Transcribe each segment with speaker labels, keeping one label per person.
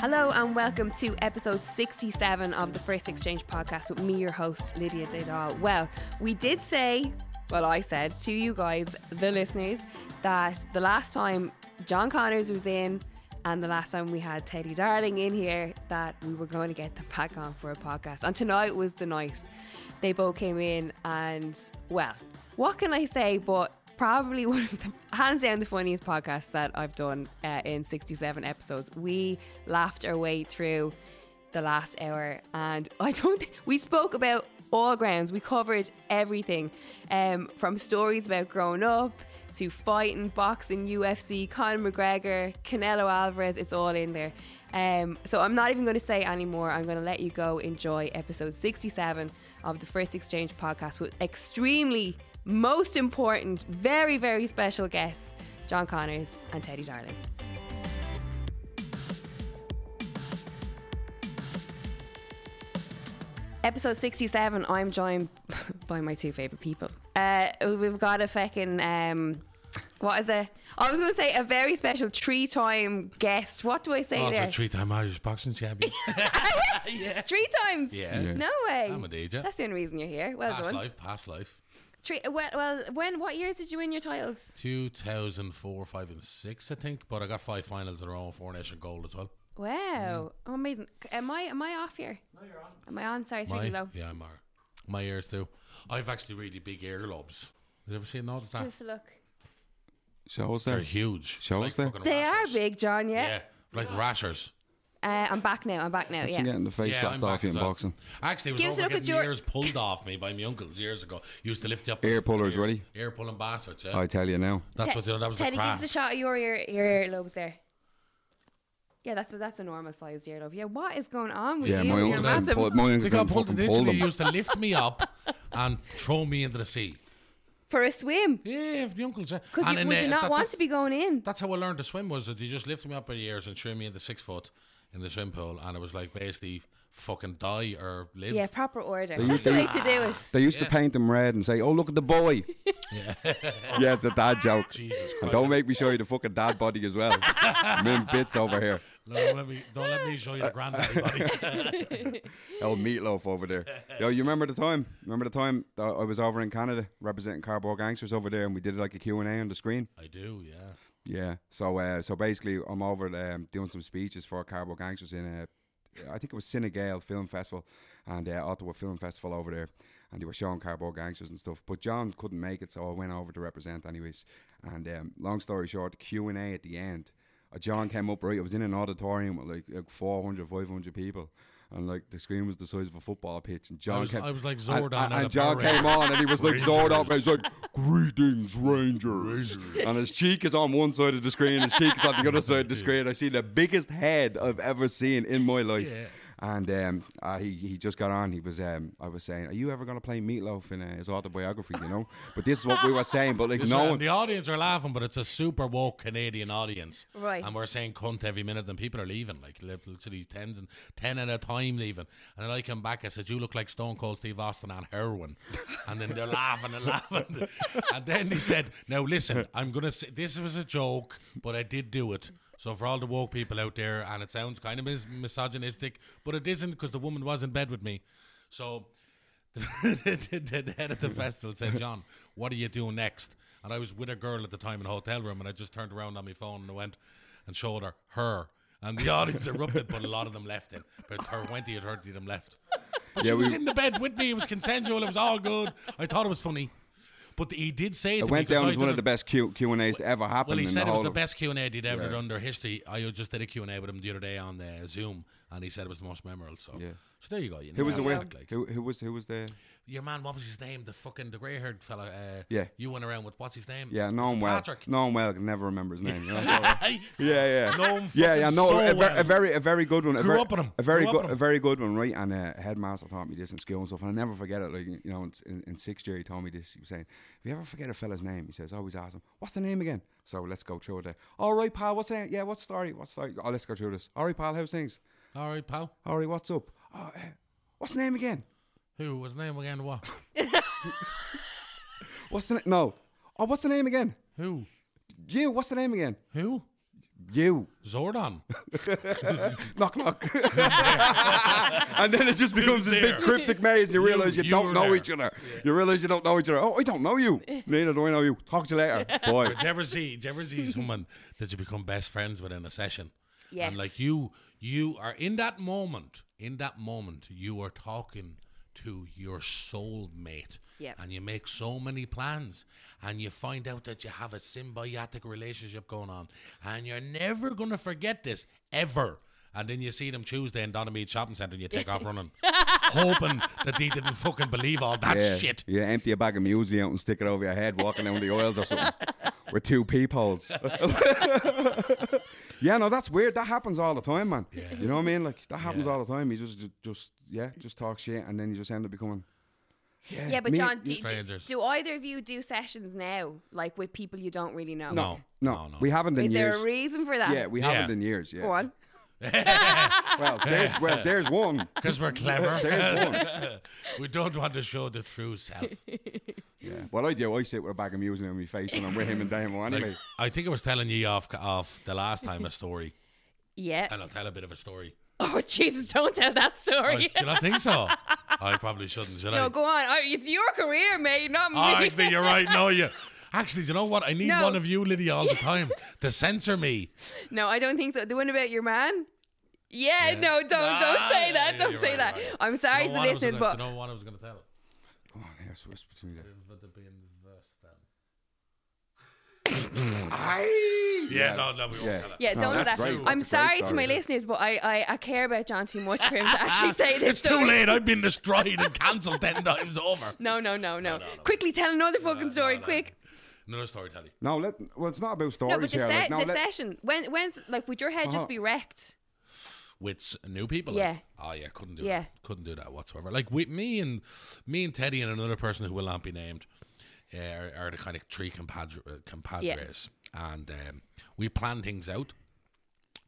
Speaker 1: Hello and welcome to episode 67 of the First Exchange podcast with me, your host, Lydia Dedal. Well, we did say, well, I said to you guys, the listeners, that the last time John Connors was in and the last time we had Teddy Darling in here, that we were going to get them back on for a podcast. And tonight was the night. They both came in, and well, what can I say but probably one of the hands down the funniest podcasts that I've done uh, in 67 episodes. We laughed our way through the last hour, and I don't. thi- we spoke about all grounds. We covered everything, um, from stories about growing up to fighting, boxing, UFC, Conor McGregor, Canelo Alvarez. It's all in there. Um, so I'm not even going to say any more. I'm going to let you go enjoy episode 67 of the First Exchange podcast with extremely most important, very, very special guests, John Connors and Teddy Darling. Episode 67, I'm joined by my two favourite people. Uh, we've got a fucking, um, what is it? I was going to say a very special three time guest. What do I say
Speaker 2: Oh, it's
Speaker 1: there?
Speaker 2: a three-time Irish boxing champion. yeah.
Speaker 1: Three times?
Speaker 2: Yeah.
Speaker 1: No way.
Speaker 2: I'm a DJ.
Speaker 1: That's the only reason you're here. Well
Speaker 2: Past
Speaker 1: done.
Speaker 2: life, past life.
Speaker 1: Three, uh, well, well, when, what years did you win your titles?
Speaker 2: 2004, 5 and 6, I think. But I got five finals in a row and four national gold as well. Mm.
Speaker 1: Wow, oh, amazing. C- Am I am I off here? No, you're on. Am I on? Sorry, it's really
Speaker 2: My,
Speaker 1: low.
Speaker 2: yeah, I'm all right. My ears too. I've actually really big earlobes. You ever seen those?
Speaker 1: Just a look.
Speaker 3: Shows
Speaker 2: They're
Speaker 3: there.
Speaker 2: huge.
Speaker 3: Shows
Speaker 2: like
Speaker 3: there.
Speaker 2: fucking
Speaker 1: They are
Speaker 2: rashers.
Speaker 1: big, John. Yeah.
Speaker 2: Yeah, like rashers.
Speaker 1: Uh, I'm back now. I'm back now.
Speaker 3: Imagine
Speaker 1: Yeah.
Speaker 3: getting the face
Speaker 2: yeah, I'm
Speaker 3: slapped
Speaker 2: back
Speaker 3: off you
Speaker 2: as
Speaker 3: in
Speaker 2: well.
Speaker 3: boxing.
Speaker 2: Actually, it was
Speaker 1: Give us a
Speaker 2: over
Speaker 1: look at
Speaker 2: getting
Speaker 1: your-
Speaker 2: ears pulled off me by my uncles years ago. Used to lift you up.
Speaker 3: Ear pullers,
Speaker 2: ear,
Speaker 3: really?
Speaker 2: Ear pulling bastards. Yeah,
Speaker 3: I tell you now.
Speaker 2: that's
Speaker 1: Te-
Speaker 2: what they- that was.
Speaker 1: Teddy,
Speaker 2: the
Speaker 1: give
Speaker 2: craft.
Speaker 1: us a shot of your ear ear lobes there. Yeah, that's a, that's a normal sized earlobe. Yeah, what is going on with
Speaker 3: Yeah,
Speaker 1: you?
Speaker 3: my
Speaker 1: You're
Speaker 3: uncle's done
Speaker 1: massive.
Speaker 3: pull, my
Speaker 2: They
Speaker 3: uncle's done
Speaker 2: got pulled
Speaker 3: fucking pull
Speaker 2: initially.
Speaker 3: them.
Speaker 2: used to lift me up and throw me into the sea.
Speaker 1: for a swim.
Speaker 2: Yeah, if the uncle's
Speaker 1: Because
Speaker 2: and in
Speaker 1: would
Speaker 2: the-
Speaker 1: you not
Speaker 2: that-
Speaker 1: want
Speaker 2: that's-
Speaker 1: to be going in?
Speaker 2: That's how I learned to swim. Was that you just lifted me up by the ears and threw me into six foot in the swim pool, and it was like basically fucking die or live.
Speaker 1: Yeah, proper order.
Speaker 3: you-
Speaker 1: That's the
Speaker 3: they-
Speaker 1: way to do it.
Speaker 3: They used to paint them red and say, "Oh, look at the boy." Yeah, it's a dad joke.
Speaker 2: Jesus
Speaker 3: And
Speaker 2: Christ!
Speaker 3: don't make me show you the fucking dad body as well. I'm in bits over here.
Speaker 2: No, don't let me don't let me show you the granddaddy body.
Speaker 3: Old meatloaf over there. Yo, you remember the time? Remember the time that I was over in Canada representing Cardboard Gangsters over there, and we did like a Q and A on the screen.
Speaker 2: I do, yeah.
Speaker 3: Yeah. So uh, so basically, I'm over um, doing some speeches for Cardboard Gangsters in uh, I think it was Cinegale Film Festival and uh, Ottawa Film Festival over there, and they were showing Cardboard Gangsters and stuff. But John couldn't make it, so I went over to represent anyways. And um, long story short, Q and A at the end. uh, John came up right. I was in an auditorium with like, like 400, 500 people. And like the screen was the size of a football pitch, and John
Speaker 2: was-
Speaker 3: came.
Speaker 2: I was like
Speaker 3: and-
Speaker 2: Zordon
Speaker 3: and,
Speaker 2: at a
Speaker 3: and John
Speaker 2: parade.
Speaker 3: came on, and he was like Zordon.
Speaker 2: Rangers.
Speaker 3: He's like, "Greetings, Rangers," and his cheek is on one side of the screen, his cheek is on the other side of the screen. I see the biggest head I've ever seen in my life.
Speaker 2: Yeah.
Speaker 3: And um, uh, he he just got on. He was um, I was saying, "Are you ever going to play Meatloaf in uh, his autobiography?" You know. But this is what we were saying. But like
Speaker 2: Listen,
Speaker 3: no
Speaker 2: and
Speaker 3: one,
Speaker 2: the audience are laughing, but it's a super woke Canadian audience,
Speaker 1: Right.
Speaker 2: And we're saying cunt every minute, and people are leaving, like li- literally tens and ten at a time leaving. And then I come back, I said, "You look like Stone Cold Steve Austin on heroin," and then they're laughing and laughing. and then he said, "Now listen, I'm gonna say this was a joke, but I did do it." So for all the woke people out there, and it sounds kind of mis- misogynistic, but it isn't because the woman was in bed with me, so. the, the- the head of the festival said, John, what are you doing next? And I was with a girl at the time in a hotel room, and I just turned around on my phone and I went and showed her her. And the audience erupted, but a lot of them left it. But her 20 or 30 of them left. But
Speaker 3: Yeah,
Speaker 2: she was
Speaker 3: we-
Speaker 2: in the bed with me. It was consensual. It was all good. I thought it was funny. But he did say to
Speaker 3: it went
Speaker 2: me, 'cause
Speaker 3: down
Speaker 2: I
Speaker 3: as one of
Speaker 2: done
Speaker 3: the
Speaker 2: a-
Speaker 3: best Q Q and A's to ever happen.
Speaker 2: well, he
Speaker 3: in
Speaker 2: said
Speaker 3: the
Speaker 2: it was
Speaker 3: whole
Speaker 2: the
Speaker 3: of-
Speaker 2: best Q and A they'd ever
Speaker 3: Yeah.
Speaker 2: done their history. I just did a Q and A with him the other day on uh, Zoom, and he said it was the most memorable. So,
Speaker 3: Yeah.
Speaker 2: So there you go. You know,
Speaker 3: Who was the
Speaker 2: that's
Speaker 3: winner?
Speaker 2: it, like.
Speaker 3: Who, who was who was the?
Speaker 2: Your man, what was his name? The fucking the grey haired fella. Uh,
Speaker 3: Yeah.
Speaker 2: You went around with what's his name?
Speaker 3: Yeah,
Speaker 2: Was
Speaker 3: no
Speaker 2: it
Speaker 3: one well.
Speaker 2: Patrick.
Speaker 3: No one well. can Never remember his name. you know, so-
Speaker 2: Aye.
Speaker 3: yeah, yeah.
Speaker 2: Known
Speaker 3: Yeah,
Speaker 2: fucking
Speaker 3: yeah, no,
Speaker 2: so
Speaker 3: a, ver-
Speaker 2: well.
Speaker 3: a very, a very good one. A,
Speaker 2: Grew
Speaker 3: ver-
Speaker 2: up with 'em.
Speaker 3: a very
Speaker 2: Grew up
Speaker 3: good,
Speaker 2: with
Speaker 3: a
Speaker 2: 'em.
Speaker 3: very good one, right? And uh, headmaster taught me this in school and stuff, and I never forget it. Like you know, in, in, in sixth year, he told me this. He was saying, "If you ever forget a fella's name, he says, always ask him, what's the name again?" So let's go through it. there. All right, pal, what's that? Yeah, what's the story? What's the story? Oh, let's go through this. All right, pal, how's things?
Speaker 2: All right, pal.
Speaker 3: All right, what's up? Oh, eh, what's the name again?
Speaker 2: Who was his name again? What?
Speaker 3: What's the na- no? Oh, what's the name again?
Speaker 2: Who?
Speaker 3: You. What's the name again?
Speaker 2: Who?
Speaker 3: You.
Speaker 2: Zordon.
Speaker 3: knock knock. and then it just becomes this big
Speaker 2: there?
Speaker 3: cryptic maze, and you
Speaker 2: You-
Speaker 3: realize you,
Speaker 2: you
Speaker 3: don't
Speaker 2: were
Speaker 3: know
Speaker 2: there.
Speaker 3: each other. You realize you don't know each other. Oh, I don't know you. Neither do I know you. Talk to you later, boy.
Speaker 2: Did you ever see? Did you ever see someone that you become best friends with in a session?
Speaker 1: Yes.
Speaker 2: And like you, you are in that moment. In that moment, you are talking to your soulmate.
Speaker 1: Yep.
Speaker 2: And you make so many plans, and you find out that you have a symbiotic relationship going on, and you're never gonna forget this ever. And then you see them Tuesday in Donamead Shopping Centre, and you take off running, hoping that they didn't fucking believe all that
Speaker 3: Yeah,
Speaker 2: shit.
Speaker 3: yeah, empty a bag of muesli out and stick it over your head, walking down the oils or something. We're two peepholes. yeah, no, that's weird. That happens all the time, man. You know what I mean? Like that happens
Speaker 2: Yeah.
Speaker 3: all the time. You just, just, yeah, just talk shit, and then you just end up becoming. Yeah,
Speaker 1: yeah, but
Speaker 3: me-
Speaker 1: John, do, do,
Speaker 2: Strangers.
Speaker 1: do either of you do sessions now, like with people you don't really know?
Speaker 2: No,
Speaker 3: No,
Speaker 2: no, no.
Speaker 3: we haven't in
Speaker 1: Is
Speaker 3: years.
Speaker 1: there a reason for that?
Speaker 3: Yeah, we
Speaker 2: Yeah.
Speaker 3: haven't in years. Yeah.
Speaker 1: Go on.
Speaker 3: Well, there's well, there's one.
Speaker 2: Because we're clever.
Speaker 3: There's one.
Speaker 2: we don't want to show the true self.
Speaker 3: Yeah. What I do, I sit with a bag of music on my face when I'm with him and Damo
Speaker 2: Like,
Speaker 3: anyway.
Speaker 2: I think I was telling you off off the last time a story,
Speaker 1: Yeah.
Speaker 2: and I'll tell a bit of a story.
Speaker 1: Oh Jesus! Don't tell that
Speaker 2: Oh,
Speaker 1: story.
Speaker 2: should I think so? I probably shouldn't. Should I?
Speaker 1: no, go on. Oh, It's your career, mate, not
Speaker 2: oh,
Speaker 1: mine.
Speaker 2: actually, you're right. No, you. Actually, do you know what? I need
Speaker 1: No.
Speaker 2: one of you, Lydia, all the time to censor me.
Speaker 1: No, I don't think so. The one about your man? Yeah,
Speaker 2: Yeah.
Speaker 1: no, don't
Speaker 2: Ah,
Speaker 1: don't say
Speaker 2: yeah,
Speaker 1: that.
Speaker 2: yeah,
Speaker 1: Don't
Speaker 2: you're
Speaker 1: say
Speaker 2: right,
Speaker 1: that.
Speaker 2: you're right.
Speaker 1: I'm
Speaker 2: Do
Speaker 1: sorry
Speaker 2: you
Speaker 1: to the
Speaker 2: know what I was
Speaker 1: listeners,
Speaker 2: gonna-
Speaker 1: but
Speaker 2: do you know what I was going to tell?
Speaker 3: Oh, yeah, so it's between you. Aye.
Speaker 2: Yeah, no, no, we won't
Speaker 3: yeah.
Speaker 2: tell it.
Speaker 1: yeah,
Speaker 3: No,
Speaker 1: don't do
Speaker 3: that's
Speaker 1: that.
Speaker 3: great. That's a
Speaker 1: I'm
Speaker 3: great
Speaker 1: sorry to my
Speaker 3: story.
Speaker 1: listeners, but I, I, I care about John too much for him to actually say this.
Speaker 2: It's too
Speaker 1: story.
Speaker 2: late. I've been destroyed and cancelled ten times over.
Speaker 1: No, no, no, no.
Speaker 2: no, no.
Speaker 1: Quickly tell another fucking
Speaker 2: No,
Speaker 1: story,
Speaker 2: no, no.
Speaker 1: quick.
Speaker 2: Another story, Teddy.
Speaker 3: No, let, well, it's not about stories
Speaker 1: No, but the,
Speaker 3: here. like,
Speaker 1: se-
Speaker 3: no,
Speaker 1: the
Speaker 3: let-
Speaker 1: session. When when's like would your head
Speaker 3: Uh-huh.
Speaker 1: just be wrecked?
Speaker 2: with s- new people.
Speaker 1: Yeah.
Speaker 2: Like, oh yeah, couldn't do
Speaker 1: Yeah.
Speaker 2: that. Couldn't do that whatsoever. Like with me and me and Teddy and another person who will not be named uh, are, are the kind of three compadre, uh, compadres, and um, we plan things out,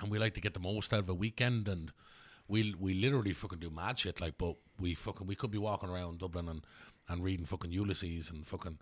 Speaker 2: and we like to get the most out of a weekend, and we we literally fucking do mad shit. Like, but we fucking we could be walking around Dublin and. And reading fucking Ulysses and fucking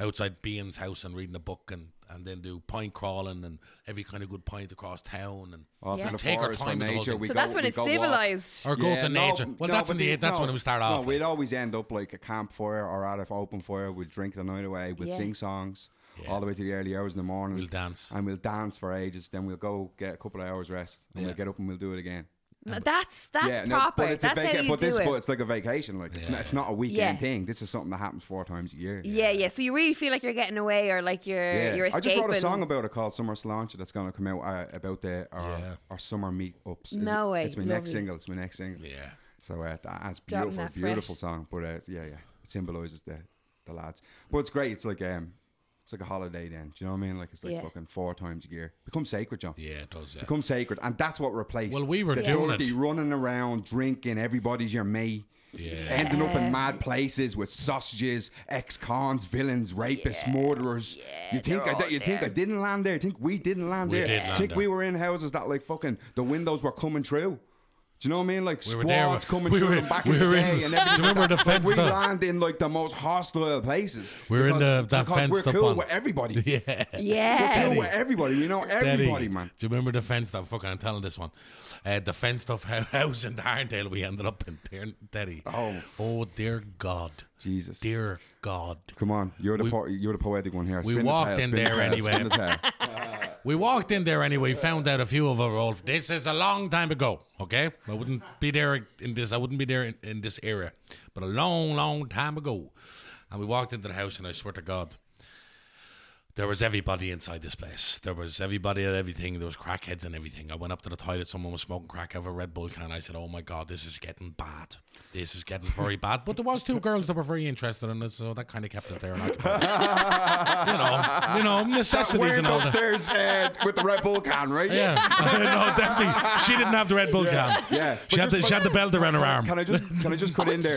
Speaker 2: outside Bean's house and reading a book and, and then do pint crawling and every kind of good pint across town and
Speaker 3: Off
Speaker 1: Yeah.
Speaker 3: in the
Speaker 2: Take our
Speaker 3: forest for
Speaker 2: time with the whole
Speaker 3: nature.
Speaker 2: thing.
Speaker 3: we
Speaker 1: so
Speaker 3: go-
Speaker 1: that's when
Speaker 3: we
Speaker 1: it's
Speaker 3: go walk.
Speaker 1: civilized.
Speaker 2: or go
Speaker 3: Yeah,
Speaker 2: to
Speaker 3: no,
Speaker 2: nature. Well,
Speaker 3: no,
Speaker 2: that's in
Speaker 3: but
Speaker 2: the,
Speaker 3: the-
Speaker 2: that's
Speaker 3: no,
Speaker 2: when we start
Speaker 3: No,
Speaker 2: off.
Speaker 3: we'd
Speaker 2: like.
Speaker 3: always end up like a campfire or out of open fire. We'd drink the night away. We'd
Speaker 1: Yeah.
Speaker 3: sing songs all the way to the early hours in the morning.
Speaker 2: We'll dance.
Speaker 3: and we'll dance for ages. Then we'll go get a couple of hours rest, and
Speaker 2: Yeah.
Speaker 3: we'll get up and we'll do it again.
Speaker 1: No, that's that's proper.
Speaker 3: but it's
Speaker 1: that's
Speaker 3: a vaca-
Speaker 1: how you
Speaker 3: but
Speaker 1: do
Speaker 3: this,
Speaker 1: it.
Speaker 3: but it's like a vacation. Like it's, not, it's not a weekend
Speaker 1: Yeah.
Speaker 3: thing. This is something that happens four times a year.
Speaker 1: Yeah, yeah. So you really feel like you're getting away or like you're you're
Speaker 3: I
Speaker 1: escaping.
Speaker 3: just wrote a song about it called "Summer Slancha" that's going to come out uh, about the our,
Speaker 2: Yeah.
Speaker 3: our summer meetups. Is
Speaker 1: No
Speaker 3: it-
Speaker 1: way,
Speaker 3: It's my
Speaker 1: lovely.
Speaker 3: next single. It's my next single.
Speaker 2: Yeah.
Speaker 3: So uh, that's
Speaker 1: Dropping
Speaker 3: beautiful,
Speaker 1: that
Speaker 3: beautiful
Speaker 1: fresh.
Speaker 3: song. But uh, yeah, yeah, it symbolises the the lads. But it's great. It's like um, it's like a holiday. Then do you know what I mean? Like it's like
Speaker 1: Yeah.
Speaker 3: fucking four times a year. Become sacred, John.
Speaker 2: Yeah, it does. Yeah.
Speaker 3: Become sacred, and that's what replaced.
Speaker 2: Well, we were
Speaker 3: the
Speaker 2: doing
Speaker 3: dirty
Speaker 2: it.
Speaker 3: running around, drinking. Everybody's your mate.
Speaker 2: yeah.
Speaker 3: Ending up in mad places with sausages, ex-cons, villains, rapists, murderers. you think I di- you think I didn't land there? You think we didn't land
Speaker 2: We
Speaker 3: there?
Speaker 2: did
Speaker 3: you
Speaker 2: land
Speaker 3: think we
Speaker 2: there.
Speaker 3: were in houses that like fucking the windows were coming through? Do you know what I mean? Like
Speaker 2: We were
Speaker 3: squads
Speaker 2: there,
Speaker 3: coming
Speaker 2: we
Speaker 3: through
Speaker 2: were-
Speaker 3: them back
Speaker 2: we
Speaker 3: in the
Speaker 2: were in-
Speaker 3: day, and
Speaker 2: do you
Speaker 3: everything.
Speaker 2: remember
Speaker 3: like
Speaker 2: the
Speaker 3: that. Like,
Speaker 2: fenced
Speaker 3: we
Speaker 2: up-
Speaker 3: land in like the most hostile places.
Speaker 2: We were in
Speaker 3: because-
Speaker 2: the- that
Speaker 3: because we're
Speaker 2: fenced up
Speaker 3: cool
Speaker 2: one.
Speaker 3: with everybody.
Speaker 2: Yeah.
Speaker 1: yeah.
Speaker 3: Cool with everybody. We know everybody,
Speaker 2: Daddy,
Speaker 3: man.
Speaker 2: Do you remember the fence that fucking I'm telling this one? Uh, the fence stuff house in Darndale we ended up in Ter- Derry.
Speaker 3: Oh.
Speaker 2: Oh dear God.
Speaker 3: Jesus.
Speaker 2: Dear God.
Speaker 3: Come on, you're the po- you're the poetic one here.
Speaker 2: we
Speaker 3: Spin the
Speaker 2: walked
Speaker 3: tale,
Speaker 2: in
Speaker 3: spin the
Speaker 2: there
Speaker 3: tale,
Speaker 2: anyway.
Speaker 3: spin the tale.
Speaker 2: We walked in there anyway, found out a few of our old this is a long time ago, okay? I wouldn't be there in this I wouldn't be there in, in this area. But a long, long time ago. And we walked into the house and I swear to God, there was everybody inside this place. There was everybody at everything. There was crackheads and everything. I went up to the toilet. Someone was smoking crack out of a Red Bull can. I said, "Oh my god, this is getting bad. This is getting very bad." But there was two girls that were very interested in us, so that kind of kept us there. And occupied. you know, you know, necessities
Speaker 3: We're
Speaker 2: and all that.
Speaker 3: upstairs uh, with the Red Bull can, right?
Speaker 2: Yeah, no, definitely. She didn't have the Red Bull can.
Speaker 3: Yeah.
Speaker 2: she
Speaker 3: But
Speaker 2: had, the,
Speaker 3: just
Speaker 2: she had the
Speaker 3: like-
Speaker 2: belt around Oh, her arm.
Speaker 3: Can I just can I just cut in there?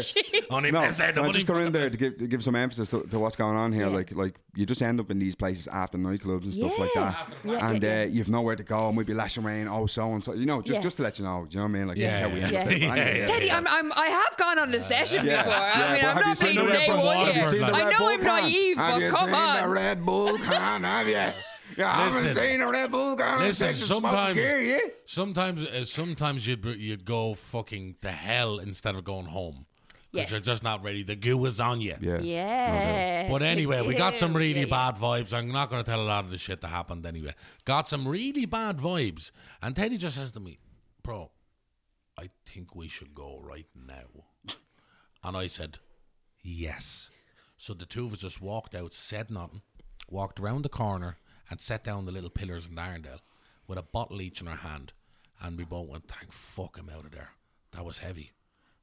Speaker 2: Only
Speaker 3: No,
Speaker 2: mess out the
Speaker 3: can I just
Speaker 2: money.
Speaker 3: come in there to give, to give some emphasis to, to what's going on here?
Speaker 1: Yeah.
Speaker 3: Like, like you just end up in these places after nightclubs and stuff like
Speaker 1: Yeah.
Speaker 3: that,
Speaker 1: Yeah, yeah,
Speaker 3: and
Speaker 1: yeah.
Speaker 3: uh, you've nowhere to go, and we'd be lashing rain, oh so and so, you know, just
Speaker 1: Yeah.
Speaker 3: just to let you know, do you know what I mean? Like, this is
Speaker 2: Yeah,
Speaker 3: how we
Speaker 2: yeah,
Speaker 3: end up.
Speaker 1: yeah.
Speaker 3: in-
Speaker 2: Yeah, yeah,
Speaker 1: Teddy, I'm, I'm, I have gone on a session
Speaker 3: Yeah.
Speaker 1: before.
Speaker 3: Yeah,
Speaker 1: I mean,
Speaker 3: but
Speaker 1: I'm
Speaker 3: have you
Speaker 1: not
Speaker 3: seen
Speaker 1: being
Speaker 2: the
Speaker 1: day
Speaker 2: Red Bull
Speaker 1: one here.
Speaker 2: can? Have you seen the
Speaker 1: I
Speaker 2: Red
Speaker 1: know I'm
Speaker 3: can?
Speaker 1: naive,
Speaker 3: Have you
Speaker 1: but come
Speaker 3: seen the
Speaker 1: on.
Speaker 3: Red Bull can? Have you? Yeah, I haven't
Speaker 2: Listen.
Speaker 3: seen a Red Bull can.
Speaker 2: Listen,
Speaker 3: Listen, sometimes.
Speaker 2: sometimes-
Speaker 3: Gear, yeah?
Speaker 2: Sometimes, uh, sometimes you'd be- you'd go fucking to hell instead of going home
Speaker 1: Yes.
Speaker 2: because you're just not ready. The goo was on you.
Speaker 3: Yeah.
Speaker 1: Yeah.
Speaker 2: But anyway, we got some
Speaker 1: Yeah,
Speaker 2: really
Speaker 1: yeah.
Speaker 2: bad vibes. I'm not going to tell a lot of the shit that happened anyway. Got some really bad vibes, and Teddy just says to me, "Bro, I think we should go right now." and I said, "Yes." So the two of us just walked out, said nothing, walked around the corner, and sat down the little pillars in Arendelle with a bottle each in our hand, and we both went, "Thank fuck I'm out of there. That was heavy."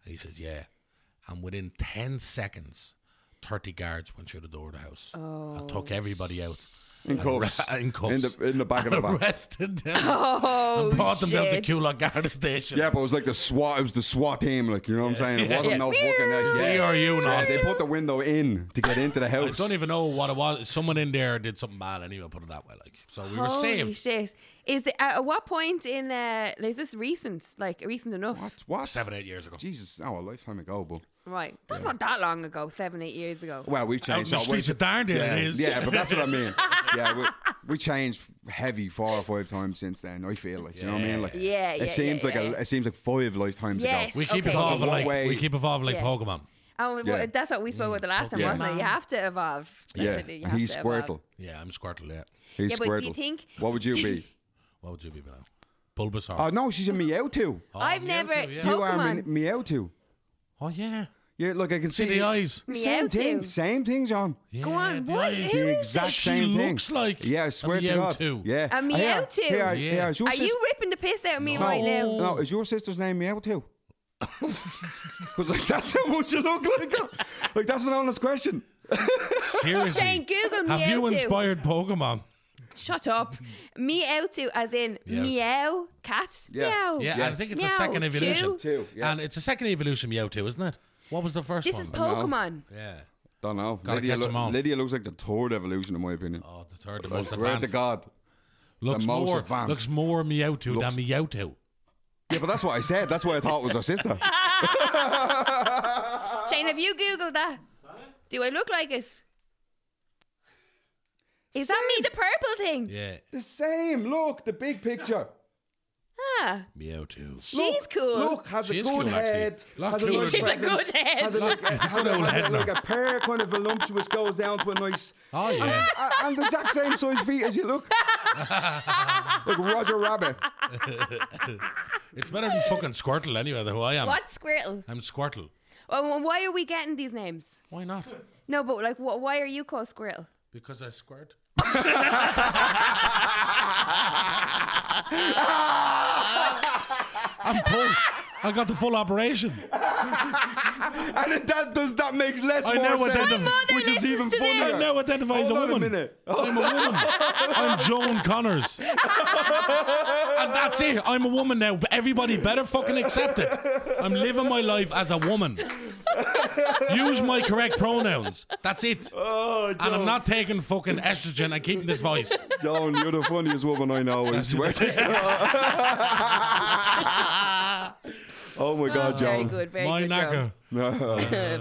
Speaker 2: And he says, "Yeah." And within ten seconds, thirty guards went through the door of the house
Speaker 1: Oh,
Speaker 2: and took everybody out.
Speaker 3: In cuffs.
Speaker 2: Ra- in cuffs.
Speaker 3: In the, in the back of the
Speaker 2: and
Speaker 3: back.
Speaker 2: arrested them
Speaker 1: Oh,
Speaker 2: and brought them down to
Speaker 1: shit.
Speaker 2: Kulak Garda Station.
Speaker 3: Yeah, but it was like the SWAT. It was the SWAT team, like you know what I'm saying. It wasn't no fucking. Like, yeah.
Speaker 2: They are you
Speaker 3: Yeah,
Speaker 2: now.
Speaker 3: they put the window in to get into the
Speaker 2: I
Speaker 3: house.
Speaker 2: don't even know what it was. Someone in there did something bad anyway, put it that way. Like so we were
Speaker 1: Holy
Speaker 2: saved.
Speaker 1: shit! Is the, at what point in uh, is this recent? Like recent enough?
Speaker 3: What? What?
Speaker 2: Seven, eight years ago.
Speaker 3: Jesus, oh, a lifetime ago, but
Speaker 1: Right, that's not that long ago. Seven, eight years ago.
Speaker 3: well, we've
Speaker 2: Out in
Speaker 3: changed.
Speaker 2: the
Speaker 3: so we-
Speaker 2: streets of Darndale
Speaker 3: yeah,
Speaker 2: it is.
Speaker 3: yeah, but that's what I mean. Yeah, we, we changed heavy four or five times since then. I feel like, you know what I mean? Like,
Speaker 1: Yeah,
Speaker 3: it
Speaker 1: yeah,
Speaker 3: seems
Speaker 1: yeah,
Speaker 3: like
Speaker 1: yeah.
Speaker 3: A, it seems like five lifetimes
Speaker 1: Yes.
Speaker 3: ago.
Speaker 2: we keep
Speaker 1: Okay.
Speaker 2: evolving
Speaker 3: One
Speaker 2: like
Speaker 3: way.
Speaker 2: we keep evolving like
Speaker 1: Yeah.
Speaker 2: Pokemon.
Speaker 1: Oh, well,
Speaker 3: Yeah.
Speaker 1: that's what we spoke about the
Speaker 2: Oh,
Speaker 1: last time,
Speaker 3: Yeah.
Speaker 1: wasn't it? You have to evolve.
Speaker 3: Yeah,
Speaker 1: definitely. You
Speaker 3: and
Speaker 1: have
Speaker 3: he's
Speaker 1: to evolve.
Speaker 3: Squirtle.
Speaker 2: Yeah, I'm Squirtle, yeah.
Speaker 3: He's
Speaker 1: Yeah, but do
Speaker 3: Squirtle.
Speaker 1: you think-
Speaker 3: What would you be?
Speaker 2: What would you be now? Bulbasaur.
Speaker 3: Oh no, she's a Meowth.
Speaker 2: Oh,
Speaker 1: I've
Speaker 2: Mewtwo,
Speaker 1: never-
Speaker 2: yeah.
Speaker 3: You are
Speaker 1: Pokemon.
Speaker 3: a Me- Meowth.
Speaker 2: Oh yeah.
Speaker 3: Yeah, look, I can see
Speaker 2: See the eyes.
Speaker 3: Same thing,
Speaker 1: Meowth.
Speaker 3: same thing, John.
Speaker 2: Yeah,
Speaker 1: Go on,
Speaker 2: the
Speaker 1: what
Speaker 2: eyes.
Speaker 1: is-
Speaker 3: The exact
Speaker 2: She
Speaker 3: same thing.
Speaker 2: looks like
Speaker 3: yeah, I swear
Speaker 2: a
Speaker 3: to God.
Speaker 2: Meowtwo.
Speaker 3: Yeah,
Speaker 1: A
Speaker 3: Here,
Speaker 1: Meowth.
Speaker 3: Here,
Speaker 2: Yeah.
Speaker 3: here, is your
Speaker 1: Are
Speaker 3: sis-
Speaker 1: you ripping the piss out of me
Speaker 3: No.
Speaker 1: right now?
Speaker 3: No, is your sister's name Meowtwo? Because like that's how much you look like. Like that's an honest question.
Speaker 2: Seriously.
Speaker 1: Shane, Google
Speaker 2: Have you
Speaker 1: Meowth.
Speaker 2: inspired Pokemon?
Speaker 1: Shut up. Meowth, as in
Speaker 2: Meowth.
Speaker 1: meow, cat,
Speaker 3: Yeah.
Speaker 1: meow.
Speaker 2: Yeah, I
Speaker 3: Yes.
Speaker 2: think it's the
Speaker 1: Meow,
Speaker 2: second
Speaker 1: two.
Speaker 2: evolution.
Speaker 3: Two, yeah.
Speaker 2: And it's a second evolution Meowth, isn't it? What was the first
Speaker 1: This
Speaker 2: one?
Speaker 1: is Pokemon.
Speaker 2: yeah.
Speaker 3: Don't know.
Speaker 2: Gotta
Speaker 3: Lydia,
Speaker 2: catch 'em all.
Speaker 3: Lydia looks like the third evolution, in my opinion.
Speaker 2: Oh, the third, the
Speaker 3: I
Speaker 2: most
Speaker 3: swear to
Speaker 2: advanced.
Speaker 3: God.
Speaker 2: looks
Speaker 3: the most
Speaker 2: more
Speaker 3: advanced.
Speaker 2: looks more Meowth than
Speaker 3: Looks-
Speaker 2: Meowth.
Speaker 3: Yeah, but that's what I said. That's why I thought it was her sister.
Speaker 1: Shane, have you Googled that? Do I look like it? Is that me, the purple thing?
Speaker 2: Yeah,
Speaker 3: the same. Look, the big picture.
Speaker 1: Ah,
Speaker 2: Meowth.
Speaker 1: she's
Speaker 3: Look,
Speaker 1: cool.
Speaker 3: Look, has
Speaker 2: She
Speaker 3: a
Speaker 2: is
Speaker 3: good
Speaker 2: cool, actually.
Speaker 3: head.
Speaker 2: Lot
Speaker 3: has a
Speaker 2: cooler
Speaker 3: nice
Speaker 2: than- She's a
Speaker 1: good
Speaker 3: presence,
Speaker 1: head.
Speaker 3: Has a, like, a, has
Speaker 2: Good
Speaker 3: a,
Speaker 2: old
Speaker 3: has
Speaker 2: head
Speaker 3: a, like
Speaker 2: now.
Speaker 3: a pear kind of voluptuous goes down to a nice
Speaker 2: Oh yeah.
Speaker 3: Uh, and the exact same size feet as you look. like Roger Rabbit.
Speaker 2: It's better than fucking Squirtle anyway, than who I am.
Speaker 1: What Squirtle?
Speaker 2: I'm Squirtle.
Speaker 1: Oh, well, Why are we getting these names?
Speaker 2: Why not?
Speaker 1: No, but like, wh- why are you called Squirtle?
Speaker 2: Because I squirt. I'm pulled. I got the full operation.
Speaker 3: And it- that does that makes less
Speaker 2: I
Speaker 3: more
Speaker 2: now
Speaker 3: sense,
Speaker 2: identify-
Speaker 3: which is even
Speaker 1: listens to
Speaker 3: funnier.
Speaker 1: this.
Speaker 2: I now identify as a
Speaker 3: Hold on
Speaker 2: woman.
Speaker 3: a minute.
Speaker 2: I'm a woman. I'm Joan Connors. and that's it. I'm a woman now. But everybody better fucking accept it. I'm living my life as a woman. Use my correct pronouns. That's it.
Speaker 3: Oh, John,
Speaker 2: And I'm not taking fucking estrogen. I'm keeping this voice.
Speaker 3: John, you're the funniest woman I know. I swear. to God. oh my God,
Speaker 1: Very
Speaker 3: John.
Speaker 1: good, very
Speaker 2: my
Speaker 1: good. Joe.
Speaker 2: knacker.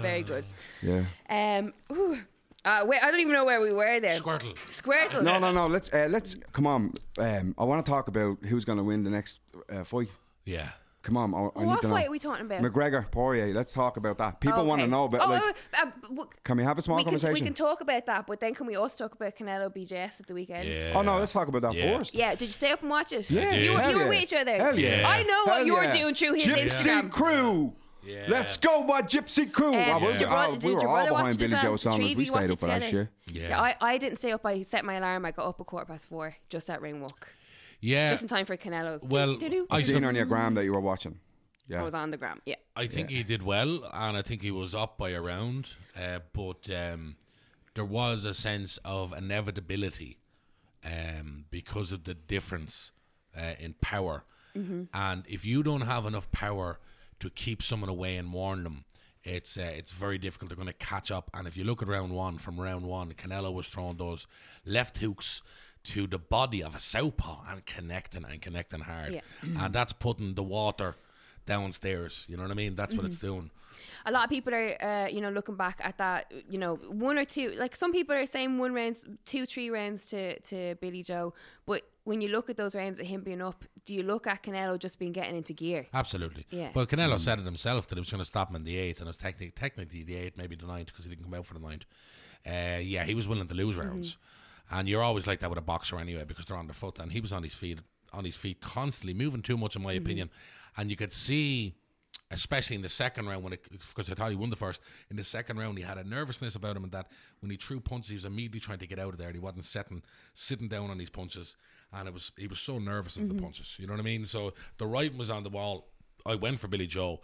Speaker 1: very good.
Speaker 3: yeah.
Speaker 1: Um, ooh. Uh, wait, I don't even know where we were there.
Speaker 2: Squirtle.
Speaker 1: Squirtle.
Speaker 3: No, no, no. Let's uh, let's come on. Um, I want to talk about who's going to win the next uh, fight.
Speaker 2: Yeah.
Speaker 3: Come on, I, I need
Speaker 1: What
Speaker 3: to know.
Speaker 1: fight are we talking about?
Speaker 3: McGregor, Poirier. Let's talk about that. People want to
Speaker 1: Okay.
Speaker 3: know about.
Speaker 1: Oh,
Speaker 3: like,
Speaker 1: oh, uh, w-
Speaker 3: can we have a small
Speaker 1: we can,
Speaker 3: conversation?
Speaker 1: we can talk about that, but then can we also talk about Canelo BJS at the weekend?
Speaker 2: Yeah.
Speaker 3: Oh no, let's talk about that
Speaker 2: Yeah.
Speaker 3: first.
Speaker 1: Yeah, did you stay up and watch it?
Speaker 3: Yeah,
Speaker 1: you, were-
Speaker 3: hell
Speaker 1: you were
Speaker 3: yeah.
Speaker 1: with each other.
Speaker 3: Hell yeah.
Speaker 1: I know what
Speaker 3: Hell
Speaker 1: you're
Speaker 3: yeah.
Speaker 1: doing through his
Speaker 3: Gypsy
Speaker 1: Instagram.
Speaker 3: crew.
Speaker 2: Yeah.
Speaker 3: Let's go, my gypsy crew. Wow, we
Speaker 1: did you
Speaker 3: were
Speaker 1: ro-
Speaker 3: all,
Speaker 1: did
Speaker 3: we
Speaker 1: you
Speaker 3: were all
Speaker 1: rather watch um,
Speaker 3: behind Billy
Speaker 1: this
Speaker 3: Joe
Speaker 1: on
Speaker 3: Saunders.
Speaker 1: TV?
Speaker 3: We
Speaker 1: You watched
Speaker 3: stayed up
Speaker 1: the
Speaker 3: for that
Speaker 1: telly?
Speaker 3: shit.
Speaker 2: Yeah.
Speaker 1: Yeah, I, I didn't stay up. I set my alarm. I got up at quarter past four, just at ring walk,
Speaker 2: Yeah.
Speaker 1: just in time for Canelo's.
Speaker 2: Uh, Well,
Speaker 1: Doo-doo-doo.
Speaker 2: I
Speaker 3: I seen
Speaker 2: sup-
Speaker 3: on your gram that you were watching.
Speaker 1: I
Speaker 3: Yeah.
Speaker 1: was on the gram. Yeah,
Speaker 2: I think he did well, and I think he was up by a round. Uh, but um, there was a sense of inevitability um, because of the difference uh, in power. And if you don't have enough power to keep someone away and warn them, it's uh, it's very difficult. They're going to catch up. And if you look at round one, from round one, Canelo was throwing those left hooks to the body of a southpaw and connecting and connecting hard,
Speaker 1: Yeah.
Speaker 2: and that's putting the water downstairs. You know what I mean? That's what it's doing.
Speaker 1: a lot of people are, uh, you know, looking back at that. You know, one or two. Like some people are saying one rounds, two, three rounds to to Billy Joe. But when you look at those rounds at him being up, do you look at Canelo just being getting into gear?
Speaker 2: Absolutely.
Speaker 1: Yeah.
Speaker 2: But Canelo said it himself that he was going to stop him in the eighth, and it was technically technically the eighth, maybe the ninth, because he didn't come out for the ninth. Uh, yeah, he was willing to lose rounds, and you're always like that with a boxer anyway, because they're on the foot, and he was on his feet, on his feet constantly, moving too much, in my opinion, and you could see. Especially in the second round, when it because I thought he won the first. In the second round, he had a nervousness about him, and that when he threw punches, he was immediately trying to get out of there, and he wasn't sitting sitting down on these punches, and it was he was so nervous of the punches. You know what I mean? So the writing was on the wall. I went for Billy Joe.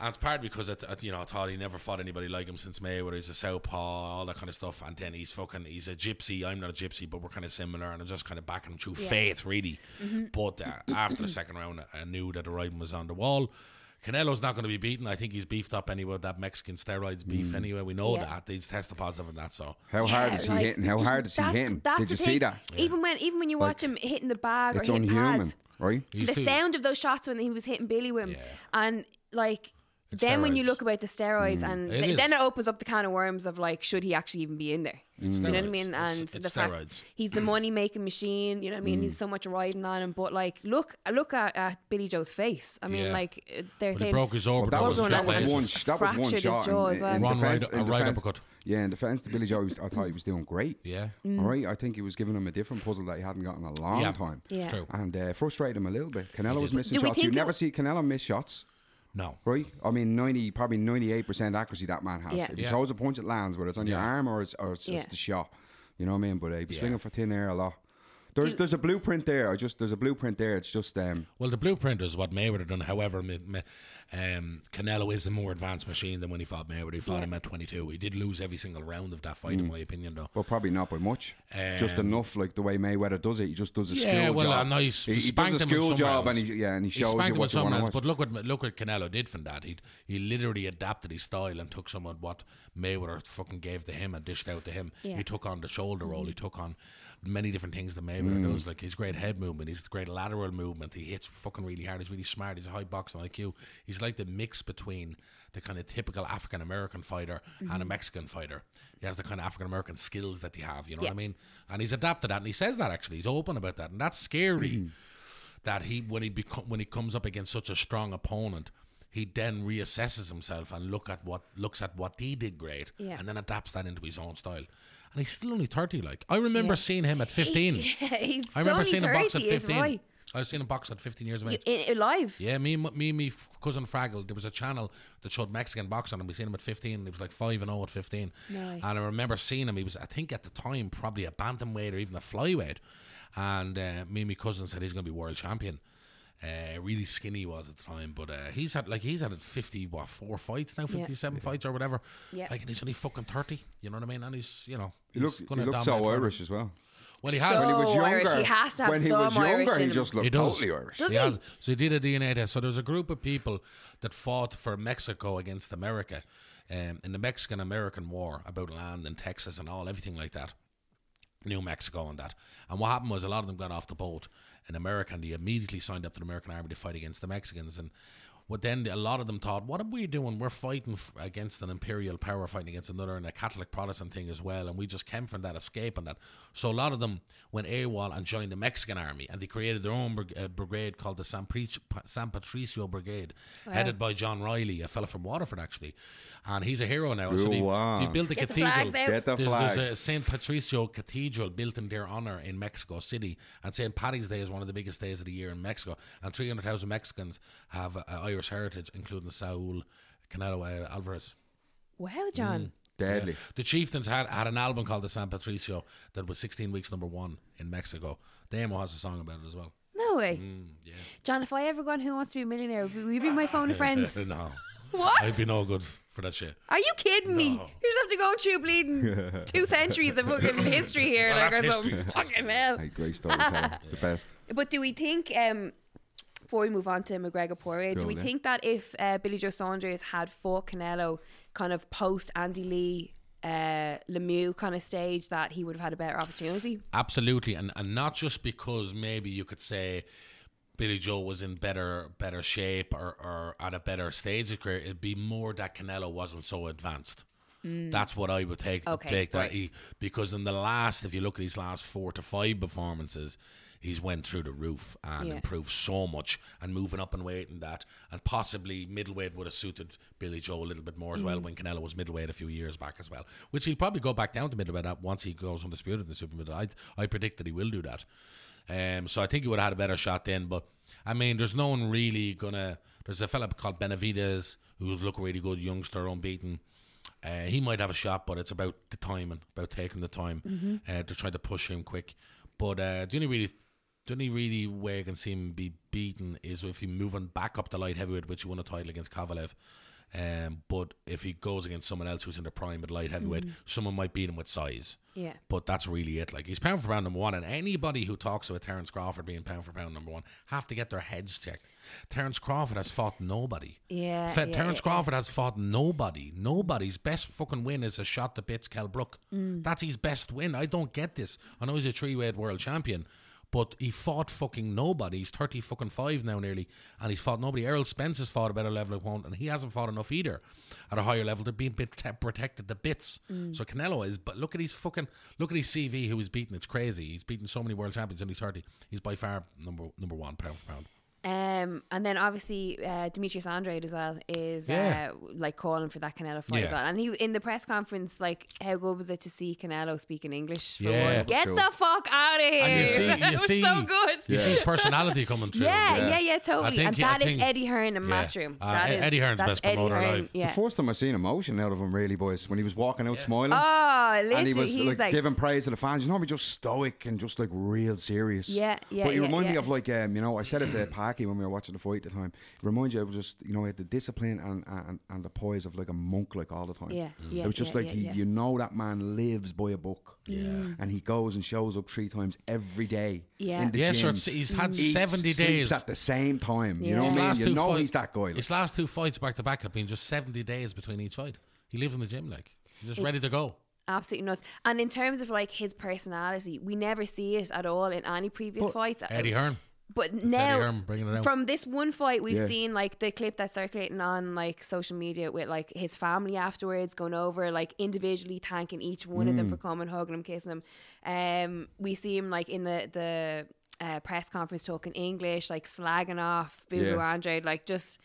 Speaker 2: And it's partly because I, th- I- you know, I thought he never fought anybody like him since Mayweather. He's a southpaw, all that kind of stuff. And then he's fucking, he's a gypsy. I'm not a gypsy, but we're kind of similar. And I'm just kind of backing him through faith, really.
Speaker 1: Mm-hmm.
Speaker 2: But uh, after the second round, I- I knew that the writing was on the wall. Canelo's not going to be beaten. I think he's beefed up anyway. with That Mexican steroids beef,
Speaker 3: Mm.
Speaker 2: anyway. We know
Speaker 1: Yeah.
Speaker 2: that. He's tested positive and that. So
Speaker 3: How hard is he
Speaker 1: like,
Speaker 3: hitting? How hard is he
Speaker 1: that's-
Speaker 3: hitting?
Speaker 1: that's
Speaker 3: Did
Speaker 1: the
Speaker 3: you see
Speaker 1: thing.
Speaker 3: that?
Speaker 1: Even when even when you watch him hitting the bag
Speaker 3: It's
Speaker 1: or hitting
Speaker 3: unhuman,
Speaker 1: pads,
Speaker 3: right?
Speaker 2: he's
Speaker 1: the
Speaker 2: too-
Speaker 1: sound of those shots when he was hitting Billy with him,
Speaker 2: Yeah.
Speaker 1: and like
Speaker 2: It's
Speaker 1: then when you
Speaker 2: steroids.
Speaker 1: look about the steroids,
Speaker 3: Mm.
Speaker 1: and
Speaker 2: It
Speaker 1: th- then
Speaker 2: is.
Speaker 1: it opens up the can of worms of like, should he actually even be in there?
Speaker 3: Mm.
Speaker 1: Do you know what I
Speaker 2: steroids.
Speaker 1: mean?
Speaker 2: It's-
Speaker 1: And
Speaker 2: it's
Speaker 1: the fact
Speaker 2: steroids.
Speaker 1: he's the money making machine. You know what I mean?
Speaker 3: Mm.
Speaker 1: He's so much riding on him, but like, look, look at, at Billy Joe's face. I mean,
Speaker 2: Yeah.
Speaker 1: like uh, they're
Speaker 2: But he
Speaker 1: saying
Speaker 2: broke his
Speaker 3: Well,
Speaker 2: orbital.
Speaker 3: that was
Speaker 1: Well,
Speaker 3: that
Speaker 2: that
Speaker 1: that
Speaker 3: was uh,
Speaker 1: was
Speaker 3: one
Speaker 1: just
Speaker 3: sh- that was one
Speaker 1: fractured his
Speaker 3: shot.
Speaker 1: jaw
Speaker 3: in-
Speaker 1: as well.
Speaker 3: in
Speaker 2: One right-
Speaker 3: defense-
Speaker 2: a
Speaker 3: in
Speaker 2: right
Speaker 3: defense-
Speaker 2: uppercut.
Speaker 3: Yeah, in defense to Billy Joe, he was- I thought he was doing great.
Speaker 2: Yeah.
Speaker 1: Mm.
Speaker 3: All right, I think he was giving him a different puzzle that he hadn't gotten in a long
Speaker 2: Yeah.
Speaker 3: time.
Speaker 1: Yeah.
Speaker 2: It's true.
Speaker 3: And uh, frustrated him a little bit. Canelo was missing
Speaker 1: Do we
Speaker 3: shots. You
Speaker 1: think it-
Speaker 3: never see Canelo miss shots,
Speaker 2: No.
Speaker 3: right? I mean, ninety, probably ninety-eight percent accuracy that man has.
Speaker 1: Yeah.
Speaker 3: If he
Speaker 2: Yeah.
Speaker 3: throws a punch, it lands, whether it's on your
Speaker 2: Yeah.
Speaker 3: arm or it's, or it's,
Speaker 1: Yeah.
Speaker 3: it's the shot. You know what I mean? But uh, he was
Speaker 2: Yeah.
Speaker 3: swinging for thin air a lot. There's there's a blueprint there. I just there's a blueprint there. It's just um,
Speaker 2: Well, the blueprint is what Mayweather done. However, Ma- Ma- um, Canelo is a more advanced machine than when he fought Mayweather. He fought him at 22. He did lose every single round of that fight, in my opinion, though.
Speaker 3: Well, probably not by much. just
Speaker 2: Um,
Speaker 3: enough, like the way Mayweather does it. He just does a
Speaker 2: Yeah,
Speaker 3: school
Speaker 2: well,
Speaker 3: job.
Speaker 2: a nice
Speaker 3: He, he does
Speaker 2: spanked
Speaker 3: a
Speaker 2: him in
Speaker 3: school
Speaker 2: some
Speaker 3: job,
Speaker 2: rounds.
Speaker 3: and he yeah, and he
Speaker 2: He
Speaker 3: shows you
Speaker 2: spanked him in
Speaker 3: what you
Speaker 2: some
Speaker 3: want to
Speaker 2: rounds,
Speaker 3: watch.
Speaker 2: but look what look what Canelo did from that. He he literally adapted his style and took some of what Mayweather fucking gave to him and dished out to him.
Speaker 1: Yeah.
Speaker 2: He took on the shoulder roll. He took on many different things that Mayweather
Speaker 3: Mm.
Speaker 2: does, like his great head movement, his great lateral movement. He hits fucking really hard. He's really smart. He's a high boxing IQ. He's like the mix between the kind of typical African American fighter and a Mexican fighter. He has the kind of African American skills that they have. You know what I mean? And he's adapted that, and he says that actually. He's open about that, and that's scary that he when he become when he comes up against such a strong opponent, he then reassesses himself and look at what looks at what he did great,
Speaker 1: Yeah.
Speaker 2: and then adapts that into his own style. And he's still only thirty. Like I remember seeing him at fifteen.
Speaker 1: Yeah, he's
Speaker 2: I remember
Speaker 1: only
Speaker 2: seeing him
Speaker 1: 30,
Speaker 2: box at
Speaker 1: is
Speaker 2: fifteen.
Speaker 1: right.
Speaker 2: I've seen him box at fifteen years of age.
Speaker 1: I- I- live.
Speaker 2: Yeah, me, and m- me, and me f- cousin Fraggle. There was a channel that showed Mexican boxing, and we seen him at fifteen. And he was like five and zero at fifteen.
Speaker 1: No.
Speaker 2: And I remember seeing him. He was, I think, at the time probably a bantamweight or even a flyweight. And uh, me, and my cousin said he's going to be world champion. Uh, really skinny he was at the time, but uh, he's had like he's had fifty what four fights now, fifty seven fights or whatever.
Speaker 1: Yeah.
Speaker 2: like and he's only fucking thirty. You know what I mean? And he's you know
Speaker 3: he
Speaker 2: he's
Speaker 3: looked, he
Speaker 2: gonna
Speaker 3: looked so
Speaker 2: dominate further.
Speaker 3: Irish as well.
Speaker 2: Well, he
Speaker 1: So-
Speaker 2: has.
Speaker 3: When he was younger,
Speaker 1: Oh, Irish. He has to have
Speaker 3: when he
Speaker 1: some
Speaker 3: was
Speaker 1: Irish
Speaker 3: younger,
Speaker 1: in
Speaker 3: he
Speaker 1: him.
Speaker 3: just looked
Speaker 2: He does.
Speaker 3: totally Irish.
Speaker 1: Does
Speaker 2: He has. So he did a DNA test. So there was a group of people that fought for Mexico against America um, in the Mexican American War about land in Texas and all everything like that. New Mexico and that. And what happened was a lot of them got off the boat in America and they immediately signed up to the American Army to fight against the Mexicans. And what then a lot of them thought, what are we doing? We're fighting f- against an imperial power, fighting against another, and a Catholic Protestant thing as well. And we just came from that escape and that. So a lot of them went AWOL and joined the Mexican Army and they created their own brig- uh, brigade called the San, Pre- San Patricio Brigade, headed by John Riley, a fella from Waterford actually. And he's a hero now. so they,
Speaker 3: Go
Speaker 2: they
Speaker 3: on.
Speaker 2: built a
Speaker 1: Get the
Speaker 2: cathedral.
Speaker 1: flags out.
Speaker 3: Get the
Speaker 2: There's-
Speaker 3: flags.
Speaker 2: There's a St. Patricio Cathedral built in their honor in Mexico City, and St. Patty's Day is one of the biggest days of the year in Mexico. And 300,000 Mexicans have uh, Irish Irish heritage, including Saul Canelo uh, Alvarez.
Speaker 1: Wow, John.
Speaker 2: Mm.
Speaker 3: Deadly.
Speaker 2: The Chieftains had, had an album called The San Patricio that was 16 weeks number one in Mexico. Damo has a song about it as well.
Speaker 1: No way.
Speaker 2: Mm, yeah.
Speaker 1: John, if I ever go on Who Wants to Be a Millionaire, will you be my phone a friend?
Speaker 2: no.
Speaker 1: What?
Speaker 2: I'd be no good for that shit.
Speaker 1: Are you kidding me?
Speaker 2: No.
Speaker 1: You just have to go through bleeding two centuries of fucking history here,
Speaker 2: Well,
Speaker 1: like
Speaker 2: that's
Speaker 1: or something.
Speaker 2: history.
Speaker 1: Fucking hell.
Speaker 3: Hey, great storyteller. the best.
Speaker 1: But do we think, um, before we move on to McGregor Poirier, do
Speaker 3: Go
Speaker 1: we
Speaker 3: on, yeah.
Speaker 1: think that if uh, Billy Joe Saunders had fought Canelo kind of post Andy Lee, uh, Lemieux kind of stage, that he would have had a better opportunity?
Speaker 2: Absolutely, and and not just because maybe you could say Billy Joe was in better better shape or, or at a better stage of career. It'd be more that Canelo wasn't so advanced. That's what I would take
Speaker 1: Mm. Okay,
Speaker 2: take that
Speaker 1: right.
Speaker 2: he, because in the last, if you look at his last four to five performances, he's went through the roof and
Speaker 1: Yeah.
Speaker 2: improved so much and moving up in weight and that, and possibly middleweight would have suited Billy Joe a little bit more as
Speaker 1: Mm.
Speaker 2: well when Canelo was middleweight a few years back as well, which he'll probably go back down to middleweight at once he goes undisputed in the super middleweight. I I predict that he will do that. Um, so I think he would have had a better shot then. But I mean, there's no one really gonna. There's a fella called Benavides who's looked really good, youngster, unbeaten. Uh, he might have a shot, but it's about the timing, about taking the time
Speaker 1: Mm-hmm.
Speaker 2: uh, to try to push him quick. But uh, the only really, the only really way I can see him be beaten is if he's moving back up the light heavyweight, which he won a title against Kovalev. Um, but if he goes against someone else who's in the prime at light heavyweight, someone might beat him with size.
Speaker 1: Mm-hmm. Yeah.
Speaker 2: But that's really it. Like he's pound for pound number one, and anybody who talks about Terence Crawford being pound for pound number one have to get their heads checked. Terence Crawford has fought nobody.
Speaker 1: Yeah,
Speaker 2: Fe-
Speaker 1: yeah,
Speaker 2: Terence
Speaker 1: yeah.
Speaker 2: Crawford has fought nobody. Nobody's best fucking win is a shot that bits Kel Brook.
Speaker 1: Mm.
Speaker 2: That's his best win. I don't get this. I know he's a three weight world champion. But he fought fucking nobody. He's thirty fucking five now nearly, and he's fought nobody. Errol Spence has fought a better level of opponent, and he hasn't fought enough either, at a higher level to be bit te- protected the bits.
Speaker 1: Mm.
Speaker 2: So Canelo is, but look at his fucking look at his CV. Who he's beaten? It's crazy. He's beaten so many world champions. Only thirty. He's by far number number one pound for pound.
Speaker 1: Um, and then obviously uh, Demetrius Andrade as well is
Speaker 2: Yeah.
Speaker 1: uh, like calling for that Canelo fight as
Speaker 2: Yeah.
Speaker 1: well. And he in the press conference, like, how good was it to see Canelo speaking English? For
Speaker 2: Yeah.
Speaker 1: one? get
Speaker 3: cool.
Speaker 1: the fuck out of here!
Speaker 2: And you see,
Speaker 1: that
Speaker 2: you
Speaker 1: was
Speaker 2: see,
Speaker 1: so good.
Speaker 2: You see his personality coming through.
Speaker 1: Yeah, yeah, yeah, totally.
Speaker 2: think
Speaker 1: and
Speaker 2: he- I
Speaker 1: that is
Speaker 2: think-
Speaker 1: Eddie Hearn and
Speaker 2: yeah.
Speaker 1: Matchroom.
Speaker 2: Uh,
Speaker 1: That
Speaker 2: Ed-
Speaker 1: is-
Speaker 2: Eddie Hearn's
Speaker 1: that's
Speaker 2: best promoter
Speaker 1: Eddie Hearn,
Speaker 2: alive.
Speaker 3: It's
Speaker 1: Yeah.
Speaker 3: the first time I've seen emotion out of him, really, boys. When he was walking out smiling.
Speaker 1: Oh, listen,
Speaker 3: and he was
Speaker 1: he's
Speaker 3: like,
Speaker 1: like,
Speaker 3: giving praise to the fans. He's normally just stoic and just like real serious.
Speaker 1: Yeah, yeah,
Speaker 3: But he
Speaker 1: yeah,
Speaker 3: reminded me
Speaker 1: yeah.
Speaker 3: of like um, you know, I said it to Packy when we were watching the fight at the time. It reminds you of just you know, he had the discipline and, and and the poise of like a monk like all the time.
Speaker 1: Yeah, Mm. yeah,
Speaker 3: It was just
Speaker 1: yeah,
Speaker 3: like
Speaker 1: yeah,
Speaker 3: he,
Speaker 1: yeah.
Speaker 3: you know that man lives by a book. Yeah. And he goes and shows up three times every day.
Speaker 1: Yeah.
Speaker 3: In the
Speaker 2: Yeah,
Speaker 3: gym,
Speaker 2: sure. it's- He's had
Speaker 3: eats,
Speaker 2: seventy
Speaker 3: sleeps
Speaker 2: days.
Speaker 3: at the same time.
Speaker 1: Yeah.
Speaker 3: You know
Speaker 1: His
Speaker 3: what I
Speaker 2: last
Speaker 3: mean?
Speaker 2: two
Speaker 3: You know
Speaker 2: fight-
Speaker 3: he's that guy. like.
Speaker 2: His last two fights back to back have been just seventy days between each fight. He lives in the gym like he's just ready to go.
Speaker 1: absolutely nuts. And in terms of like his personality, we never see it at all in any previous fights.
Speaker 2: Eddie Hearn.
Speaker 1: But
Speaker 2: Eddie
Speaker 1: now,
Speaker 2: Hearn bringing it out.
Speaker 1: from this one fight, we've
Speaker 3: Yeah.
Speaker 1: seen like the clip that's circulating on like social media with like his family afterwards going over, like individually thanking each one of them
Speaker 3: Mm.
Speaker 1: for coming, hugging him, kissing him. Um, we see him like in the the uh, press conference talking English, like slagging off Boo Boo
Speaker 3: Yeah.
Speaker 1: Andre, like just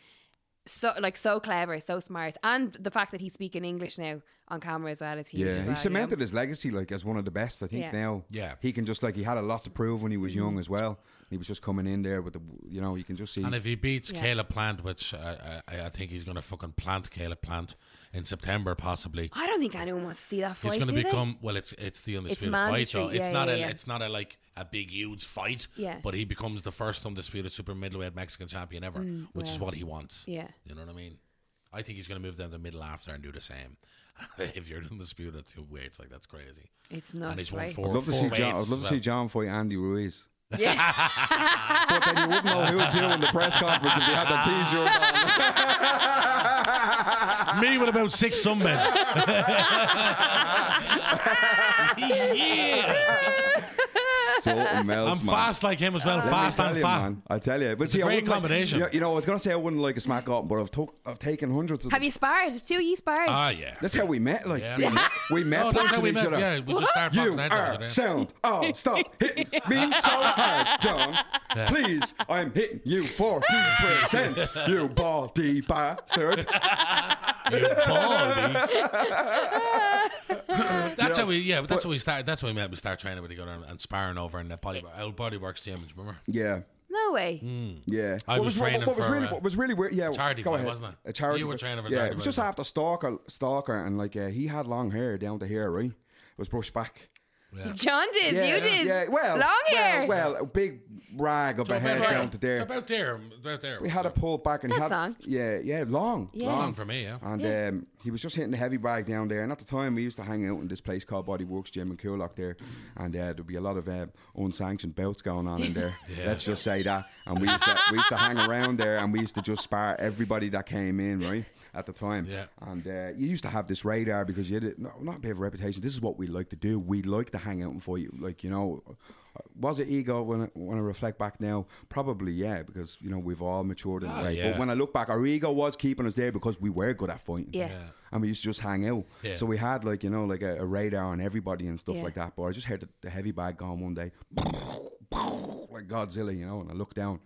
Speaker 1: so like so clever, so smart, and the fact that he's speaking English now on camera as well is huge. as
Speaker 3: Yeah,
Speaker 1: well, you know?
Speaker 3: he cemented his legacy like as one of the best. I think
Speaker 1: Yeah.
Speaker 3: now,
Speaker 2: Yeah.
Speaker 3: he can just like he had a lot to prove when he was young as well. He was just coming in there with the, you know, you can just see.
Speaker 2: Mm-hmm. And if he beats
Speaker 1: Yeah.
Speaker 2: Caleb Plant, which I, I, I think he's going to fucking plant Caleb Plant in September, possibly.
Speaker 1: I don't think anyone wants to see that fight.
Speaker 2: It's going to
Speaker 1: do they?
Speaker 2: become well. It's it's the undisputed fight, so
Speaker 1: mandatory,
Speaker 2: it's
Speaker 1: yeah,
Speaker 2: not
Speaker 1: yeah,
Speaker 2: a
Speaker 1: yeah.
Speaker 2: it's not a like a big huge fight.
Speaker 1: Yeah.
Speaker 2: But he becomes the first undisputed super middleweight Mexican champion ever, which is what he wants.
Speaker 1: Mm, Yeah.
Speaker 2: You know what I mean? I think he's going to move down to middle after and do the same. if you're undisputed at two weights, like that's crazy.
Speaker 1: It's not.
Speaker 2: and he's won four.
Speaker 3: I'd love to
Speaker 2: four
Speaker 3: see John.
Speaker 2: weights
Speaker 3: I'd love
Speaker 2: as
Speaker 3: to see
Speaker 2: well.
Speaker 3: John fight Andy Ruiz.
Speaker 1: Yeah.
Speaker 3: But then you wouldn't know who was who in the press conference if you had that T-shirt on.
Speaker 2: Me with about six sunbeds. yeah.
Speaker 3: Something
Speaker 2: I'm
Speaker 3: else, man.
Speaker 2: fast like him as well.
Speaker 3: Let me
Speaker 2: fast
Speaker 3: tell
Speaker 2: and
Speaker 3: you,
Speaker 2: fat.
Speaker 3: man. I tell you, but it's see,
Speaker 2: a
Speaker 3: I
Speaker 2: great
Speaker 3: wouldn't like-
Speaker 2: combination.
Speaker 3: you, know, you know, I was gonna say I wouldn't like a smack up, but I've, took I've taken hundreds of.
Speaker 1: Have
Speaker 3: them.
Speaker 1: you sparred? Have two of you sparred?
Speaker 2: Ah, yeah.
Speaker 3: That's how we met. Like
Speaker 2: Yeah.
Speaker 3: we met, we met
Speaker 2: Oh, that's how
Speaker 3: punching
Speaker 2: we
Speaker 3: each
Speaker 2: met.
Speaker 3: other.
Speaker 2: Yeah, we just started
Speaker 3: You
Speaker 2: boxing heads after
Speaker 3: are
Speaker 2: that.
Speaker 3: sound. Oh, stop hitting me so hard, John. Please, I'm hitting you 40%, you baldy bastard.
Speaker 2: You baldy. that's how we yeah, but that's how we started. That's when we met. We started training with each other and, and sparring over in the body, our body works gym. do you Remember?
Speaker 3: Yeah.
Speaker 1: No way.
Speaker 3: Yeah,
Speaker 2: I
Speaker 3: What
Speaker 2: was
Speaker 3: what-
Speaker 2: training
Speaker 3: what was
Speaker 2: for,
Speaker 3: really
Speaker 2: uh,
Speaker 3: what was really weird. Yeah,
Speaker 2: charity
Speaker 3: go
Speaker 2: fight,
Speaker 3: ahead.
Speaker 2: wasn't it?
Speaker 3: A charity.
Speaker 2: You were
Speaker 3: fight.
Speaker 2: training for
Speaker 3: yeah,
Speaker 2: charity
Speaker 3: it was
Speaker 2: fight,
Speaker 3: just
Speaker 2: wasn't
Speaker 3: after Stalker, Stalker, and like uh, he had long hair down to here, right? It was brushed back.
Speaker 1: John did.
Speaker 3: Yeah,
Speaker 1: you did.
Speaker 3: Yeah, well,
Speaker 1: long
Speaker 3: well,
Speaker 1: hair.
Speaker 3: Well, a big rag of a head
Speaker 2: about,
Speaker 3: down to there.
Speaker 2: About there. About there.
Speaker 3: We had a pull back, and he
Speaker 1: That's
Speaker 3: had
Speaker 1: long.
Speaker 3: yeah, yeah, long,
Speaker 1: Yeah.
Speaker 2: song
Speaker 3: long.
Speaker 2: for me, yeah.
Speaker 3: And
Speaker 1: Yeah.
Speaker 3: um, he was just hitting the heavy bag down there. And at the time, we used to hang out in this place called Body Works Gym in Coolock there. And uh, there'd be a lot of uh, unsanctioned bouts going on in there. Let's just say that. And we used, to, we used to hang around there and we used to just spar everybody that came in, right? At the time.
Speaker 2: Yeah.
Speaker 3: And uh, you used to have this radar because you had a, no, not a bit of a reputation. This is what we like to do. We like to hang out and fight. Like, you know, was it ego when I, when I reflect back now? Probably, yeah, because, you know, we've all matured in a way.
Speaker 2: Ah, yeah.
Speaker 3: But when I look back, our ego was keeping us there because we were good at fighting
Speaker 1: Yeah.
Speaker 3: and we used to just hang out.
Speaker 2: Yeah.
Speaker 3: So we had like you know like a, a radar on everybody and stuff
Speaker 1: Yeah.
Speaker 3: like that. But I just heard the, the heavy bag going one day, like Godzilla, you know. And I look down,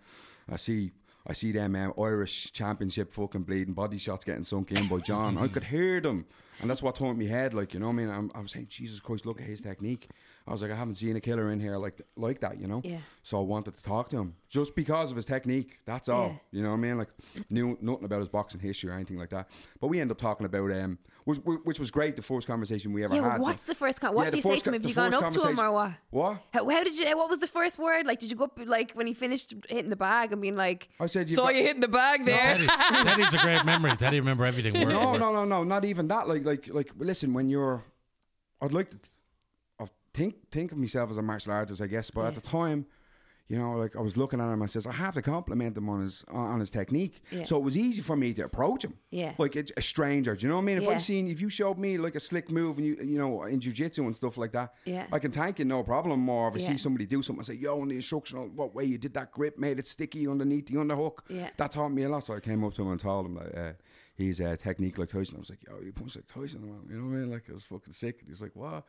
Speaker 3: I see. I see them um, Irish Championship fucking bleeding body shots getting sunk in by John. I could hear them, and that's what turned me head. Like you know, what I mean, I'm, I'm saying, Jesus Christ, look at his technique. I was like, I haven't seen a killer in here like th- like that, you know.
Speaker 1: Yeah.
Speaker 3: So I wanted to talk to him just because of his technique. That's all. You know what I mean? Like knew nothing about his boxing history or anything like that. But we ended up talking about um, which, which was great. The first conversation we ever
Speaker 1: Yeah, well,
Speaker 3: had.
Speaker 1: what's the first con- what
Speaker 3: the
Speaker 1: do you say
Speaker 3: first
Speaker 1: to him?
Speaker 3: co-
Speaker 1: Have
Speaker 3: the
Speaker 1: you gone up
Speaker 3: first
Speaker 1: to him or
Speaker 3: conversation-
Speaker 1: what?
Speaker 3: What?
Speaker 1: How, how did you? What was the first word? Like, did you go up like when he finished hitting the bag and being like,
Speaker 3: I said, "You've
Speaker 1: saw
Speaker 3: got-
Speaker 1: you hitting the bag there."
Speaker 2: Teddy, Teddy's a great memory. Teddy remember everything. Word
Speaker 3: No,
Speaker 2: for word.
Speaker 3: no, no, no. Not even that. Like, like, like. Listen, when you're, I'd like to, th- I think think of myself as a martial artist, I guess. But at the time, you know, like I was looking at him, I says I have to compliment him on his on his technique.
Speaker 1: Yeah.
Speaker 3: So it was easy for me to approach him.
Speaker 1: Yeah.
Speaker 3: Like it's a stranger. Do you know what I mean? If
Speaker 1: Yeah.
Speaker 3: I seen if you showed me like a slick move and you you know in jujitsu and stuff like that,
Speaker 1: Yeah.
Speaker 3: I can thank you no problem. Or if I
Speaker 1: Yeah.
Speaker 3: see somebody do something, I say, yo, in the instructional, what way you did that grip made it sticky underneath the underhook.
Speaker 1: Yeah.
Speaker 3: That taught me a lot. So I came up to him and told him like, uh, he's a technique like Tyson. I was like, yo, you punch like Tyson. You know what I mean? Like, I was fucking sick. And he was like, what?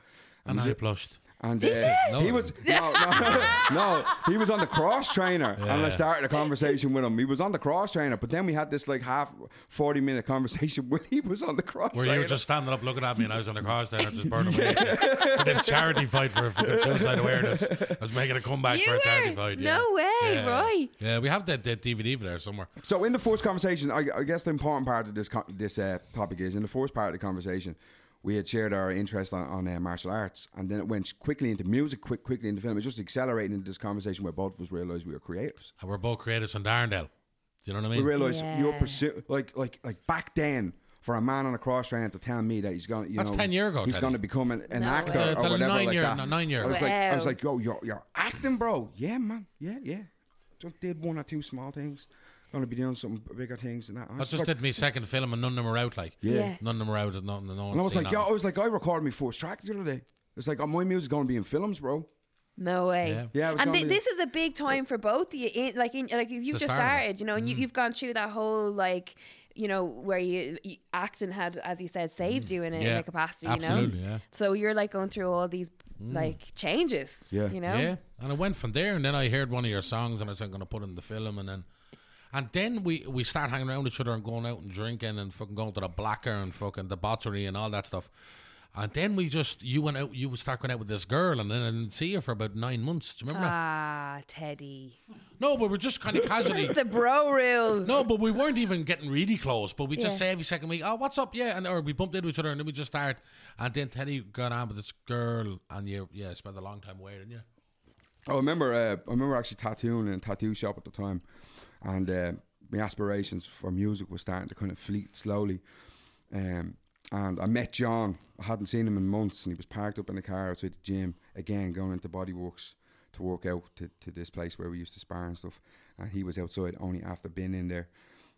Speaker 2: And I blushed.
Speaker 3: And
Speaker 1: Did
Speaker 3: uh,
Speaker 2: you?
Speaker 3: he
Speaker 2: No.
Speaker 3: was no, no, no, he was on the cross trainer, and I started a conversation with him. He was on the cross trainer, but then we had this like half forty minute conversation when he was on the cross
Speaker 2: Where you
Speaker 3: trainer.
Speaker 2: were just standing up looking at me and I was on the car stand and just burning away for this charity fight for fucking suicide awareness. I was making a comeback
Speaker 1: You
Speaker 2: for a
Speaker 1: were?
Speaker 2: charity fight. Yeah.
Speaker 1: No way,
Speaker 2: yeah.
Speaker 1: right.
Speaker 2: Yeah, we have that, that DVD there somewhere.
Speaker 3: So in the first conversation, I, I guess the important part of this co- this uh, topic is in the first part of the conversation, we had shared our interest on, on uh, martial arts, and then it went quickly into music, quick quickly into film. It just accelerated into this conversation where both of us realised we were creatives.
Speaker 2: And we're both creators from Darndale. Do you know what I
Speaker 3: We
Speaker 2: mean?
Speaker 3: realised your
Speaker 1: Yeah.
Speaker 3: pursuit, like like like back then. For a man on a cross train to tell me that he's gonna, you
Speaker 2: That's
Speaker 3: know,
Speaker 2: 10 year ago,
Speaker 3: he's
Speaker 2: Teddy.
Speaker 3: gonna become an, an
Speaker 1: No
Speaker 3: actor
Speaker 1: way.
Speaker 3: or
Speaker 2: Uh, It's a
Speaker 3: whatever
Speaker 2: nine
Speaker 3: like
Speaker 2: year-
Speaker 3: that.
Speaker 2: no, nine year
Speaker 3: I was
Speaker 1: ago.
Speaker 3: like, I was
Speaker 1: Wow.
Speaker 3: like, yo, you're you're acting, bro. Yeah, man. Yeah, yeah. Just did one or two small things. Gonna be doing some bigger things and that. I
Speaker 2: I
Speaker 3: was
Speaker 2: just
Speaker 3: like,
Speaker 2: did my second film and none of them were out. Like,
Speaker 3: Yeah.
Speaker 1: Yeah.
Speaker 2: none of them were out and nothing. No
Speaker 3: And I was
Speaker 2: one's seen
Speaker 3: like, yo, I
Speaker 2: nothing.
Speaker 3: was like, I recorded my first track the other day. It's like, oh, my music's gonna be in films, bro.
Speaker 1: No way.
Speaker 2: Yeah.
Speaker 3: Yeah, I was
Speaker 1: and
Speaker 3: gonna Oh.
Speaker 1: thi-
Speaker 3: be-
Speaker 1: this is a big time for both of you. In, like, in, like if you've
Speaker 2: the
Speaker 1: just
Speaker 2: start Mm. of it.
Speaker 1: started, you know, and you, you've gone through that whole like, you know, where you, you acting had, as you said, saved you in a, in
Speaker 2: Mm. Yeah.
Speaker 1: a capacity.
Speaker 2: Absolutely,
Speaker 1: You know?
Speaker 2: yeah.
Speaker 1: So you're like going through all these like changes.
Speaker 3: Mm. Yeah.
Speaker 1: You know.
Speaker 2: Yeah, and I went from there, and then I heard one of your songs, and I said I'm gonna put it in the film, and then, and then we we start hanging around each other and going out and drinking and fucking going to the blacker and fucking debauchery and all that stuff, and then we just you went out, you would start going out with this girl, and then I didn't see her for about nine months. Do you remember
Speaker 1: Ah, Teddy.
Speaker 2: that? No, but we're just kind of casually.
Speaker 1: It's the bro rule.
Speaker 2: No, but we weren't even getting really close. But we just say every second week, "Oh, what's up?" Yeah, and or we bumped into each other, and then we just start. And then Teddy got on with this girl, and you, yeah, spent a long time waiting. Yeah,
Speaker 3: I remember, uh, I remember actually tattooing in a tattoo shop at the time, and uh, my aspirations for music was starting to kind of fleet slowly. Um, and I met John. I hadn't seen him in months, and he was parked up in the car outside the gym again, going into Body Works to work out to, to this place where we used to spar and stuff. And he was outside only after being in there,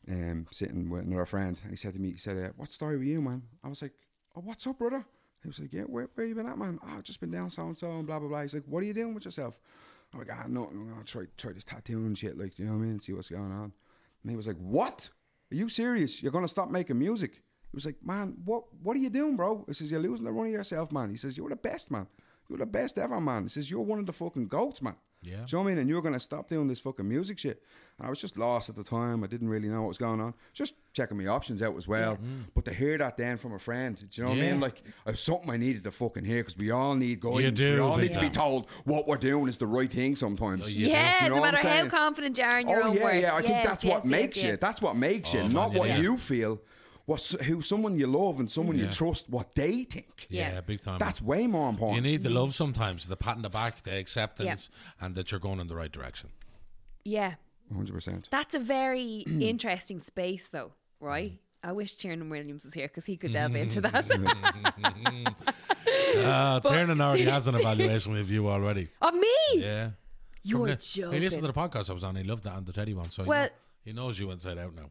Speaker 3: um, sitting with another friend. And he said to me, he said, uh, "What story with you, man?" I was like, "Oh, what's up, brother?" He was like, "Yeah, where where you been at, man?" "Oh, I've just been down so and so and blah blah blah." He's like, "What are you doing with yourself?" I'm like, "Ah, no, I'm gonna try try this tattoo and shit, like you know what I mean, see what's going on." And he was like, "What? Are you serious? You're gonna stop making music?" He was like, "Man, what what are you doing, bro?" He says, "You're losing the run of yourself, man." He says, "You're the best, man. You're the best ever, man." He says, "You're one of the fucking goats, man."
Speaker 2: Yeah.
Speaker 3: Do you know what I mean? And you were going to stop doing this fucking music shit. And I was just lost at the time. I didn't really know what was going on. Just checking my options out as well. But to hear that then from a friend, do you know what I
Speaker 2: Mm. Yeah.
Speaker 3: mean? Like, it was something I needed to fucking hear because we all need guidance. we
Speaker 2: do,
Speaker 3: all
Speaker 2: big
Speaker 3: need to be
Speaker 2: time.
Speaker 3: told what we're doing is the right thing sometimes.
Speaker 2: you
Speaker 1: Yeah,
Speaker 3: Do you know
Speaker 1: no
Speaker 3: what I'm
Speaker 1: matter how
Speaker 3: saying?
Speaker 1: confident you are in your
Speaker 3: oh
Speaker 1: own
Speaker 3: yeah,
Speaker 1: work.
Speaker 3: yeah. I think
Speaker 1: Yes,
Speaker 3: that's
Speaker 1: yes,
Speaker 3: what
Speaker 1: yes,
Speaker 3: makes you.
Speaker 1: yes.
Speaker 3: That's what makes you,
Speaker 2: Oh,
Speaker 3: not
Speaker 2: man,
Speaker 3: what
Speaker 2: yeah.
Speaker 3: you feel. What s- who someone you love and someone you
Speaker 2: Yeah.
Speaker 3: trust, what they think.
Speaker 1: Yeah.
Speaker 2: Yeah, big time.
Speaker 3: That's way more
Speaker 2: you
Speaker 3: important.
Speaker 2: need the love sometimes, the pat on the back, the acceptance, and that you're going in the right direction.
Speaker 1: yeah.
Speaker 3: One hundred percent.
Speaker 1: That's a very interesting space, though, right?
Speaker 3: Mm.
Speaker 1: I wish Tiernan Williams was here because he could delve into that.
Speaker 2: Uh, Tiernan already has an evaluation with you already.
Speaker 1: of Oh, me?
Speaker 2: Yeah.
Speaker 1: You're
Speaker 2: From the- He
Speaker 1: joking.
Speaker 2: listened to the podcast I was on. He loved that and the Teddy one. So he,
Speaker 1: Well-
Speaker 2: know- he knows you inside out now.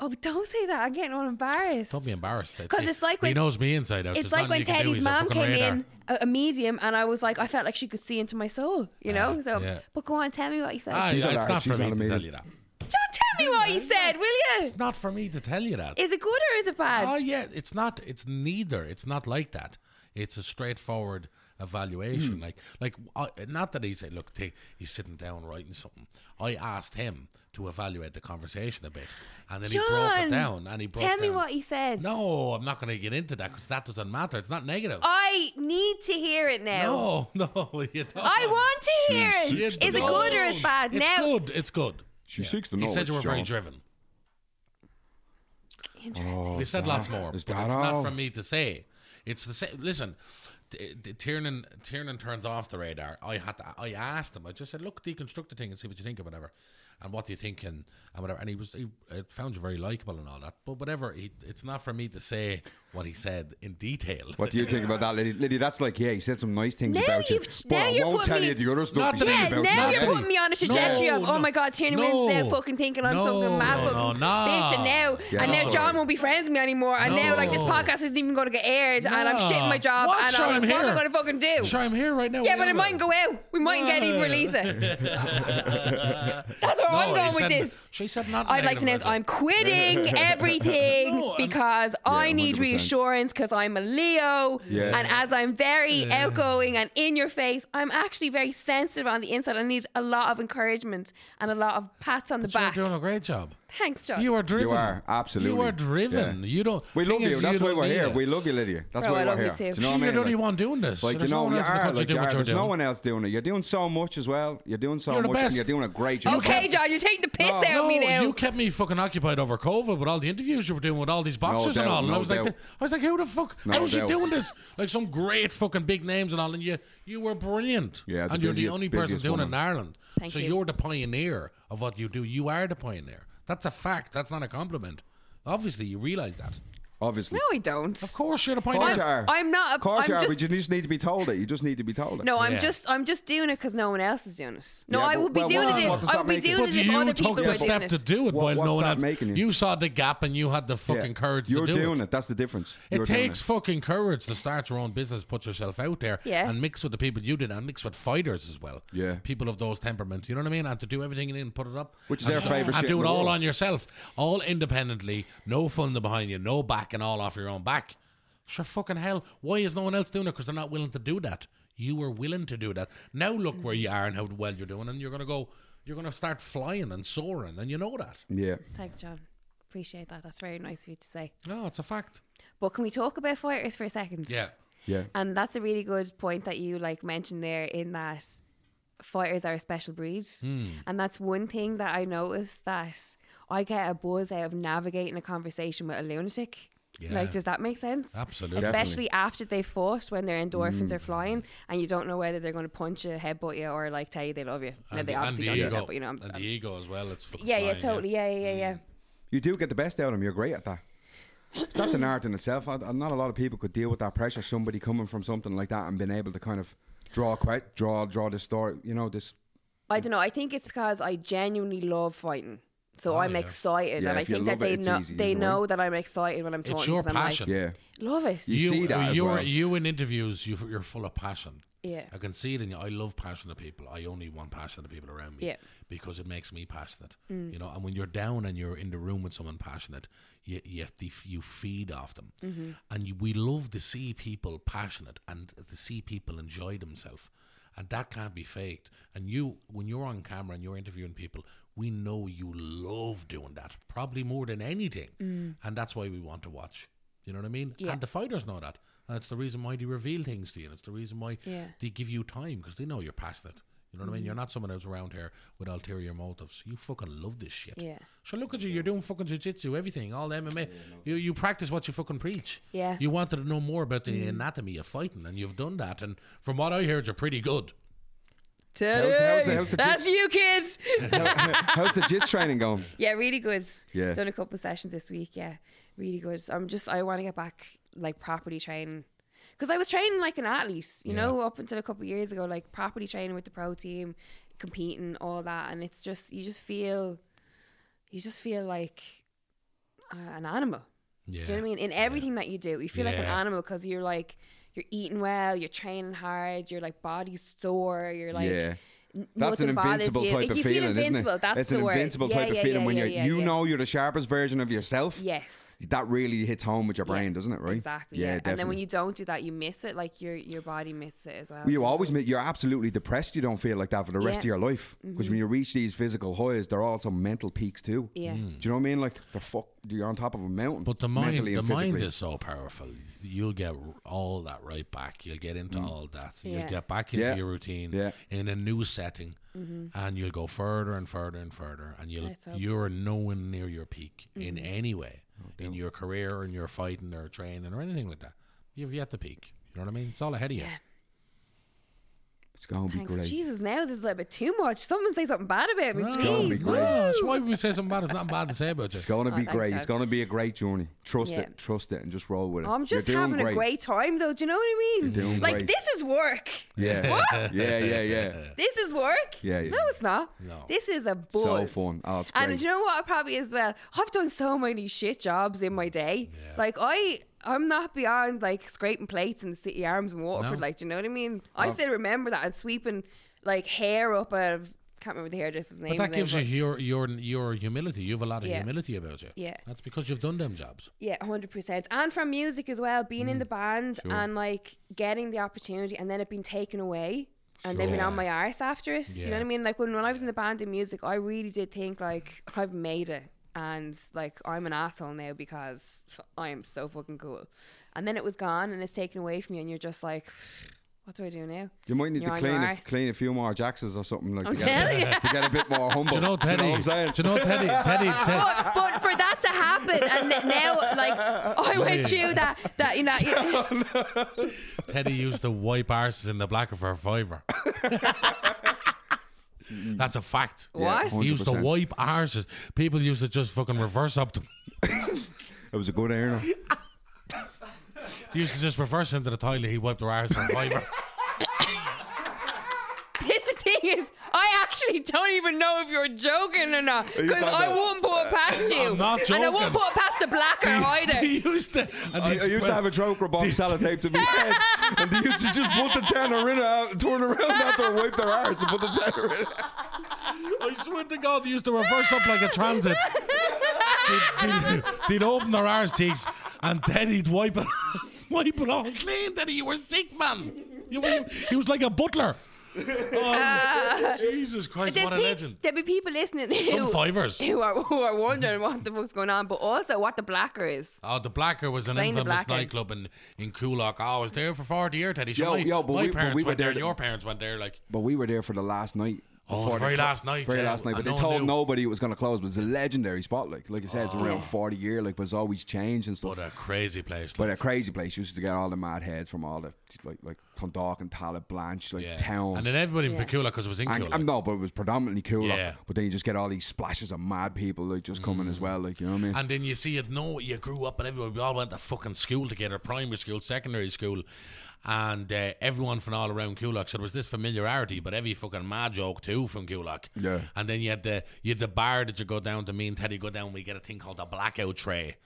Speaker 1: oh, don't say that. I'm getting all embarrassed.
Speaker 2: Don't be embarrassed.
Speaker 1: 'Cause it's like
Speaker 2: he
Speaker 1: when-
Speaker 2: knows me inside out.
Speaker 1: It's
Speaker 2: There's
Speaker 1: like
Speaker 2: nothing
Speaker 1: when
Speaker 2: you can do.
Speaker 1: Teddy's
Speaker 2: He's a
Speaker 1: mom
Speaker 2: fucking
Speaker 1: came
Speaker 2: radar.
Speaker 1: in, a, a medium, and I was like, I felt like she could see into my soul, you know? so,
Speaker 2: yeah.
Speaker 1: but go on, tell me what he said.
Speaker 2: Ah,
Speaker 3: She's
Speaker 2: yeah, it's
Speaker 3: alright,
Speaker 2: not
Speaker 3: she's
Speaker 2: for me
Speaker 3: not a
Speaker 2: to
Speaker 3: medium.
Speaker 2: tell you that.
Speaker 1: John, tell me what he said, will you?
Speaker 2: It's not for me to tell you that.
Speaker 1: Is it good or is it bad?
Speaker 2: Oh yeah, it's not. It's neither. It's not like that. It's a straightforward
Speaker 1: Hmm.
Speaker 2: evaluation. Like, like I, not that he said, look, t- he's sitting down writing something. I asked him to evaluate the conversation a bit, and then he broke
Speaker 1: John,
Speaker 2: it down. And he broke
Speaker 1: Tell me
Speaker 2: down-
Speaker 1: what he said.
Speaker 2: No, I'm not going to get into that because that doesn't matter. It's not negative.
Speaker 1: I need to hear it now.
Speaker 2: no, no, you don't.
Speaker 1: I want to hear
Speaker 3: She
Speaker 1: it.
Speaker 3: seeks
Speaker 1: Is it
Speaker 3: the
Speaker 1: good or is it
Speaker 2: No,
Speaker 1: bad?
Speaker 2: It's
Speaker 1: now,
Speaker 2: good. It's good.
Speaker 3: She seeks the
Speaker 2: He
Speaker 3: knowledge.
Speaker 2: said you were very
Speaker 3: John.
Speaker 2: driven.
Speaker 1: Interesting.
Speaker 3: Oh,
Speaker 2: He said
Speaker 3: that-
Speaker 2: lots more,
Speaker 3: Is
Speaker 2: but
Speaker 3: that
Speaker 2: it's not
Speaker 3: all?
Speaker 2: for me to say. It's the same. Listen, t- t- Tiernan Tiernan turns off the radar. I had to, I asked him. I just said, look, deconstruct the thing and see what you think of whatever, and what do you think and, and whatever. And he was he uh, found you very likable and all that. But whatever, he, it's not for me to say what he said in detail.
Speaker 3: What do you think about that, Liddy? Liddy, that's like, yeah, he said some nice things
Speaker 1: Now
Speaker 3: about you,
Speaker 1: you've- now
Speaker 3: but I
Speaker 1: you're
Speaker 3: won't
Speaker 1: putting
Speaker 3: tell
Speaker 1: me-
Speaker 3: you the other
Speaker 2: Not
Speaker 3: stuff he
Speaker 2: that-
Speaker 3: said
Speaker 1: Yeah,
Speaker 3: about
Speaker 2: Belgium.
Speaker 1: now
Speaker 3: you.
Speaker 1: you're
Speaker 2: Hey.
Speaker 1: putting me on a trajectory of, oh my God, Tiernan
Speaker 2: no,
Speaker 1: Williams now fucking thinking I'm
Speaker 2: no,
Speaker 1: something mad
Speaker 2: no,
Speaker 1: fucking
Speaker 2: no,
Speaker 1: bitch, and now
Speaker 3: Yeah,
Speaker 1: and now
Speaker 3: no.
Speaker 1: John won't be friends with me anymore, and now like this
Speaker 2: No.
Speaker 1: podcast isn't even going to get aired, and I'm
Speaker 2: Nah.
Speaker 1: shitting my job,
Speaker 2: What?
Speaker 1: and
Speaker 2: Sure,
Speaker 1: I'm,
Speaker 2: I'm
Speaker 1: like, what am I
Speaker 2: here.
Speaker 1: going to fucking do?
Speaker 2: Sure, I'm here right now.
Speaker 1: yeah, but it
Speaker 2: might
Speaker 1: mightn't go out. We mightn't get even
Speaker 2: No.
Speaker 1: release it. That's where I'm
Speaker 2: No,
Speaker 1: going
Speaker 2: he
Speaker 1: with
Speaker 2: said-
Speaker 1: this.
Speaker 2: She said not.
Speaker 1: I'd like to announce
Speaker 2: negative
Speaker 1: I'm
Speaker 2: about
Speaker 1: quitting everything
Speaker 2: No, I'm-
Speaker 1: because I need
Speaker 3: 100%.
Speaker 1: reassurance because I'm a Leo.
Speaker 3: Yeah.
Speaker 1: And as I'm very outgoing and in your face, I'm actually very sensitive on the inside. I need a lot of encouragement and a lot of pats on the
Speaker 2: it.
Speaker 1: back.
Speaker 2: You're doing a great job.
Speaker 1: Thanks, John.
Speaker 2: You are driven.
Speaker 3: are, absolutely.
Speaker 2: You are driven.
Speaker 3: Yeah.
Speaker 2: You don't.
Speaker 3: We
Speaker 2: thing
Speaker 3: love you.
Speaker 2: is,
Speaker 3: That's why
Speaker 2: don't
Speaker 3: we're
Speaker 2: need
Speaker 3: here.
Speaker 2: it.
Speaker 3: We love you, Lydia. That's
Speaker 1: Bro,
Speaker 3: why
Speaker 1: I love
Speaker 3: we're
Speaker 1: you
Speaker 3: here.
Speaker 1: too.
Speaker 3: Do you know what I
Speaker 2: You're
Speaker 3: mean?
Speaker 2: the only
Speaker 3: Like-
Speaker 2: one doing this.
Speaker 3: Like
Speaker 2: there's
Speaker 3: you know,
Speaker 2: no one
Speaker 3: you
Speaker 2: else in the
Speaker 3: are,
Speaker 2: country
Speaker 3: like,
Speaker 2: doing
Speaker 3: you
Speaker 2: what
Speaker 3: are.
Speaker 2: you're
Speaker 3: There's
Speaker 2: doing.
Speaker 3: no one else doing it. You're doing so much as well. You're doing so
Speaker 2: You're the
Speaker 3: much, and
Speaker 2: best.
Speaker 3: you're doing a great job.
Speaker 1: okay, John, you're taking the piss out of me now.
Speaker 2: you kept me fucking occupied over COVID with all the interviews you were doing with all these boxers
Speaker 3: doubt,
Speaker 2: and all. And
Speaker 3: no
Speaker 2: I was like,
Speaker 3: doubt.
Speaker 2: I was like, who the fuck?
Speaker 3: No
Speaker 2: how is
Speaker 3: doubt.
Speaker 2: she doing this? Like some great fucking big names and all. And you, you were brilliant.
Speaker 3: Yeah, the
Speaker 2: and you're the
Speaker 3: busiest-
Speaker 2: only person
Speaker 3: busiest
Speaker 2: doing it in
Speaker 3: woman.
Speaker 2: Ireland.
Speaker 1: Thank
Speaker 2: so
Speaker 1: you.
Speaker 2: are the pioneer of what you do. You are the pioneer. That's a fact. That's not a compliment. Obviously, you realize that.
Speaker 3: Obviously.
Speaker 1: no, I don't.
Speaker 2: Of course, you're the
Speaker 3: Of
Speaker 2: pioneer.
Speaker 3: course you are.
Speaker 1: I'm not a-
Speaker 3: Of course
Speaker 1: I'm
Speaker 3: you are,
Speaker 1: just-
Speaker 3: but you just need to be told it. You just need to be told it.
Speaker 1: No, I'm
Speaker 2: Yeah.
Speaker 1: just I'm just doing it because no one else is doing it. No,
Speaker 3: Yeah,
Speaker 1: I
Speaker 3: but-
Speaker 1: would be
Speaker 3: well,
Speaker 1: doing
Speaker 3: what-
Speaker 1: it.
Speaker 3: what
Speaker 1: If,
Speaker 3: does
Speaker 1: I
Speaker 3: that
Speaker 1: would be
Speaker 3: make you?
Speaker 1: doing
Speaker 2: But
Speaker 1: it if
Speaker 2: you
Speaker 1: other people
Speaker 2: took
Speaker 1: were
Speaker 2: the
Speaker 1: doing
Speaker 2: step
Speaker 1: it.
Speaker 2: to do it
Speaker 3: What-
Speaker 2: while
Speaker 3: what's
Speaker 2: no one
Speaker 3: that
Speaker 2: else.
Speaker 3: making you?
Speaker 2: You saw the gap and you had the fucking courage
Speaker 3: You're
Speaker 2: to do
Speaker 3: doing
Speaker 2: it.
Speaker 3: it. That's the difference.
Speaker 2: It
Speaker 3: You're doing
Speaker 2: takes fucking courage to start your own business, put yourself out there,
Speaker 1: Yeah.
Speaker 2: and mix with the people you did, and mix with fighters as well.
Speaker 3: Yeah.
Speaker 2: people of those temperaments. You know what I mean? And to do everything in and put it up,
Speaker 3: Which is
Speaker 2: and,
Speaker 3: our favourite
Speaker 2: and
Speaker 3: shit
Speaker 2: do
Speaker 3: in
Speaker 2: it
Speaker 3: the
Speaker 2: all
Speaker 3: world.
Speaker 2: on yourself, all independently, no funding behind you, no backing, all off your own back. Sure, fucking hell. Why is no one else doing it? Because they're not willing to do that. You were willing to do that. Now look where you are and how well you're doing, and you're gonna go. You're gonna start flying and soaring, and you know that.
Speaker 3: Yeah.
Speaker 1: Thanks, John. Appreciate that. That's very nice of you to say.
Speaker 2: No, it's a fact.
Speaker 1: But can we talk about fighters for a second?
Speaker 2: Yeah.
Speaker 3: Yeah.
Speaker 1: And that's a really good point that you like mentioned there in that fighters are a special breed.
Speaker 2: Hmm.
Speaker 1: And that's one thing that I noticed that I get a buzz out of navigating a conversation with a lunatic.
Speaker 2: Yeah.
Speaker 1: Like, does that make sense?
Speaker 2: Absolutely.
Speaker 1: Especially after they fought when their endorphins are flying and you don't know whether they're going to punch you, headbutt you, or like tell you they love you. No,
Speaker 2: And
Speaker 1: they
Speaker 2: the- and
Speaker 1: obviously
Speaker 2: the
Speaker 1: don't do
Speaker 2: ego-
Speaker 1: that, but you know, I'm,
Speaker 2: and the
Speaker 1: I'm-
Speaker 2: ego as well. It's fucking
Speaker 1: yeah, yeah,
Speaker 2: flying, Hmm.
Speaker 1: totally. Yeah, yeah, yeah, yeah.
Speaker 3: You do get the best out of them. You're great at that. So that's an art in itself. I, I- not a lot of people could deal with that pressure. Somebody coming from something like that and being able to kind of draw quite draw draw this story. You know this.
Speaker 1: I don't know. I think it's because I genuinely love fighting. So I'm
Speaker 2: yeah.
Speaker 1: excited,
Speaker 3: Oh, Yeah,
Speaker 1: and I
Speaker 3: if you
Speaker 1: think that
Speaker 3: love it,
Speaker 1: they
Speaker 3: it's
Speaker 1: know
Speaker 3: easy,
Speaker 1: they
Speaker 3: isn't it?
Speaker 1: know that I'm excited when I'm talking.
Speaker 2: It's your
Speaker 1: 'cause I'm
Speaker 2: passion.
Speaker 3: Yeah.
Speaker 1: Like, love it.
Speaker 3: You see that as
Speaker 2: you're,
Speaker 3: well.
Speaker 2: You in interviews, you, you're full of passion.
Speaker 1: yeah.
Speaker 2: I can see it in you. I love passionate people. I only want passionate people around me
Speaker 1: Yeah. Mm.
Speaker 2: because it makes me passionate. You know, and when you're down and you're in the room with someone passionate, you you, have to- you feed off them,
Speaker 1: Mm-hmm.
Speaker 2: and you, we love to see people passionate and to see people enjoy themselves. and that can't be faked. And you, when you're on camera and you're interviewing people, we know you love doing that, probably more than anything, and that's why we want to watch. You know what I mean?
Speaker 1: Mm. Yeah.
Speaker 2: And the fighters know that, and it's the reason why they reveal things to you, and it's the reason why
Speaker 1: Yeah.
Speaker 2: they give you time because they know you're passionate. You know what I mean?
Speaker 1: Mm.
Speaker 2: You're not someone who's around here with ulterior motives. You fucking love this shit.
Speaker 1: Yeah.
Speaker 2: So look at you. You're doing fucking jiu-jitsu, everything, all the MMA. You you practice what you fucking preach.
Speaker 1: Yeah. Mm.
Speaker 2: You wanted to know more about the anatomy of fighting, and you've done that. And from what I heard, you're pretty good.
Speaker 1: Teddy!
Speaker 3: how's the- how's the
Speaker 1: That's you, kids.
Speaker 3: How's the jits training going?
Speaker 1: yeah, really good.
Speaker 3: Yeah.
Speaker 1: Done a couple of sessions this week. Yeah, really good. I'm just, I want to get back like properly training. Because I was training like an athlete, you know, up until a couple of years ago, like properly training with the pro team, competing, all that. And it's just, you just feel, you just feel like uh, an animal.
Speaker 2: Yeah.
Speaker 1: Do you know what I mean? In everything that you do, you feel like an
Speaker 2: Yeah.
Speaker 1: animal because you're like, you're eating well, you're training hard, your like body's sore, you're like,
Speaker 3: yeah.
Speaker 1: n-
Speaker 3: That's an
Speaker 1: nothing bothers
Speaker 3: invincible
Speaker 1: you.
Speaker 3: type
Speaker 1: Like,
Speaker 3: of
Speaker 1: you feel
Speaker 3: feeling, isn't
Speaker 1: invincible,
Speaker 3: it?
Speaker 1: That's
Speaker 3: it's
Speaker 1: the
Speaker 3: an
Speaker 1: word.
Speaker 3: invincible
Speaker 1: Yeah,
Speaker 3: type
Speaker 1: yeah,
Speaker 3: of feeling
Speaker 1: yeah,
Speaker 3: when
Speaker 1: yeah,
Speaker 3: you're
Speaker 1: yeah,
Speaker 3: you
Speaker 1: yeah.
Speaker 3: know you're the sharpest version of yourself.
Speaker 1: Yes.
Speaker 3: That really hits home with your
Speaker 1: Yeah,
Speaker 3: brain, doesn't it? Right?
Speaker 1: Exactly.
Speaker 3: Yeah,
Speaker 1: Yeah.
Speaker 3: definitely.
Speaker 1: And then when you don't do that, you miss it. Like your your body misses it as well.
Speaker 3: you always make you're absolutely depressed. You don't feel like that for the rest
Speaker 1: Yeah. Mm-hmm.
Speaker 3: of your life because when you reach these physical highs, they're also mental peaks too.
Speaker 1: Yeah. Mm.
Speaker 3: Do you know what I mean? Like the fuck, you're on top of a mountain.
Speaker 2: But the mind,
Speaker 3: mentally
Speaker 2: the
Speaker 3: and
Speaker 2: mind
Speaker 3: physically.
Speaker 2: is so powerful. You'll get r- all that right back. You'll get into all that.
Speaker 1: Yeah.
Speaker 2: You'll get back into
Speaker 3: Mm. Yeah.
Speaker 2: your routine
Speaker 3: Yeah.
Speaker 2: in a new setting,
Speaker 1: Mm-hmm.
Speaker 2: and you'll go further and further and further, and you'll
Speaker 1: Let's hope.
Speaker 2: you're nowhere near your peak in
Speaker 1: Mm-hmm.
Speaker 2: any way in your career, or in your fighting or training or anything like that. You've yet to peak. You know what I mean? It's all ahead of you.
Speaker 3: It's gonna be
Speaker 1: Thanks.
Speaker 3: great.
Speaker 1: Jesus, now there's a little bit too much. Someone say something bad about me.
Speaker 2: It's
Speaker 3: gonna be
Speaker 1: Jeez.
Speaker 3: great.
Speaker 2: Oh, that's why we say something bad. It's not bad to say about you.
Speaker 3: It's gonna be
Speaker 1: Oh, thanks,
Speaker 3: great. It's
Speaker 1: Dad.
Speaker 3: gonna be a great journey. Trust
Speaker 1: Yeah.
Speaker 3: it. Trust it, and just roll with it.
Speaker 1: I'm just
Speaker 3: you're doing
Speaker 1: having a great time, though. Do you know what I mean?
Speaker 3: doing
Speaker 1: like
Speaker 3: great.
Speaker 1: this is work.
Speaker 3: Yeah.
Speaker 1: What?
Speaker 3: yeah, yeah, yeah.
Speaker 1: This is work.
Speaker 3: Yeah, yeah.
Speaker 1: No, it's not.
Speaker 2: No.
Speaker 1: This is a buzz.
Speaker 3: So fun. Oh, it's
Speaker 1: And
Speaker 3: great.
Speaker 1: do you know what? Probably as well. I've done so many shit jobs in my day. Like I, I'm not beyond like scraping plates in the city arms in Waterford.
Speaker 2: No.
Speaker 1: Like, do you know what I mean? I still remember that and sweeping like hair up a. Can't remember the hairdresser's name.
Speaker 2: But that gives you your your your humility. You have a lot of
Speaker 1: Yeah.
Speaker 2: humility about you.
Speaker 1: Yeah.
Speaker 2: That's because you've done them jobs.
Speaker 1: Yeah, hundred percent. And from music as well, being
Speaker 2: Mm,
Speaker 1: in the band and like getting the opportunity and then it being taken away and then being
Speaker 2: Sure.
Speaker 1: on my arse after it. You know
Speaker 2: Yeah.
Speaker 1: what I mean? Like when, when I was in the band in music, I really did think like I've made it and like I'm an asshole now because I am so fucking cool. And then it was gone and it's taken away from you and you're just like what do I do now?
Speaker 3: You might need
Speaker 1: You're
Speaker 3: to
Speaker 1: on
Speaker 3: clean
Speaker 1: your
Speaker 3: a,
Speaker 1: arse.
Speaker 3: clean a few more Jacksons or something like
Speaker 1: I'm
Speaker 3: to, get
Speaker 1: telling
Speaker 3: a,
Speaker 1: you.
Speaker 3: bit- to get a bit more humble.
Speaker 2: Do you know Teddy?
Speaker 3: Do you know what I'm saying?
Speaker 2: Do you know Teddy? Teddy, Teddy.
Speaker 1: But for that to happen, and th- now like I went through that, that you know, you-
Speaker 2: Teddy used to wipe arses in the black of her fiver. That's a fact.
Speaker 1: what?
Speaker 3: Yeah.
Speaker 2: He used to
Speaker 3: 100%.
Speaker 2: wipe arses. People used to just fucking reverse up them.
Speaker 3: It was a good earner.
Speaker 2: They used to just reverse into the toilet. He wiped her arse in the fiver.
Speaker 1: It's the thing is, I actually don't even know if you're joking or not because
Speaker 3: not
Speaker 1: I
Speaker 3: joking.
Speaker 1: wouldn't put it past you,
Speaker 2: I'm not
Speaker 1: and I
Speaker 2: joking.
Speaker 1: wouldn't put it past the blacker either.
Speaker 2: he used to. And
Speaker 3: I, I used to have a troker box sellotaped to my head, and they used to just put the tenner in, out, turn around after and wipe their arse and put the tenner in.
Speaker 2: I swear to God, they used to reverse up like a transit. They'd, they'd- they'd open their arse cheeks and then he'd wipe it, wipe it off clean. Then you were sick, man. You were, he was like a butler. Oh, Jesus Christ,
Speaker 1: Uh, There's
Speaker 2: what a
Speaker 1: peop-
Speaker 2: legend.
Speaker 1: There'll be people listening
Speaker 2: Some
Speaker 1: who,
Speaker 2: fivers.
Speaker 1: who, are, who are wondering what the fuck's going on, but also what the blacker is.
Speaker 2: Oh, the Blacker was an
Speaker 1: Explain the
Speaker 2: infamous
Speaker 1: Blacker.
Speaker 2: nightclub in, in Coolock. Oh, I was there for 40 years, Teddy. Sure,
Speaker 3: Yo,
Speaker 2: my,
Speaker 3: yo, but
Speaker 2: my
Speaker 3: we- but
Speaker 2: parents
Speaker 3: we were
Speaker 2: went there,
Speaker 3: there
Speaker 2: and
Speaker 3: to-
Speaker 2: your parents went there. Like,
Speaker 3: But we were there for the last night.
Speaker 2: Oh, the
Speaker 3: before they
Speaker 2: very
Speaker 3: clo-
Speaker 2: last night,
Speaker 3: Very
Speaker 2: yeah.
Speaker 3: last night. But
Speaker 2: And
Speaker 3: they
Speaker 2: no one
Speaker 3: told
Speaker 2: knew.
Speaker 3: nobody it was going to close. It was a legendary spot. Like, like I said, it's
Speaker 2: Oh,
Speaker 3: around 40 year. Like, but it's always changed and stuff.
Speaker 2: what a crazy place.
Speaker 3: But
Speaker 2: Like,
Speaker 3: a crazy place. You used to get all the mad heads from all the, like, like Clondalk and Talib Blanche, like
Speaker 2: yeah.
Speaker 3: town.
Speaker 2: And then everybody in Coolock because it was in
Speaker 3: And,
Speaker 2: Coolock.
Speaker 3: and no, but it was predominantly cool.
Speaker 2: Yeah. Mm.
Speaker 3: But then you just get all these splashes of mad people like just coming as well. Like you know what I mean?
Speaker 2: And then you see it, no, you grew up and everyone, we all went to fucking school together, primary school, secondary school, and uh, everyone from all around Coolock. So there was this familiarity, but every fucking mad joke too from Coolock.
Speaker 3: Yeah.
Speaker 2: And then you had the you had the bar that you go down to, me and Teddy go down, we get a thing called the blackout tray.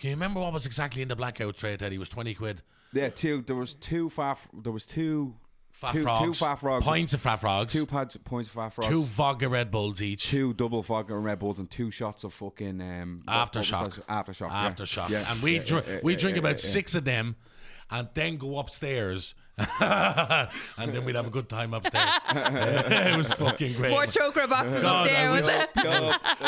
Speaker 2: Can you remember what was exactly in the blackout tray, Teddy? It was 20 quid.
Speaker 3: yeah, two. There was two far. There was two.
Speaker 2: Fat
Speaker 3: two,
Speaker 2: frogs.
Speaker 3: Two fat frogs.
Speaker 2: Pints of fat frogs.
Speaker 3: Two pads, points of fat frogs.
Speaker 2: two vodka Red Bulls each.
Speaker 3: two double vodka and Red Bulls and two shots of fucking um, what- what was
Speaker 2: Aftershock.
Speaker 3: that? Aftershock. yeah.
Speaker 2: Aftershock.
Speaker 3: Yeah.
Speaker 2: And we
Speaker 3: Yeah,
Speaker 2: dr-
Speaker 3: yeah, yeah,
Speaker 2: we
Speaker 3: yeah,
Speaker 2: drink
Speaker 3: yeah,
Speaker 2: about
Speaker 3: yeah.
Speaker 2: six of them and then go upstairs and then we'd have a good time upstairs. it was fucking great.
Speaker 1: More chokra boxes up
Speaker 2: God,
Speaker 1: there,
Speaker 2: I
Speaker 1: was
Speaker 2: wish-
Speaker 1: it?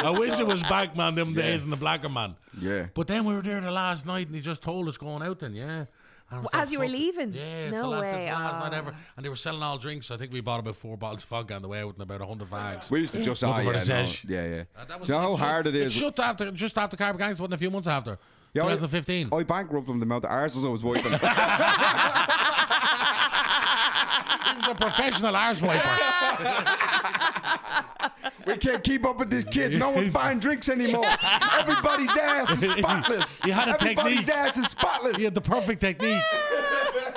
Speaker 2: I wish it was back, man, them days in the blacker man.
Speaker 3: Yeah.
Speaker 2: But then we were there the last night, and he just told us going out. Then yeah. And I was
Speaker 1: Well, as you were
Speaker 2: "Fuck it."
Speaker 1: leaving?
Speaker 2: Yeah, it's
Speaker 1: No
Speaker 2: the last, it's
Speaker 1: way,
Speaker 2: the last night
Speaker 1: ah.
Speaker 2: ever. And they were selling all drinks. So I think we bought about four bottles of vodka on the way out and about hundred fags.
Speaker 3: We used to just
Speaker 2: Looking
Speaker 3: ah,
Speaker 2: for
Speaker 3: yeah,
Speaker 2: the
Speaker 3: no,
Speaker 2: sesh.
Speaker 3: yeah, yeah.
Speaker 2: Uh, that was-
Speaker 3: Do you know how
Speaker 2: shut-
Speaker 3: hard it is?
Speaker 2: It shut after just after Carb Gangs, wasn't a few months after.
Speaker 3: Yeah, I-
Speaker 2: 2015.
Speaker 3: I bankrupt them the amount of arses I was wiping.
Speaker 2: He was a professional arse wiper.
Speaker 3: we can't keep up with this kid. No one's buying drinks anymore. Everybody's ass is spotless.
Speaker 2: You had a
Speaker 3: Everybody's
Speaker 2: technique.
Speaker 3: ass is spotless.
Speaker 2: he had the perfect technique.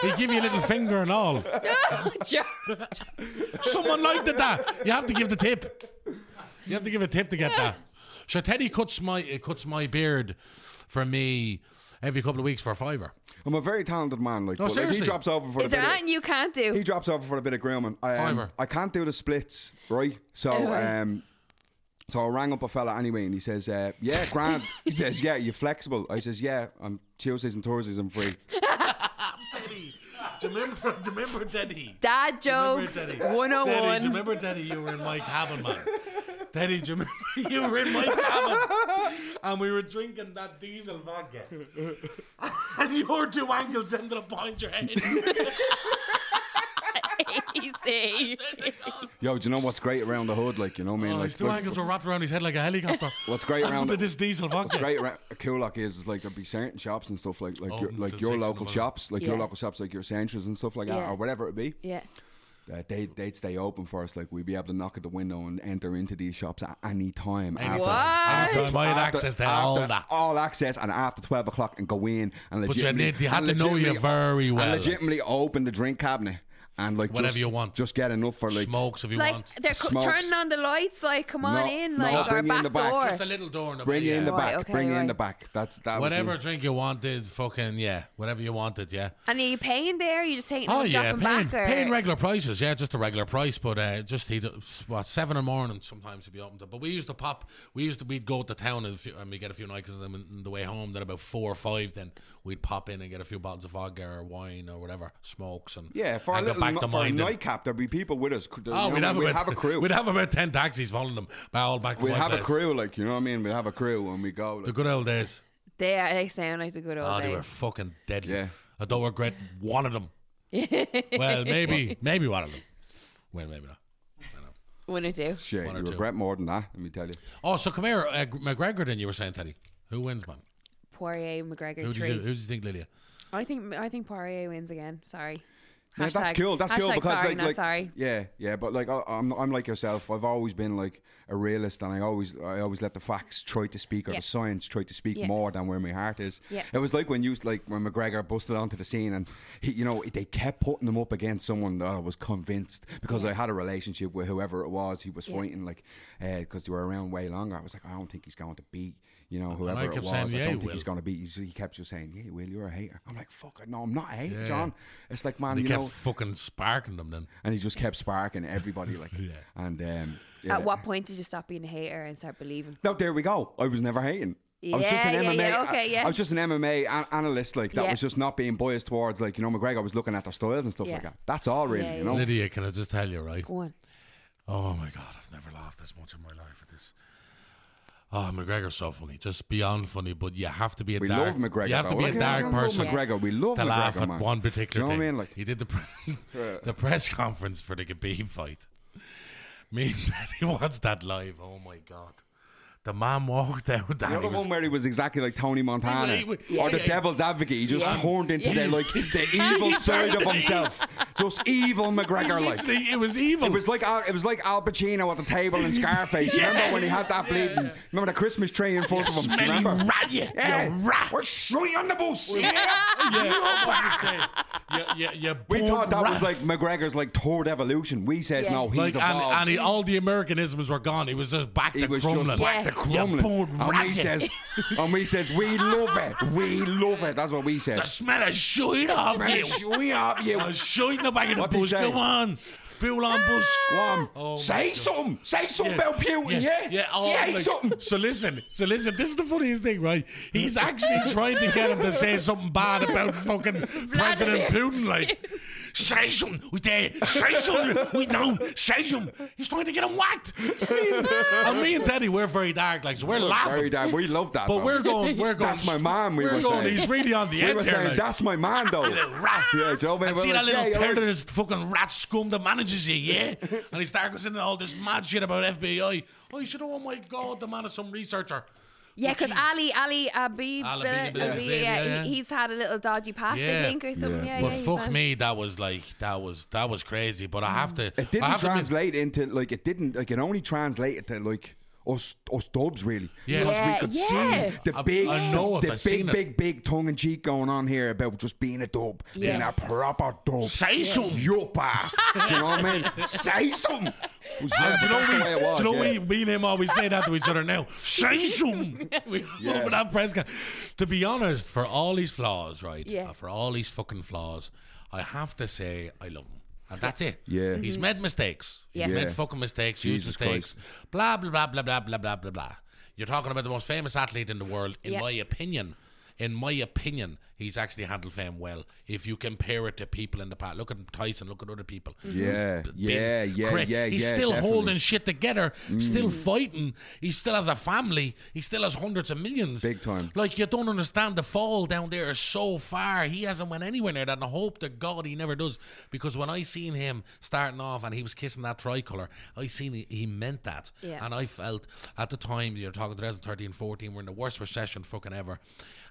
Speaker 2: He give you a little finger and all.
Speaker 1: Sure.
Speaker 2: Someone liked it that. You have to give the tip. You have to give a tip to get that. So Teddy cuts my uh, cuts my beard for me every couple of weeks for a fiver.
Speaker 3: I'm a very talented man. Like,
Speaker 2: No,
Speaker 3: but, like, he
Speaker 2: seriously.
Speaker 3: drops over for
Speaker 1: Is
Speaker 3: the
Speaker 1: there
Speaker 3: bit. of-
Speaker 1: anything you can't do?
Speaker 3: he drops over for a bit of grooming. I, um,
Speaker 2: Fiver.
Speaker 3: I can't do the splits, right? So,
Speaker 1: Oh, right.
Speaker 3: um, so I rang up a fella anyway, and he says, uh, "Yeah, grand." he says, "Yeah, you're flexible." I says, "Yeah, I'm Tuesdays and Thursdays, I'm free."
Speaker 2: Teddy, do you remember? Do you remember Teddy?
Speaker 1: Dad
Speaker 2: Remember,
Speaker 1: jokes
Speaker 2: Teddy? Teddy, do you
Speaker 1: 101.
Speaker 2: remember, Teddy? You were in my cabin, man. Teddy, do you remember? You were in my cabin, and we were drinking that diesel vodka, and your two ankles ended up behind your head.
Speaker 1: Easy.
Speaker 3: Yo, do you know what's great around the hood? Like, you know, what I mean,
Speaker 2: Oh, his
Speaker 3: like,
Speaker 2: two
Speaker 3: look,
Speaker 2: ankles were wrapped around his head like a helicopter.
Speaker 3: what's great around
Speaker 2: After this diesel
Speaker 3: What's
Speaker 2: vodka.
Speaker 3: great around Coolock is, is like there'd be certain shops and stuff like like
Speaker 2: Oh,
Speaker 3: your,
Speaker 2: until
Speaker 3: like
Speaker 2: six
Speaker 3: your
Speaker 2: in the
Speaker 3: local
Speaker 2: morning.
Speaker 3: shops, like your
Speaker 1: Yeah.
Speaker 3: local shops, like your Centras and stuff like that,
Speaker 1: Yeah.
Speaker 3: or whatever it be.
Speaker 1: Yeah.
Speaker 3: Uh, they they'd stay open for us. Like we'd be able to knock at the window and enter into these shops at any time.
Speaker 2: Anytime.
Speaker 3: After,
Speaker 2: Anytime.
Speaker 3: after-
Speaker 2: Wide access to all
Speaker 3: after
Speaker 2: that.
Speaker 3: all access, and after twelve o'clock, and go in and
Speaker 2: But you,
Speaker 3: legitimately,
Speaker 2: need, you had
Speaker 3: and
Speaker 2: to know you
Speaker 3: legitimately-
Speaker 2: very
Speaker 3: and
Speaker 2: well.
Speaker 3: legitimately open the drink cabinet and like
Speaker 2: Whatever
Speaker 3: just,
Speaker 2: you want.
Speaker 3: just getting up for like
Speaker 2: Smokes if you
Speaker 1: Like
Speaker 2: want.
Speaker 1: they're co-
Speaker 3: Smokes.
Speaker 1: turning on the lights, like come on
Speaker 3: No,
Speaker 1: in,
Speaker 3: no,
Speaker 1: like our
Speaker 3: bring in
Speaker 1: back
Speaker 3: the back.
Speaker 1: door.
Speaker 2: Just a little door in the
Speaker 3: Bring
Speaker 2: yeah.
Speaker 3: in the
Speaker 1: Right,
Speaker 3: back,
Speaker 1: okay,
Speaker 3: bring in
Speaker 1: right.
Speaker 3: the back. That's that. was the-
Speaker 2: Whatever drink you wanted, fucking yeah, whatever you wanted, yeah.
Speaker 1: And are you paying there? Are you just taking?
Speaker 2: Oh
Speaker 1: them,
Speaker 2: yeah,
Speaker 1: dropping
Speaker 2: paying,
Speaker 1: back or
Speaker 2: paying regular prices, yeah, just a regular price, but uh, just he what seven in the morning sometimes to be open to. But we used to pop, we used to we'd go to town and, a few, and we get a few nights and then on the way home. Then about four or five, then we'd pop in and get a few bottles of vodka or wine or whatever, smokes and
Speaker 3: Yeah, for a
Speaker 2: and go
Speaker 3: little
Speaker 2: back
Speaker 3: no-
Speaker 2: to
Speaker 3: for a
Speaker 2: mine. then.
Speaker 3: nightcap, there'd be people with us. You
Speaker 2: Oh,
Speaker 3: know,
Speaker 2: we'd have,
Speaker 3: we'd
Speaker 2: about,
Speaker 3: have a crew.
Speaker 2: We'd have about ten taxis following them, by all back. to
Speaker 3: We'd
Speaker 2: my
Speaker 3: have a
Speaker 2: place.
Speaker 3: crew, like you know what I mean. We'd have a crew and we go.
Speaker 2: The
Speaker 3: Like,
Speaker 2: good old days.
Speaker 1: They are. They sound like the good old
Speaker 2: Oh, they
Speaker 1: days.
Speaker 2: were fucking deadly.
Speaker 3: Yeah.
Speaker 2: I don't regret one of them. well, maybe, maybe one of them. Well, maybe not.
Speaker 1: One or two.
Speaker 3: shit,
Speaker 2: one or
Speaker 3: you
Speaker 2: two.
Speaker 3: regret more than that. Let me tell you.
Speaker 2: Oh, so come here, uh, McGregor. Then you were saying, Teddy, who wins, man?
Speaker 1: Poirier, McGregor,
Speaker 2: Who do, you,
Speaker 1: three.
Speaker 2: who do you think, Lydia?
Speaker 1: I think. I think Poirier wins again. Sorry.
Speaker 3: Yeah, that's
Speaker 1: Hashtag-
Speaker 3: cool. That's cool
Speaker 1: hashtag
Speaker 3: because
Speaker 1: sorry,
Speaker 3: like,
Speaker 1: not
Speaker 3: like,
Speaker 1: sorry.
Speaker 3: yeah, yeah. But like, I, I'm, I'm like yourself. I've always been like a realist, and I always, I always let the facts try to speak or
Speaker 1: Yeah.
Speaker 3: the science try to speak
Speaker 1: Yeah.
Speaker 3: more than where my heart is.
Speaker 1: Yeah.
Speaker 3: It was like when you, like when McGregor busted onto the scene, and he, you know, they kept putting him up against someone that I was convinced because I had a relationship with whoever it was he was fighting, like, because they were around way longer. I was like, I don't think he's going to beat. You know, whoever it
Speaker 2: kept
Speaker 3: was,
Speaker 2: saying,
Speaker 3: I
Speaker 2: "Yeah,
Speaker 3: don't
Speaker 2: he
Speaker 3: think he's
Speaker 2: will."
Speaker 3: going to beat. He's, he kept just saying, "Yeah, Will, you're a hater." I'm like, "Fuck, no, I'm not a hater,
Speaker 2: Yeah.
Speaker 3: John." It's like, man,
Speaker 2: They
Speaker 3: Um, you
Speaker 2: kept
Speaker 3: know,
Speaker 2: fucking sparking them. Then
Speaker 3: and he just kept sparking everybody like and um yeah.
Speaker 1: At what point did you stop being a hater and start believing?
Speaker 3: no there we go i was never hating I was just an
Speaker 1: Yeah, yeah,
Speaker 3: MMA.
Speaker 1: yeah, okay,
Speaker 3: I-
Speaker 1: yeah.
Speaker 3: I was just an MMA an- analyst, like that
Speaker 1: Yeah.
Speaker 3: was just not being biased towards, like you know, McGregor. I was looking at their styles and stuff
Speaker 1: Yeah.
Speaker 3: like that. That's all, really,
Speaker 1: Yeah,
Speaker 3: you know.
Speaker 2: Lydia, can I just tell you, right?
Speaker 1: Go on.
Speaker 2: Oh my God, I've never laughed as much in my life at this. Oh, McGregor's so funny, just beyond funny. But you have to be a
Speaker 3: We
Speaker 2: dark.
Speaker 3: love McGregor.
Speaker 2: You have to
Speaker 3: though.
Speaker 2: be
Speaker 3: Like,
Speaker 2: a
Speaker 3: we
Speaker 2: dark
Speaker 3: love
Speaker 2: person.
Speaker 3: McGregor, we love
Speaker 2: to
Speaker 3: McGregor,
Speaker 2: laugh at
Speaker 3: man.
Speaker 2: one particular
Speaker 3: Do you
Speaker 2: thing.
Speaker 3: know what I mean? Like-
Speaker 2: he did the pre- the press conference for the Khabib fight. Me and Daddy watched that live. Oh my god, the man walked out.
Speaker 3: You
Speaker 2: and
Speaker 3: know
Speaker 2: he
Speaker 3: the
Speaker 2: was-
Speaker 3: one where he was exactly like Tony Montana
Speaker 2: He was- he
Speaker 3: or
Speaker 2: was-
Speaker 3: the Devil's Advocate. He just
Speaker 2: Yeah.
Speaker 3: turned into the like the evil side of himself, just evil McGregor. Like
Speaker 2: Literally, it was evil.
Speaker 3: It was like Al, it was like Al Pacino at the table in Scarface. You remember when he had that bleeding? Remember the Christmas tree in front of him? Do you
Speaker 2: Smelly
Speaker 3: remember?
Speaker 2: rat, you,
Speaker 3: Yeah.
Speaker 2: you rat.
Speaker 3: We're shooting on the bus. Yeah.
Speaker 2: yeah, yeah, yeah, yeah.
Speaker 3: We thought that was like McGregor's like third evolution. We says
Speaker 1: Yeah.
Speaker 3: no, he's
Speaker 2: Like, and,
Speaker 3: evolved.
Speaker 2: and he, all the Americanisms were gone. He was just back
Speaker 3: he
Speaker 2: to
Speaker 3: was
Speaker 2: crumbling.
Speaker 3: just back
Speaker 1: Yeah.
Speaker 3: to crumbling.
Speaker 2: You poor
Speaker 3: and we
Speaker 2: rat.
Speaker 3: says, and we says, we love it. We love it. That's what we said.
Speaker 2: The smell of shit off
Speaker 3: Man,
Speaker 2: you.
Speaker 3: we are you.
Speaker 2: I was shooting the back of the
Speaker 3: What did he
Speaker 2: bush.
Speaker 3: say?
Speaker 2: Come on. People on bush.
Speaker 3: One.
Speaker 2: Oh, my
Speaker 3: say
Speaker 2: God.
Speaker 3: something. Say something about Putin, yeah?
Speaker 2: yeah. yeah. Oh,
Speaker 3: say
Speaker 2: like-
Speaker 3: something.
Speaker 2: So listen, so listen. This is the funniest thing, right? He's actually trying to get him to say something bad about fucking President Putin, like. Seize him! We there! Seize him! We down! Seize him! He's trying to get him whacked! and me and Teddy, we're very dark, like, so we're laughing.
Speaker 3: Very damn, we love that.
Speaker 2: But
Speaker 3: though.
Speaker 2: we're going, we're going.
Speaker 3: That's my man, we
Speaker 2: are
Speaker 3: were
Speaker 2: going,
Speaker 3: saying.
Speaker 2: he's really on the
Speaker 3: we were
Speaker 2: edge here.
Speaker 3: saying,
Speaker 2: like.
Speaker 3: that's my man though.
Speaker 2: Little rat.
Speaker 3: Yeah, Joe, man,
Speaker 2: and
Speaker 3: we're
Speaker 2: see
Speaker 3: like,
Speaker 2: that little
Speaker 3: yeah, you're
Speaker 2: turd of this fucking rat scum that manages you, yeah? and he starts goes into all this mad shit about FBI. Oh, you should have, oh my god, the man is some researcher.
Speaker 1: Yeah, because
Speaker 2: But she-
Speaker 1: Ali, Ali Abib,
Speaker 2: Al
Speaker 1: uh,
Speaker 2: Abib,
Speaker 1: Abib,
Speaker 2: yeah.
Speaker 1: yeah,
Speaker 2: Yeah.
Speaker 1: he- he's had a little dodgy past,
Speaker 2: Yeah.
Speaker 1: I think, or something. Yeah,
Speaker 3: Yeah.
Speaker 1: yeah,
Speaker 2: But
Speaker 1: he's
Speaker 2: fuck
Speaker 1: on-
Speaker 2: me, that was like that was that was crazy. But I have to.
Speaker 3: It
Speaker 2: I
Speaker 3: didn't
Speaker 2: have to admit-
Speaker 3: translate into like it didn't like it only translated to like us us dubs really.
Speaker 2: Yeah.
Speaker 3: Because we
Speaker 1: Yeah,
Speaker 3: could
Speaker 1: yeah.
Speaker 3: see the
Speaker 2: I-
Speaker 3: big
Speaker 2: I know it,
Speaker 3: the
Speaker 2: I've
Speaker 3: big
Speaker 2: seen it.
Speaker 3: big big tongue and cheek going on here about just being a dub. Being
Speaker 1: Yeah.
Speaker 3: a proper dub.
Speaker 2: Say something.
Speaker 3: Yuppa. Do you know what I mean? Say something. It was-
Speaker 2: And Uh, do you know
Speaker 3: that's
Speaker 2: we,
Speaker 3: the way it was,
Speaker 2: do you know we,
Speaker 3: yeah.
Speaker 2: me and him always say that to each other now. Say something. We
Speaker 3: Yeah.
Speaker 2: over that press con- To be honest, for all his flaws, right?
Speaker 1: Yeah.
Speaker 2: uh, For all his fucking flaws, I have to say I love him, and that's it.
Speaker 3: Yeah. Mm-hmm.
Speaker 2: He's made mistakes.
Speaker 1: Yeah.
Speaker 2: He's
Speaker 3: Yeah.
Speaker 2: made fucking mistakes, huge
Speaker 3: Jesus
Speaker 2: mistakes. Blah blah blah blah blah blah blah blah blah. You're talking about the most famous athlete in the world, in
Speaker 1: Yeah.
Speaker 2: my opinion. In my opinion, he's actually handled fame well. If you compare it to people in the past, look at Tyson, look at other people.
Speaker 3: Mm-hmm. Yeah,
Speaker 2: Who've
Speaker 3: yeah,
Speaker 2: Mm-hmm. been
Speaker 3: yeah,
Speaker 2: correct.
Speaker 3: yeah,
Speaker 2: He's
Speaker 3: yeah,
Speaker 2: still
Speaker 3: definitely. Mm.
Speaker 2: holding shit together, still fighting. He still has a family. He still has hundreds of millions.
Speaker 3: Big time.
Speaker 2: Like you don't understand the fall down there is so far. He hasn't went anywhere near that, and I hope to God he never does. Because when I seen him starting off and he was kissing that tricolor, I seen he, he meant that,
Speaker 1: Yeah.
Speaker 2: and I felt at the time you're talking 2013, 14, we're in the worst recession fucking ever,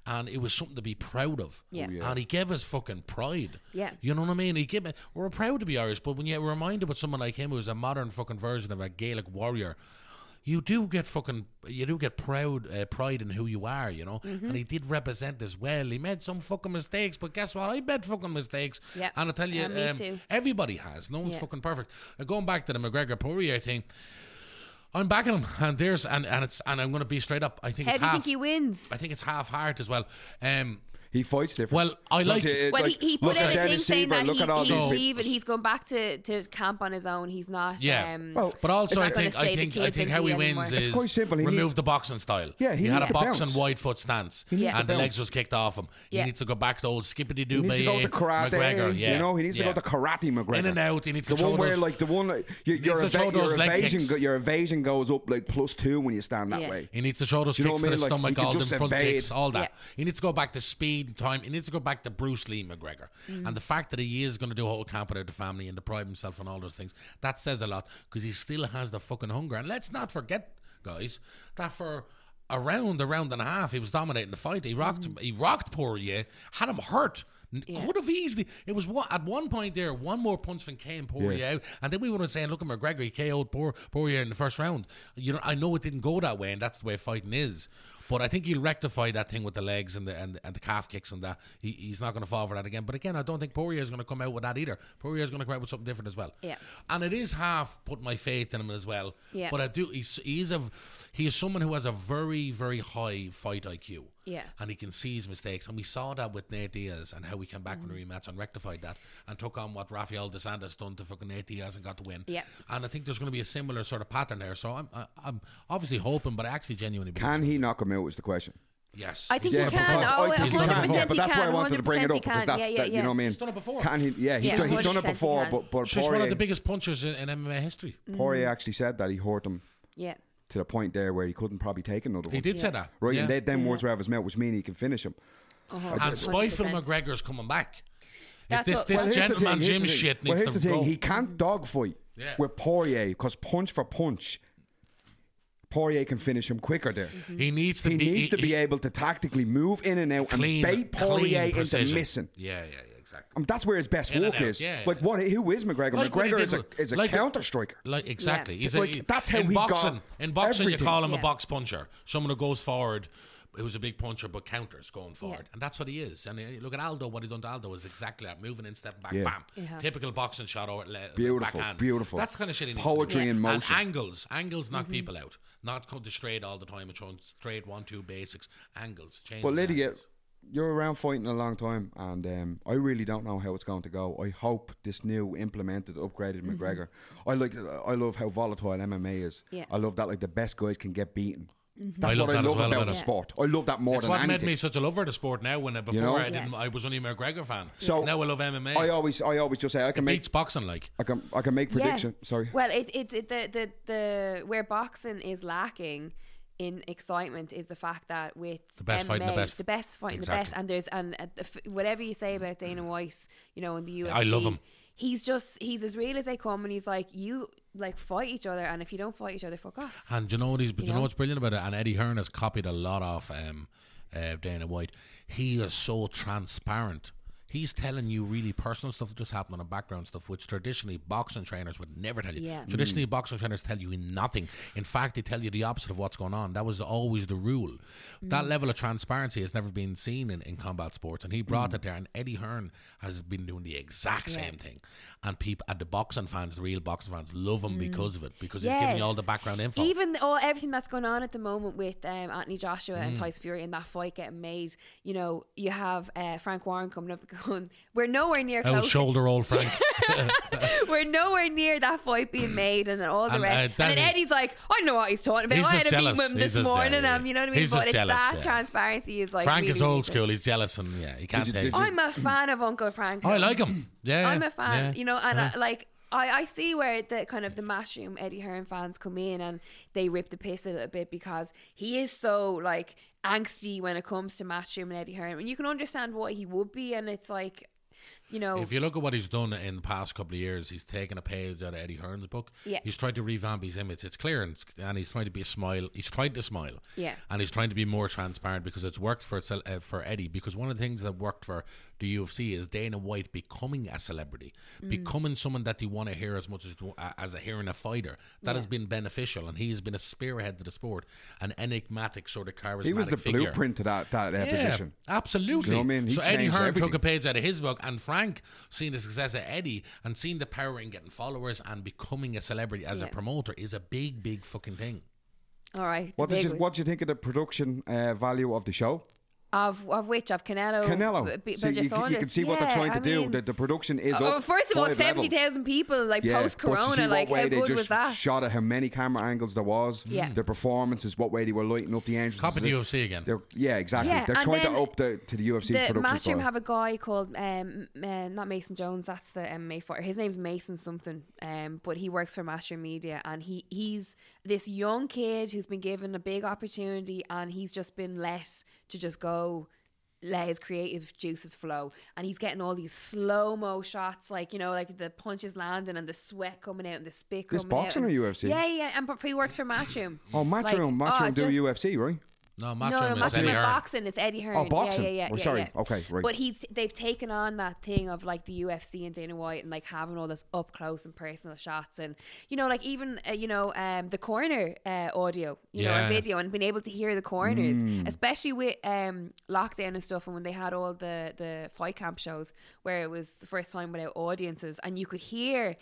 Speaker 2: and it was something to be proud of.
Speaker 1: Yeah. Oh, yeah.
Speaker 2: and he gave us fucking pride.
Speaker 1: Yeah.
Speaker 2: You know what I mean? He gave me, we're proud to be Irish, but when you were reminded with someone like him who's a modern fucking version of a Gaelic warrior, you do get fucking, you do get proud, uh, pride in who you are, you know?
Speaker 1: Mm-hmm.
Speaker 2: And he did represent as well. He made some fucking mistakes, but guess what? I made fucking mistakes.
Speaker 1: Yep.
Speaker 2: And I tell you,
Speaker 1: Yeah, me
Speaker 2: um,
Speaker 1: too.
Speaker 2: everybody has. No one's
Speaker 1: Yeah.
Speaker 2: fucking perfect. And going back to the McGregor Poirier thing, I'm backing him, and there's, and, and it's, and I'm going to be straight up. I think
Speaker 1: How
Speaker 2: it's
Speaker 1: do you
Speaker 2: half,
Speaker 1: think he wins?
Speaker 2: I think it's half heart as well. Um,
Speaker 3: He fights different.
Speaker 2: Well, I
Speaker 3: Look
Speaker 2: like-
Speaker 3: at it,
Speaker 1: Well, he, he put out
Speaker 3: look at
Speaker 1: a thing
Speaker 3: Dennis
Speaker 1: saying
Speaker 3: Seaver,
Speaker 1: that
Speaker 3: look
Speaker 1: he,
Speaker 3: at all
Speaker 1: he's
Speaker 2: So-
Speaker 3: these
Speaker 1: leaving. He's gone back to, to his camp on his own. He's not.
Speaker 2: Yeah.
Speaker 1: Um,
Speaker 3: Well,
Speaker 2: But
Speaker 1: It's
Speaker 2: also, I
Speaker 1: not gonna
Speaker 2: think I
Speaker 1: save
Speaker 2: think
Speaker 1: the
Speaker 2: I
Speaker 1: kids
Speaker 2: think
Speaker 1: in
Speaker 2: how he
Speaker 1: the end
Speaker 2: wins
Speaker 1: anymore.
Speaker 2: is
Speaker 3: It's quite simple. He
Speaker 2: remove
Speaker 3: needs-
Speaker 2: the boxing style.
Speaker 3: Yeah,
Speaker 2: he,
Speaker 3: he
Speaker 2: had
Speaker 3: needs
Speaker 2: a
Speaker 3: to
Speaker 2: boxing
Speaker 3: bounce.
Speaker 2: wide foot stance,
Speaker 3: needs to
Speaker 2: and the legs
Speaker 3: bounce.
Speaker 2: was kicked off him.
Speaker 1: Yeah.
Speaker 2: He needs to go back to old skippity doo
Speaker 3: He needs to go to karate.
Speaker 2: McGregor, yeah.
Speaker 3: You know, he needs
Speaker 2: yeah.
Speaker 3: to go to karate McGregor.
Speaker 2: In and out, he needs
Speaker 3: the
Speaker 2: to
Speaker 3: one
Speaker 2: throw
Speaker 3: where
Speaker 2: those-
Speaker 3: like the one like, your,
Speaker 2: needs
Speaker 3: your,
Speaker 2: to throw
Speaker 3: eva- your
Speaker 2: those leg
Speaker 3: evasion
Speaker 2: kicks.
Speaker 3: go, your evasion goes up like plus two when you stand that
Speaker 1: Yeah.
Speaker 3: way.
Speaker 2: He needs to show those
Speaker 3: You know
Speaker 2: kicks
Speaker 3: what I
Speaker 2: to the
Speaker 3: mean? Like,
Speaker 2: stomach,
Speaker 3: you
Speaker 2: all
Speaker 3: just
Speaker 2: them front
Speaker 3: evade.
Speaker 2: kicks, all that.
Speaker 1: Yeah.
Speaker 2: He needs to go back to speed and time. He needs to go back to Bruce Lee McGregor. And the fact that he is going to do a whole camp without the family and deprive himself and all those things, that says a lot because he still has the fucking hunger. And let's not forget, guys, that for a round, a round and a half, he was dominating the fight. He rocked, he rocked Poirier, had him hurt. N- Could have easily. It was one, at one point there, one more punch from Kane Poirier, out, and then we would have saying, "Look at McGregor, he KO'd Por- Poirier in the first round." You know, I know it didn't go that way, and that's the way fighting is. But I think he'll rectify that thing with the legs and the and, and the calf kicks and that. He, he's not going to fall for that again. But again, I don't think Poirier is going to come out with that either. Poirier is going to come out with something different as well.
Speaker 1: Yeah.
Speaker 2: And it is half put my faith in him as well.
Speaker 1: Yeah.
Speaker 2: But I do. He's he is a he is someone who has a very very high fight IQ.
Speaker 1: Yeah.
Speaker 2: And he can see his mistakes, and we saw that with Nate Diaz and how he came back
Speaker 1: Mm-hmm.
Speaker 2: when the rematch and rectified that and took on what Rafael dos Santos done to fucking Nate Diaz and got the win.
Speaker 1: Yeah.
Speaker 2: And I think there's going to be a similar sort of pattern there. So I'm I, I'm obviously hoping, but I actually genuinely believe
Speaker 3: Can he knock him out? Is the question.
Speaker 2: yes.
Speaker 1: I think
Speaker 3: Yeah,
Speaker 1: he can.
Speaker 3: because
Speaker 1: Oh,
Speaker 3: I think he
Speaker 1: 100%
Speaker 3: can.
Speaker 1: he
Speaker 3: Yeah, but that's why I
Speaker 1: can,
Speaker 3: wanted to bring it
Speaker 1: 100% he
Speaker 3: up because
Speaker 1: can.
Speaker 3: that's
Speaker 1: yeah, yeah,
Speaker 3: that,
Speaker 1: yeah.
Speaker 3: you know what I mean.
Speaker 2: He's done it before.
Speaker 3: Can he? Yeah, he's,
Speaker 1: Yeah,
Speaker 3: done, he's done
Speaker 1: 100%
Speaker 3: it
Speaker 1: he
Speaker 3: before.
Speaker 1: can.
Speaker 3: But, but
Speaker 2: She's one of the
Speaker 3: Poirier,
Speaker 2: biggest punchers in, in MMA history.
Speaker 3: Poirier actually said that he hurt him
Speaker 1: Yeah.
Speaker 3: to the point there where he couldn't probably take another
Speaker 2: He
Speaker 3: one.
Speaker 2: did say that.
Speaker 3: Right,
Speaker 2: yeah.
Speaker 3: and they, them words were out of his mouth, which mean he can finish him.
Speaker 1: Oh,
Speaker 2: and spiteful
Speaker 1: 100%.
Speaker 2: McGregor's coming back.
Speaker 1: That's
Speaker 2: if
Speaker 1: what-
Speaker 2: this,
Speaker 1: Well,
Speaker 2: this
Speaker 3: here's the
Speaker 2: gentleman
Speaker 3: thing, here's
Speaker 2: gym
Speaker 3: the thing.
Speaker 2: shit
Speaker 3: Well,
Speaker 2: needs
Speaker 3: here's
Speaker 2: to
Speaker 3: the thing.
Speaker 2: go.
Speaker 3: He can't dogfight
Speaker 2: Yeah.
Speaker 3: with Poirier because punch for punch, Poirier can finish him quicker there.
Speaker 2: He needs to
Speaker 3: He
Speaker 2: be.
Speaker 3: needs
Speaker 2: he-
Speaker 3: to be
Speaker 2: he-
Speaker 3: able to tactically move in and out
Speaker 2: clean,
Speaker 3: and bait
Speaker 2: clean
Speaker 3: Poirier into
Speaker 2: precision.
Speaker 3: missing.
Speaker 2: Yeah, yeah, yeah, exactly.
Speaker 3: I mean, that's where his best
Speaker 2: In and
Speaker 3: work
Speaker 2: out,
Speaker 3: is.
Speaker 2: yeah,
Speaker 3: like
Speaker 2: yeah.
Speaker 3: what? Who is McGregor?
Speaker 2: Like what he
Speaker 3: McGregor
Speaker 2: did
Speaker 3: is a
Speaker 2: with-
Speaker 3: is a
Speaker 2: like-
Speaker 3: counter striker.
Speaker 2: Like exactly. He's
Speaker 3: Like,
Speaker 2: a,
Speaker 3: that's how
Speaker 2: in
Speaker 3: he got
Speaker 2: boxing, In boxing,
Speaker 3: everything.
Speaker 2: you call him
Speaker 1: Yeah.
Speaker 2: a box puncher, someone who goes forward. Who's a big puncher but counters going forward, and that's what he is. And uh, look at Aldo, what he done to Aldo is exactly that: moving in, stepping back,
Speaker 3: Yeah.
Speaker 2: bam,
Speaker 1: Yeah.
Speaker 2: typical boxing shot or le-
Speaker 3: Beautiful,
Speaker 2: backhand.
Speaker 3: beautiful.
Speaker 2: That's the kind of shit. He needs to do.
Speaker 3: Poetry in
Speaker 2: And
Speaker 3: motion. Mm-hmm.
Speaker 2: angles, angles knock people out. Not cut to straight all the time and showing straight one two basics. Angles, change.
Speaker 3: But Lydia, you're around fighting a long time, and um, I really don't know how it's going to go. I hope this new implemented, upgraded
Speaker 1: Mm-hmm.
Speaker 3: McGregor. I like, I love how volatile MMA is.
Speaker 1: Yeah. Mm-hmm.
Speaker 3: I love that like the best guys can get beaten. That's
Speaker 2: I love
Speaker 3: what I
Speaker 2: that as
Speaker 3: love
Speaker 2: well
Speaker 3: about
Speaker 2: about
Speaker 3: the
Speaker 2: it.
Speaker 3: sport. I love that more
Speaker 2: It's
Speaker 3: than
Speaker 2: what made
Speaker 3: anything.
Speaker 2: me such a lover of the sport now. When uh, before
Speaker 3: know?
Speaker 2: I didn't, I was only a McGregor fan.
Speaker 3: So-
Speaker 2: now I love MMA.
Speaker 3: I always, I always just say I can make,
Speaker 2: Beats boxing like.
Speaker 3: I can, I can make prediction. Sorry.
Speaker 1: Well, it, it, it the, the the where boxing is lacking in excitement is the fact that with
Speaker 2: The best
Speaker 1: MMA,
Speaker 2: fighting the best.
Speaker 1: the best fighting the best,
Speaker 2: Exactly.
Speaker 1: and there's and uh, the f- whatever you say about Dana White, you know, in the UFC,
Speaker 2: I love him.
Speaker 1: He's just he's as real as they come, and he's like you like fight each other, and if you don't fight each other, fuck off.
Speaker 2: And do you know what he's, but
Speaker 1: You
Speaker 2: you know
Speaker 1: know?
Speaker 2: what's brilliant about it? And Eddie Hearn has copied a lot off um, uh, Dana White. He is so transparent. He's telling you really personal stuff that just happened and background stuff, which traditionally boxing trainers would never tell you. Mm.
Speaker 1: Yeah.
Speaker 2: Traditionally, boxing trainers tell you nothing. In fact, they tell you the opposite of what's going on. That was always the rule.
Speaker 1: Mm.
Speaker 2: That level of transparency has never been seen in, in combat sports, and he brought
Speaker 1: Mm.
Speaker 2: it there. And Eddie Hearn has been doing the exact same thing. And people, and the boxing fans, the real boxing fans, love him because of it, because he's giving you all
Speaker 1: Mm. Yes.
Speaker 2: the background info.
Speaker 1: Even all everything that's going on at the moment with um, Anthony Joshua
Speaker 2: Mm.
Speaker 1: and Tyson Fury and that fight getting made, you know, you have uh, Frank Warren coming up going, we're nowhere near
Speaker 2: Oh,
Speaker 1: close.
Speaker 2: shoulder old Frank.
Speaker 1: We're nowhere near that fight being made and all the
Speaker 2: And, uh,
Speaker 1: rest. and then
Speaker 2: Danny-
Speaker 1: Eddie's like, I know what he's talking about.
Speaker 2: He's
Speaker 1: I had
Speaker 2: just
Speaker 1: a meeting
Speaker 2: jealous.
Speaker 1: with him
Speaker 2: He's
Speaker 1: this
Speaker 2: just- yeah,
Speaker 1: morning.
Speaker 2: yeah,
Speaker 1: um, you know what I mean?
Speaker 2: he's
Speaker 1: but
Speaker 2: just
Speaker 1: it's
Speaker 2: jealous,
Speaker 1: that
Speaker 2: yeah.
Speaker 1: transparency is like.
Speaker 2: Frank
Speaker 1: really,
Speaker 2: is old
Speaker 1: really
Speaker 2: school. He's jealous and yeah, he can't
Speaker 3: you-
Speaker 2: take
Speaker 3: did
Speaker 2: it.
Speaker 1: good. I'm a fan of Uncle Frank.
Speaker 2: Oh, I
Speaker 1: though.
Speaker 2: like him. Yeah,
Speaker 1: I'm
Speaker 2: yeah,
Speaker 1: a fan,
Speaker 2: yeah.
Speaker 1: you know, and I, like. I, I see where the kind of the mushroom Eddie Hearn fans come in and they rip the piss a little bit because he is so like angsty when it comes to mushroom and Eddie Hearn, and you can understand what he would be, and it's like, you know,
Speaker 2: If you look at what he's done in the past couple of years, he's taken a page out of Eddie Hearn's book.
Speaker 1: Yeah.
Speaker 2: He's tried to revamp his image. It's clear, and, it's- and he's trying to be a smile. He's tried to smile.
Speaker 1: Yeah.
Speaker 2: And he's trying to be more transparent because it's worked for itself, uh, for Eddie. Because one of the things that worked for the UFC is Dana White becoming a celebrity,
Speaker 1: Mm.
Speaker 2: becoming someone that they want to hear as much as uh, as a hearing a fighter. That has been beneficial, and he has been a spearhead to the sport, an enigmatic sort of charismatic.
Speaker 3: He was the
Speaker 2: figure.
Speaker 3: blueprint to that that uh, position.
Speaker 2: Absolutely.
Speaker 3: You know what I mean? He
Speaker 2: so Eddie
Speaker 3: changed
Speaker 2: Hearn took
Speaker 3: everything.
Speaker 2: a page out of his book, and Frank, seeing the success of Eddie and seeing the power in getting followers and becoming a celebrity as
Speaker 1: Yeah.
Speaker 2: a promoter is a big, big fucking thing.
Speaker 1: all right.
Speaker 3: What
Speaker 1: the
Speaker 3: did
Speaker 1: big
Speaker 3: you
Speaker 1: one.
Speaker 3: What do you think of the production uh, value of the show?
Speaker 1: Of, of which of Canelo,
Speaker 3: Canelo.
Speaker 1: B- B-
Speaker 3: See, you,
Speaker 1: Burgess
Speaker 3: c- you
Speaker 1: Saunders.
Speaker 3: can see what they're
Speaker 1: Yeah,
Speaker 3: trying to
Speaker 1: I
Speaker 3: do.
Speaker 1: mean-
Speaker 3: the, the production is
Speaker 1: Oh,
Speaker 3: up.
Speaker 1: first of all,
Speaker 3: five levels.
Speaker 1: seventy thousand people like
Speaker 3: Yeah,
Speaker 1: post
Speaker 3: but you see
Speaker 1: Corona,
Speaker 3: what
Speaker 1: like
Speaker 3: way
Speaker 1: how
Speaker 3: they
Speaker 1: good
Speaker 3: just
Speaker 1: was that?
Speaker 3: Shot at how many camera angles there was.
Speaker 1: Yeah.
Speaker 3: The performances, what way they were lighting up the angles.
Speaker 2: Copy the UFC again.
Speaker 3: They're, yeah, exactly.
Speaker 1: Yeah,
Speaker 3: they're
Speaker 1: and
Speaker 3: trying
Speaker 1: then
Speaker 3: to up the, to the UFC's
Speaker 1: the
Speaker 3: production
Speaker 1: Matchroom
Speaker 3: style.
Speaker 1: have a guy called um, uh, not Mason Jones. That's the MMA fighter. His name's Mason something, um, but he works for Matchroom Media, and he he's this young kid who's been given a big opportunity, and he's just been let to just go. Let his creative juices flow, and he's getting all these slow mo shots, like you know, like the punches landing and the sweat coming out and the spit coming
Speaker 3: This boxing
Speaker 1: out. and-
Speaker 3: or UFC?
Speaker 1: Yeah, yeah, and but he works for Matchroom.
Speaker 3: oh, Matchroom,
Speaker 1: Like, oh,
Speaker 3: Matchroom do
Speaker 1: just-
Speaker 3: UFC, right?
Speaker 2: No,
Speaker 1: no,
Speaker 2: Matchroom
Speaker 1: no,
Speaker 2: is Eddie
Speaker 1: Matchroom
Speaker 2: Hearn.
Speaker 1: boxing. It's Eddie Hearn.
Speaker 3: Oh, boxing.
Speaker 1: Yeah, yeah, yeah.
Speaker 3: Oh,
Speaker 1: yeah,
Speaker 3: sorry.
Speaker 1: yeah.
Speaker 3: Okay, right.
Speaker 1: But he's they've taken on that thing of like the UFC and Dana White and like having all this up close and personal shots and you know like even uh, you know um the corner uh, audio you know
Speaker 2: Yeah.
Speaker 1: and video and being able to hear the corners,
Speaker 3: Mm.
Speaker 1: especially with um lockdown and stuff and when they had all the the fight camp shows where it was the first time without audiences and you could hear.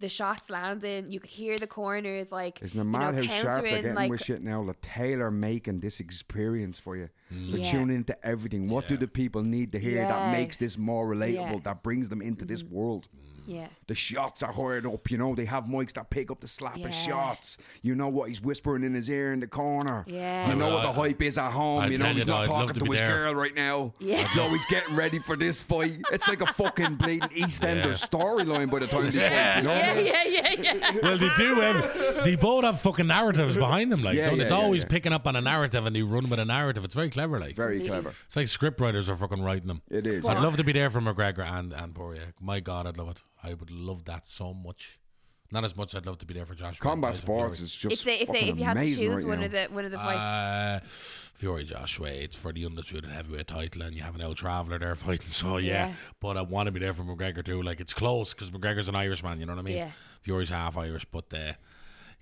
Speaker 1: The shots landing, you could hear the corners, like
Speaker 3: Isn't it mad
Speaker 1: you know,
Speaker 3: how sharp they're
Speaker 1: countering,
Speaker 3: getting
Speaker 1: like,
Speaker 3: with shit now? Like Taylor making this experience for you. They're
Speaker 1: Mm. Yeah.
Speaker 3: tuning into everything. What do the people need to hear that makes
Speaker 1: Yes.
Speaker 3: this more relatable?
Speaker 1: Yeah. Mm.
Speaker 3: That brings them into this world.
Speaker 1: yeah.
Speaker 3: The shots are hired up. You know they have mics that pick up the slap
Speaker 1: Yeah.
Speaker 3: of shots. You know what he's whispering in his ear in the corner.
Speaker 1: Yeah.
Speaker 3: You know what the
Speaker 2: I'd-
Speaker 3: hype is at home.
Speaker 2: I'd
Speaker 3: you know
Speaker 2: tell you
Speaker 3: he's not
Speaker 2: though, I'd love
Speaker 3: talking
Speaker 2: to
Speaker 3: to,
Speaker 2: be
Speaker 3: his
Speaker 2: there.
Speaker 3: girl right now.
Speaker 1: Yeah.
Speaker 3: So he's getting ready for this fight. It's like a fucking bleeding EastEnders storyline by the time they fight. You know.
Speaker 1: yeah, yeah, yeah, yeah.
Speaker 2: Well, they do. Have, they both have fucking narratives behind them. Like,
Speaker 3: Yeah,
Speaker 2: don't-
Speaker 3: yeah,
Speaker 2: it's
Speaker 3: yeah,
Speaker 2: always
Speaker 3: yeah.
Speaker 2: picking up on a narrative and they run with a narrative. It's very clever. Like,
Speaker 3: Very clever.
Speaker 2: it's like script writers are fucking writing them.
Speaker 3: It is.
Speaker 2: I'd love to be there for McGregor and and Poirier. My God, I'd love it. I would love that so much. Not as much. I'd love to be there for Joshua. and
Speaker 3: Combat
Speaker 2: Tyson
Speaker 3: sports
Speaker 2: Fury.
Speaker 3: is just
Speaker 1: if they if they
Speaker 3: fucking
Speaker 1: if you had to
Speaker 3: amazing
Speaker 1: choose
Speaker 3: right
Speaker 1: one
Speaker 3: now.
Speaker 1: of the one of the fights,
Speaker 2: Uh, Fury Joshua, it's for the undisputed heavyweight title, and you have an old traveller there fighting. So yeah,
Speaker 1: Yeah.
Speaker 2: but I want to be there for McGregor too. Like it's close because McGregor's an Irishman. You know what I mean?
Speaker 1: Yeah.
Speaker 2: Fury's half Irish, but uh,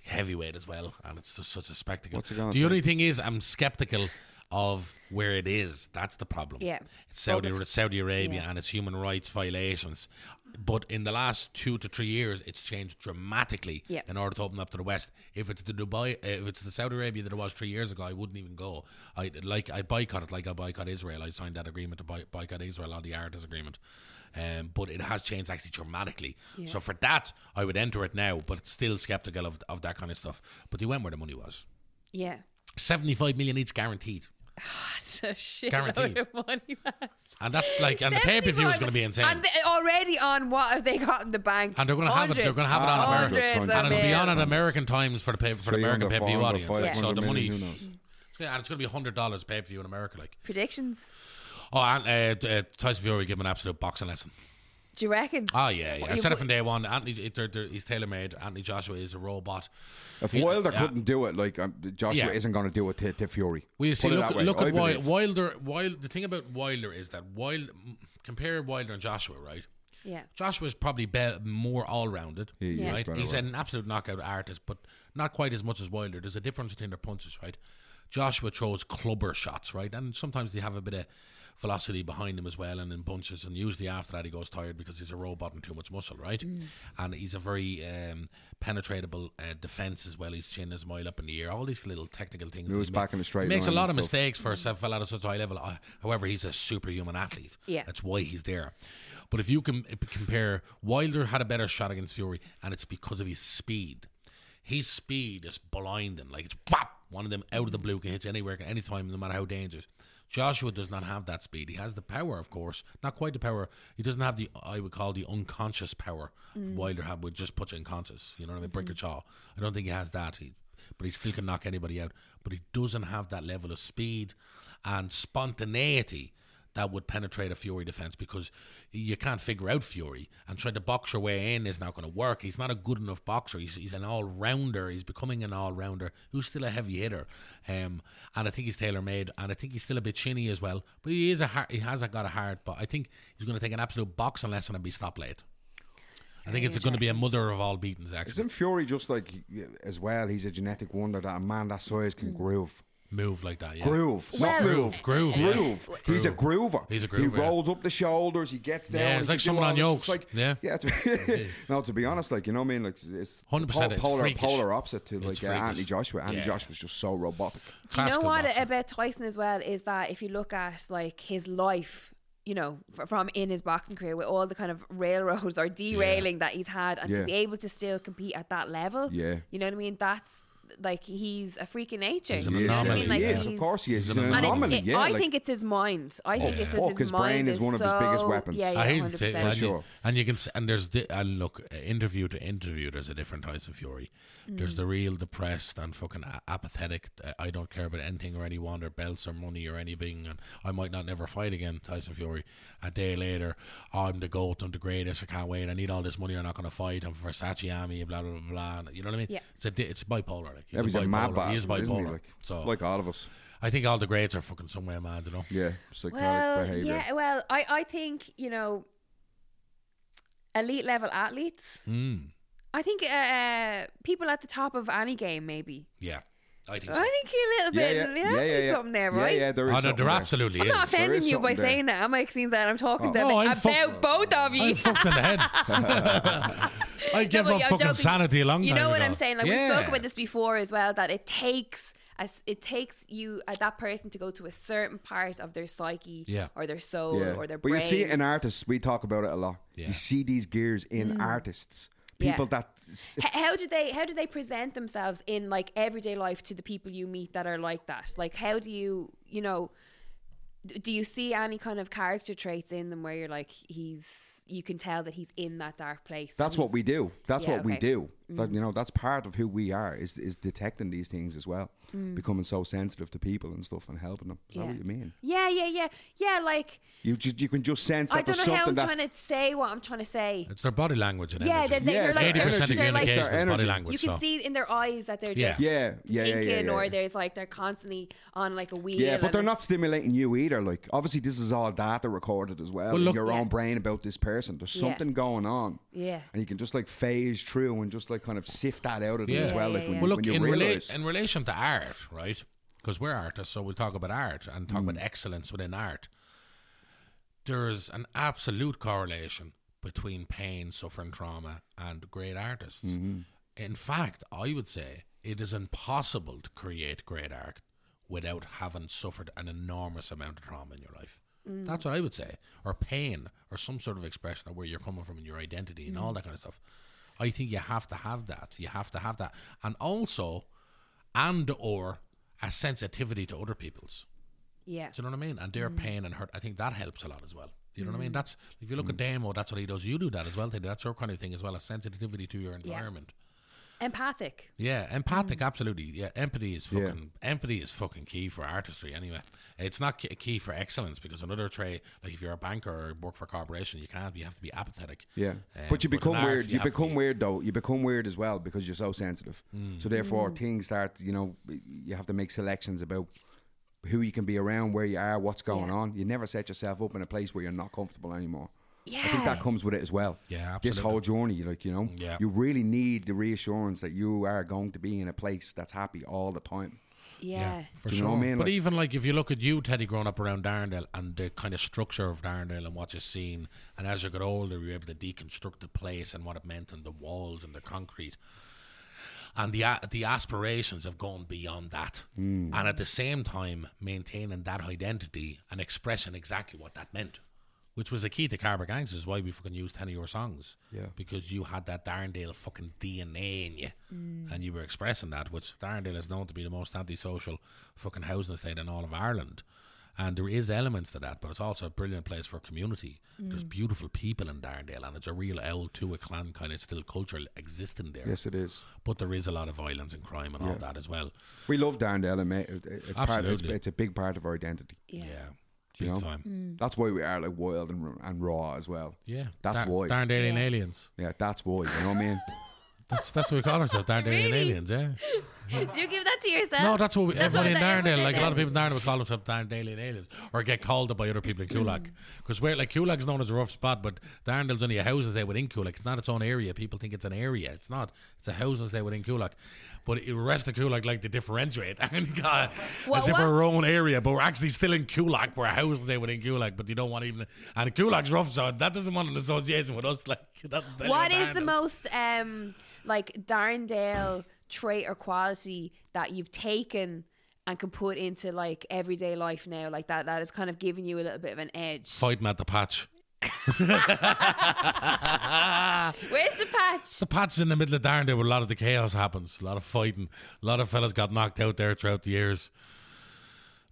Speaker 2: heavyweight as well, and it's just such a spectacle.
Speaker 3: What's it gonna
Speaker 2: the only thing is, I'm skeptical of where it is. That's the problem.
Speaker 1: Yeah.
Speaker 2: it's Saudi
Speaker 1: Focus.
Speaker 2: Saudi Arabia
Speaker 1: Yeah.
Speaker 2: and its human rights violations. But in the last two to three years, it's changed dramatically
Speaker 1: Yeah.
Speaker 2: in order to open up to the West. If it's the Dubai, uh, if it's the Saudi Arabia that it was three years ago, I wouldn't even go. I like I boycott it, like I boycott Israel. I signed that agreement to boy, boycott Israel on the artist agreement. Um, but it has changed actually dramatically. So for that, I would enter it now, but it's still skeptical of, of that kind of stuff. But they went where the money was.
Speaker 1: yeah.
Speaker 2: 75 million each guaranteed.
Speaker 1: That's a shit
Speaker 2: Guaranteed.
Speaker 1: of money. lads.
Speaker 2: And that's like, and the pay per view is
Speaker 1: 75
Speaker 2: going to be insane.
Speaker 1: And
Speaker 2: And,
Speaker 1: they- already on what have they got in the bank?
Speaker 2: And they're gonna have it- they're gonna have it on
Speaker 1: Hundreds,
Speaker 3: America.
Speaker 1: hundreds
Speaker 3: And
Speaker 1: of
Speaker 2: it'll be on at
Speaker 1: millions.
Speaker 2: American times for the pay, for the American
Speaker 3: 300,
Speaker 2: pay per view
Speaker 3: 400,
Speaker 2: audience. like,
Speaker 3: 500
Speaker 2: so the
Speaker 3: million,
Speaker 2: money,
Speaker 3: who knows?
Speaker 1: Mm.
Speaker 2: it's gonna- and it's going to be hundred dollars pay per view in America. Like,
Speaker 1: Predictions.
Speaker 2: oh, and uh, uh, Tyson Fury give him an absolute boxing lesson.
Speaker 1: Do you reckon?
Speaker 2: Oh yeah, yeah. I
Speaker 1: you
Speaker 2: said it
Speaker 1: put-
Speaker 2: from day one. Anthony, it- they're- they're- he's tailor made. Anthony Joshua is a robot.
Speaker 3: If
Speaker 2: Yeah,
Speaker 3: Wilder
Speaker 2: yeah.
Speaker 3: couldn't do it, like um, Joshua
Speaker 2: Yeah.
Speaker 3: isn't going to do it to, to Fury.
Speaker 2: Well, you see,
Speaker 3: Put it
Speaker 2: look,
Speaker 3: that way.
Speaker 2: look
Speaker 3: I
Speaker 2: at Wilder,
Speaker 3: believe.
Speaker 2: Wilder. Wild. The thing about Wilder is that Wild. Compare Wilder and Joshua, right?
Speaker 1: yeah.
Speaker 2: Joshua's probably be- more all rounded.
Speaker 3: He- he is
Speaker 2: right?
Speaker 3: better
Speaker 2: He's
Speaker 3: all-round.
Speaker 2: an absolute knockout artist, but not quite as much as Wilder. There's a difference between their punches, right? Joshua throws clubber shots, right? And sometimes they have a bit of velocity behind him as well and in bunches. And usually after that, he goes tired because he's a robot and too much muscle, right?
Speaker 3: Mm.
Speaker 2: And he's a very um, penetratable uh, defense as well. His chin is mile up in the air. All these little technical things. that
Speaker 3: Moves
Speaker 2: he
Speaker 3: back in a straight
Speaker 2: Makes a
Speaker 3: line
Speaker 2: lot
Speaker 3: and
Speaker 2: of
Speaker 3: stuff.
Speaker 2: mistakes for a fella at such a high level. Uh, However, he's a superhuman athlete.
Speaker 1: Yeah.
Speaker 2: That's why he's there. But if you can compare, Wilder had a better shot against Fury, and it's because of his speed. His speed is blinding. Like it's bop, one of them out of the blue can hit you anywhere, any time, no matter how dangerous. Joshua does not have that speed. He has the power, of course, not quite the power. He doesn't have the I would call the unconscious power Wilder had, would just put you unconscious. You know what I mean? Break your jaw. I don't think he has that. He, but he still can knock anybody out. But he doesn't have that level of speed and spontaneity that would penetrate a Fury defense because you can't figure out Fury and trying to box your way in is not going to work. He's not a good enough boxer. He's, he's an all rounder. He's becoming an all rounder who's still a heavy hitter. Um, and I think he's tailor made. And I think he's still a bit chinny as well. But he is a har he has got a heart. But I think he's going to take an absolute boxing lesson and be stopped late. I think it's going to be a mother of all beatings. Actually,
Speaker 3: Isn't Fury just like as well? He's a genetic wonder that a man that size can groove.
Speaker 2: move like that. Yeah.
Speaker 3: Groove, not
Speaker 1: Hmm. Well-
Speaker 3: move.
Speaker 2: Groove, groove, yeah.
Speaker 3: groove. He's a groover.
Speaker 2: He's a
Speaker 3: He
Speaker 2: groover, yeah.
Speaker 3: rolls up the shoulders. He gets down.
Speaker 2: Yeah,
Speaker 3: he
Speaker 2: it's
Speaker 3: can
Speaker 2: like
Speaker 3: do
Speaker 2: someone
Speaker 3: all
Speaker 2: on
Speaker 3: this.
Speaker 2: yokes.
Speaker 3: It's like,
Speaker 2: Yeah.
Speaker 3: yeah. It's, no, to be honest, like you know, what I mean, like it's- it's
Speaker 2: 100%
Speaker 3: po-
Speaker 2: it's
Speaker 3: polar,
Speaker 2: freakish.
Speaker 3: polar opposite to
Speaker 2: It's
Speaker 3: like uh, Anthony
Speaker 2: freakish.
Speaker 3: Joshua. Anthony
Speaker 2: Yeah.
Speaker 3: Joshua's just so robotic.
Speaker 1: Do you know
Speaker 2: Classical
Speaker 1: what
Speaker 2: boxing.
Speaker 1: about Tyson as well is that if you look at like his life, you know, f- from in his boxing career with all the kind of railroads or derailing that he's had, and to
Speaker 3: Yeah.
Speaker 1: be able to still compete at that level,
Speaker 3: Yeah.
Speaker 1: you know what I mean? That's like he's a freak of nature.
Speaker 2: He's an
Speaker 1: do you know what I
Speaker 2: anomaly,
Speaker 1: mean? Like,
Speaker 3: He is,
Speaker 1: he's-
Speaker 3: of course, he is.
Speaker 2: he's
Speaker 3: He's
Speaker 2: an
Speaker 3: an
Speaker 1: and it's-
Speaker 2: anomaly.
Speaker 3: anomaly.
Speaker 1: it-
Speaker 3: Yeah,
Speaker 1: I
Speaker 3: like-
Speaker 1: think it's his mind. I think
Speaker 3: Oh,
Speaker 1: it's
Speaker 3: fuck,
Speaker 1: just his
Speaker 3: his brain
Speaker 1: mind
Speaker 3: is one of his biggest
Speaker 1: so-
Speaker 3: weapons.
Speaker 1: Yeah, yeah,
Speaker 2: I hate to
Speaker 1: 100%.
Speaker 2: say it, and, you,
Speaker 3: sure.
Speaker 2: and you can s- and there's the, and look uh, interview to interview there's a different Tyson Fury. There's
Speaker 1: Mm.
Speaker 2: the real depressed and fucking a- apathetic. uh, I don't care about anything or anyone or belts or money or anything, and I might not never fight again. Tyson Fury. A day later, I'm the goat. I'm the greatest. I can't wait. I need all this money. I'm not going to fight. I'm Versace army. Blah blah blah. blah. and You know what I mean?
Speaker 1: Yeah.
Speaker 2: It's a di- it's bipolar. Like he's,
Speaker 3: Yeah, he's a mad
Speaker 2: bipolar. He is
Speaker 3: bastard, isn't he?
Speaker 2: bipolar.
Speaker 3: Like,
Speaker 2: so
Speaker 3: like all of us.
Speaker 2: I think all the greats are fucking somewhere mad. You know.
Speaker 3: Yeah, psychotic
Speaker 1: Well,
Speaker 3: behavior.
Speaker 1: yeah, well, I, I think, you know, elite level athletes.
Speaker 2: Mm,
Speaker 1: I think uh, uh, people at the top of any game, maybe.
Speaker 2: yeah, I think. so.
Speaker 1: I think a little bit. Yeah, yeah, something there, right?
Speaker 3: Yeah, yeah, there is.
Speaker 2: Oh, no,
Speaker 3: something
Speaker 2: there
Speaker 3: there.
Speaker 2: absolutely
Speaker 1: I'm
Speaker 2: is.
Speaker 1: not offending
Speaker 3: is
Speaker 1: you by
Speaker 3: something there.
Speaker 1: saying that. I'm like, seems that I'm talking to
Speaker 2: Oh,
Speaker 1: them
Speaker 2: I'm
Speaker 1: about
Speaker 2: fuck-
Speaker 1: both of you.
Speaker 2: I'm fucked in the head. I gave
Speaker 1: No, but
Speaker 2: up
Speaker 1: I'm
Speaker 2: fucking
Speaker 1: joking.
Speaker 2: sanity a long
Speaker 1: You
Speaker 2: time
Speaker 1: know what
Speaker 2: ago.
Speaker 1: I'm saying? Like we
Speaker 2: Yeah.
Speaker 1: spoke about this before as well. That it takes as it takes you uh, that person to go to a certain part of their psyche,
Speaker 2: Yeah.
Speaker 1: or their soul,
Speaker 3: Yeah.
Speaker 1: or their
Speaker 3: but
Speaker 1: brain. Mm.
Speaker 3: you see it in artists. We talk about it a lot.
Speaker 2: Yeah.
Speaker 3: You see these gears in artists.
Speaker 1: Yeah.
Speaker 3: People that s-
Speaker 1: H- how do they how do they present themselves in like everyday life to the people you meet that are like that like how do you you know d- do you see any kind of character traits in them where you're like he's you can tell that he's in that dark place
Speaker 3: That's what we do. That's
Speaker 1: Yeah,
Speaker 3: what we
Speaker 1: okay. Mm.
Speaker 3: do. Like, you know, that's part of who we are is is detecting these things as well, becoming so sensitive to people and stuff and helping them. Is
Speaker 1: Mm. Yeah.
Speaker 3: that what you mean?
Speaker 1: yeah yeah yeah yeah like
Speaker 3: You just you can just sense that
Speaker 1: i don't
Speaker 3: there's
Speaker 1: know how
Speaker 3: something
Speaker 1: i'm
Speaker 3: that
Speaker 1: trying to say what i'm trying to say
Speaker 2: It's their body language and
Speaker 1: yeah,
Speaker 2: energy.
Speaker 1: they're, they
Speaker 3: Yeah,
Speaker 1: you're
Speaker 3: it's
Speaker 1: like,
Speaker 3: their
Speaker 1: they're,
Speaker 2: Eighty percent of
Speaker 1: they're like
Speaker 2: communication is body
Speaker 3: energy.
Speaker 2: language.
Speaker 1: you can
Speaker 2: so.
Speaker 1: see in their eyes that they're
Speaker 2: Yeah.
Speaker 1: just
Speaker 3: Yeah, yeah, yeah, yeah,
Speaker 1: thinking
Speaker 3: yeah,
Speaker 1: or
Speaker 3: yeah.
Speaker 1: there's like they're constantly on like a wheel
Speaker 3: yeah, but
Speaker 1: and
Speaker 3: they're
Speaker 1: it's-
Speaker 3: not stimulating you either. Like, obviously, this is all data recorded as well.
Speaker 2: Well,
Speaker 3: in
Speaker 2: look-
Speaker 3: your
Speaker 1: Yeah.
Speaker 3: own brain about this person. There's
Speaker 1: Yeah.
Speaker 3: something going on,
Speaker 1: yeah
Speaker 3: and you can just like phase through and just like kind of sift that out of it
Speaker 2: Yeah.
Speaker 3: as well.
Speaker 1: Yeah,
Speaker 3: Like
Speaker 1: yeah,
Speaker 3: when,
Speaker 1: yeah.
Speaker 3: you
Speaker 2: Well, look,
Speaker 3: when you
Speaker 2: in,
Speaker 3: realize,
Speaker 2: rela- in relation to art, right? Because we're artists, so we'll talk about art and talk
Speaker 3: Mm.
Speaker 2: about excellence within art. There is an absolute correlation between pain, suffering, trauma, and great artists.
Speaker 3: Mm-hmm.
Speaker 2: In fact, I would say it is impossible to create great art without having suffered an enormous amount of trauma in your life. That's what I would say. Or pain, or some sort of expression of where you're coming from and your identity and all that kind of stuff. I think you have to have that. You have to have that. And also, and or a sensitivity to other people's.
Speaker 1: Yeah.
Speaker 2: Do you know what I mean? And their pain and hurt. I think that helps a lot as well. Do you know what I mean? That's if you look at Damo, that's what he does. You do that as well, Teddy. That's your kind of thing as well, a sensitivity to your environment.
Speaker 1: Empathic.
Speaker 2: Yeah, empathic, absolutely. Yeah, empathy is fucking empathy is fucking key for artistry. Anyway, it's not ki- key for excellence because another trait, like if you're a banker or work for a corporation, you can't. You have to be apathetic.
Speaker 3: Yeah,
Speaker 2: Um,
Speaker 3: but you
Speaker 2: in
Speaker 3: become
Speaker 2: art,
Speaker 3: weird. You,
Speaker 2: have to
Speaker 3: become
Speaker 2: be- Mm.
Speaker 3: weird though. You become weird as well because you're so sensitive. So therefore,
Speaker 1: Mm.
Speaker 3: things start. You know, you have to make selections about who you can be around, where you are, what's going
Speaker 1: Yeah.
Speaker 3: on. You never set yourself up in a place where you're not comfortable anymore.
Speaker 1: Yeah.
Speaker 3: I think that comes with it as well.
Speaker 2: Yeah,
Speaker 3: This
Speaker 2: absolutely.
Speaker 3: whole journey, like you know,
Speaker 2: Yeah.
Speaker 3: you really need the reassurance that you are going to be in a place that's happy all the time.
Speaker 1: yeah.
Speaker 2: for
Speaker 3: Do you know what I mean?
Speaker 2: But
Speaker 3: Like-
Speaker 2: even like if you look at you, Teddy, growing up around Darndale and the kind of structure of Darndale and what you've seen, and as you got older, you're able to deconstruct the place and what it meant and the walls and the concrete. And the a- the aspirations have gone beyond that, and at the same time maintaining that identity and expressing exactly what that meant, which was the key to Carver Gangs, is why we fucking used ten of your songs,
Speaker 3: Yeah.
Speaker 2: because you had that Darndale fucking DNA in you, and you were expressing that, which Darndale is known to be the most antisocial fucking housing estate in all of Ireland. And there is elements to that, but it's also a brilliant place for community. There's beautiful people in Darndale, and it's a real L to a clan kind of still culture existing there
Speaker 3: Yes, it is.
Speaker 2: but there is a lot of violence and crime and all that as well.
Speaker 3: We love Darndale, and mate, it- it's, part, it's,
Speaker 2: Absolutely.
Speaker 3: it's a big part of our identity.
Speaker 2: Yeah,
Speaker 3: You
Speaker 2: big
Speaker 3: know?
Speaker 2: time.
Speaker 1: Mm.
Speaker 3: That's why we are like wild and, r- and raw as well.
Speaker 2: Yeah,
Speaker 3: That's
Speaker 2: Dar-
Speaker 3: why.
Speaker 2: Darn alien aliens.
Speaker 3: Yeah, that's why. You know what I mean?
Speaker 2: That's that's what we call ourselves, Darn alien
Speaker 1: Really?
Speaker 2: aliens. Yeah.
Speaker 1: Do you give that to yourself?
Speaker 2: No, that's what we,
Speaker 1: That's what
Speaker 2: everybody in
Speaker 1: that-
Speaker 2: Darndale,
Speaker 1: everyone
Speaker 2: like a
Speaker 1: did
Speaker 2: lot of
Speaker 1: then.
Speaker 2: people in Darndale would call themselves Darndale aliens or get called up by other people in
Speaker 1: Mm.
Speaker 2: Kulag. Because we're like Kulag's known as a rough spot, but Darndale's only a housing estate within Kulak. It's not its own area. People think it's an area. It's not. It's a housing estate within Kulak. But the rest of Kulak like to differentiate and God,
Speaker 1: What-
Speaker 2: as if
Speaker 1: what-
Speaker 2: we're our own area, but we're actually still in Kulak. We're a housing estate within Kulak, but you don't want even and Kulak's rough, so that doesn't want an association with us. Like that, that-
Speaker 1: What is the
Speaker 2: Darndale.
Speaker 1: most um like Darndale trait or quality that you've taken and can put into like everyday life now? Like that that is kind of giving you a little bit of an edge.
Speaker 2: fighting at the patch?
Speaker 1: Where's the patch?
Speaker 2: The patch in the middle of Darndale where a lot of the chaos happens. A lot of fighting. A lot of fellas got knocked out there throughout the years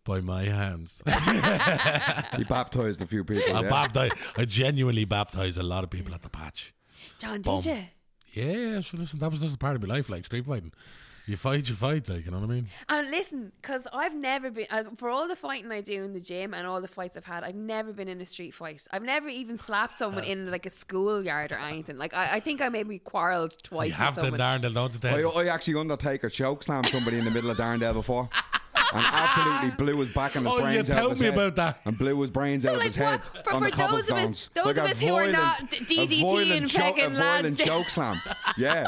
Speaker 2: by my hands.
Speaker 3: He baptized a few people.
Speaker 2: I
Speaker 3: yeah.
Speaker 2: baptize, I genuinely baptize a lot of people at the patch.
Speaker 1: John,
Speaker 2: Bomb.
Speaker 1: did you?
Speaker 2: Yeah, so listen, that was just a part of my life, like street fighting. You fight, you fight, like, you know what I mean?
Speaker 1: And listen, because I've never been, as- for all the fighting I do in the gym and all the fights I've had, I've never been in a street fight. I've never even slapped someone
Speaker 2: Uh.
Speaker 1: in like a schoolyard or anything. Like, I, I think I maybe quarreled twice.
Speaker 2: You
Speaker 1: with
Speaker 2: have to
Speaker 1: someone.
Speaker 2: Darndale, don't you?
Speaker 3: I,
Speaker 2: Ted?
Speaker 3: I actually Undertaker choke slammed somebody in the middle of Darndale before. And absolutely blew his back and his
Speaker 2: Oh, you
Speaker 3: brains out
Speaker 2: told
Speaker 3: of his
Speaker 2: me
Speaker 3: head.
Speaker 2: about that.
Speaker 3: And blew his brains out of
Speaker 1: like,
Speaker 3: his head
Speaker 1: what? For-
Speaker 3: on
Speaker 1: for
Speaker 3: the
Speaker 1: those of us-
Speaker 3: cobblestones.
Speaker 1: those
Speaker 3: like
Speaker 1: of
Speaker 3: a
Speaker 1: us who are not
Speaker 3: violent-
Speaker 1: d-
Speaker 3: a
Speaker 1: DDT
Speaker 3: violent
Speaker 1: and
Speaker 3: cho-
Speaker 1: fucking
Speaker 3: a violent
Speaker 1: lads.
Speaker 3: choke slam. Yeah.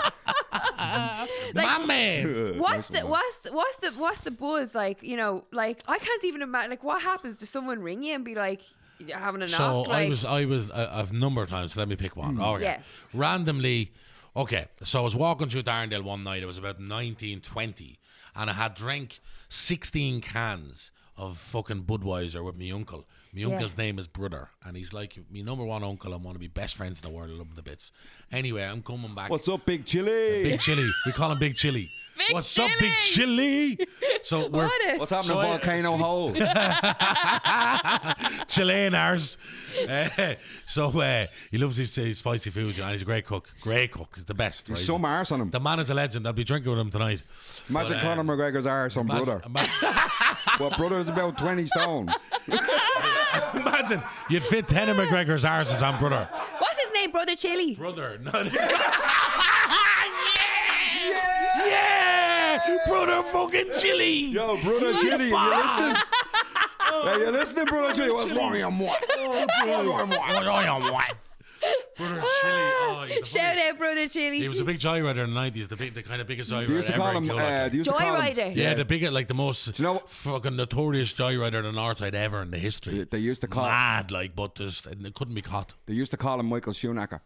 Speaker 2: my man!
Speaker 1: What's
Speaker 3: Nice
Speaker 1: the
Speaker 3: one.
Speaker 1: what's the, what's the what's the buzz like? You know, like I can't even imagine. Like, what happens? Does someone ring you and be like, "You're having a knock"?
Speaker 2: So
Speaker 1: like, Mm,
Speaker 2: I was, I was, uh, a number of times. Let me pick one. Oh, Okay.
Speaker 1: Yeah.
Speaker 2: Randomly, okay. So I was walking through Darndale one night. It was about nineteen twenty, and I had drank sixteen cans of fucking Budweiser with my uncle. My uncle's name is Brother, and he's like my number one uncle and one of my best friends in the world. I love him to bits. Anyway, I'm coming back.
Speaker 3: What's up, Big Chili?
Speaker 2: Big Chili. We call him Big Chili.
Speaker 1: Big
Speaker 2: What's up, Big Chili? So we're
Speaker 1: What a-
Speaker 3: What's happening
Speaker 2: So
Speaker 3: to
Speaker 2: I-
Speaker 3: Volcano Hole?
Speaker 2: Chileaners. Eh, so uh, he loves his, his spicy food, and he's a great cook. Great cook, he's the best. Right?
Speaker 3: Some arse on him.
Speaker 2: the man is a legend. I'll be drinking with him tonight.
Speaker 3: Imagine Conor McGregor's arse on brother.
Speaker 2: Ima-
Speaker 3: Well, brother's about 20 stone.
Speaker 2: Imagine you'd fit ten of McGregor's arses on brother.
Speaker 1: what's his name, brother Chili?
Speaker 2: Brother, not. yeah! yeah, brother, fucking chili.
Speaker 3: Yo, brother Chili, are you listening? Are you listening, brother Chili? What's wrong with your moi? What's wrong with your moi?
Speaker 2: Brother, chili. Oh, he's the
Speaker 1: Shout
Speaker 2: fucking-
Speaker 1: out, brother Chili.
Speaker 2: He was a big joyrider in the nineties. The big, the kind of biggest joyrider
Speaker 3: They used to
Speaker 2: ever
Speaker 3: call
Speaker 2: in
Speaker 3: him.
Speaker 2: Killarney.
Speaker 3: Uh, they used to call him-
Speaker 1: Joyrider.
Speaker 2: Yeah, the biggest, like the most
Speaker 3: you know-
Speaker 2: fucking notorious joyrider in our side ever in the history.
Speaker 3: They- they used to call-
Speaker 2: mad like, but just and it couldn't be caught.
Speaker 3: They used to call him Michael Schumacher.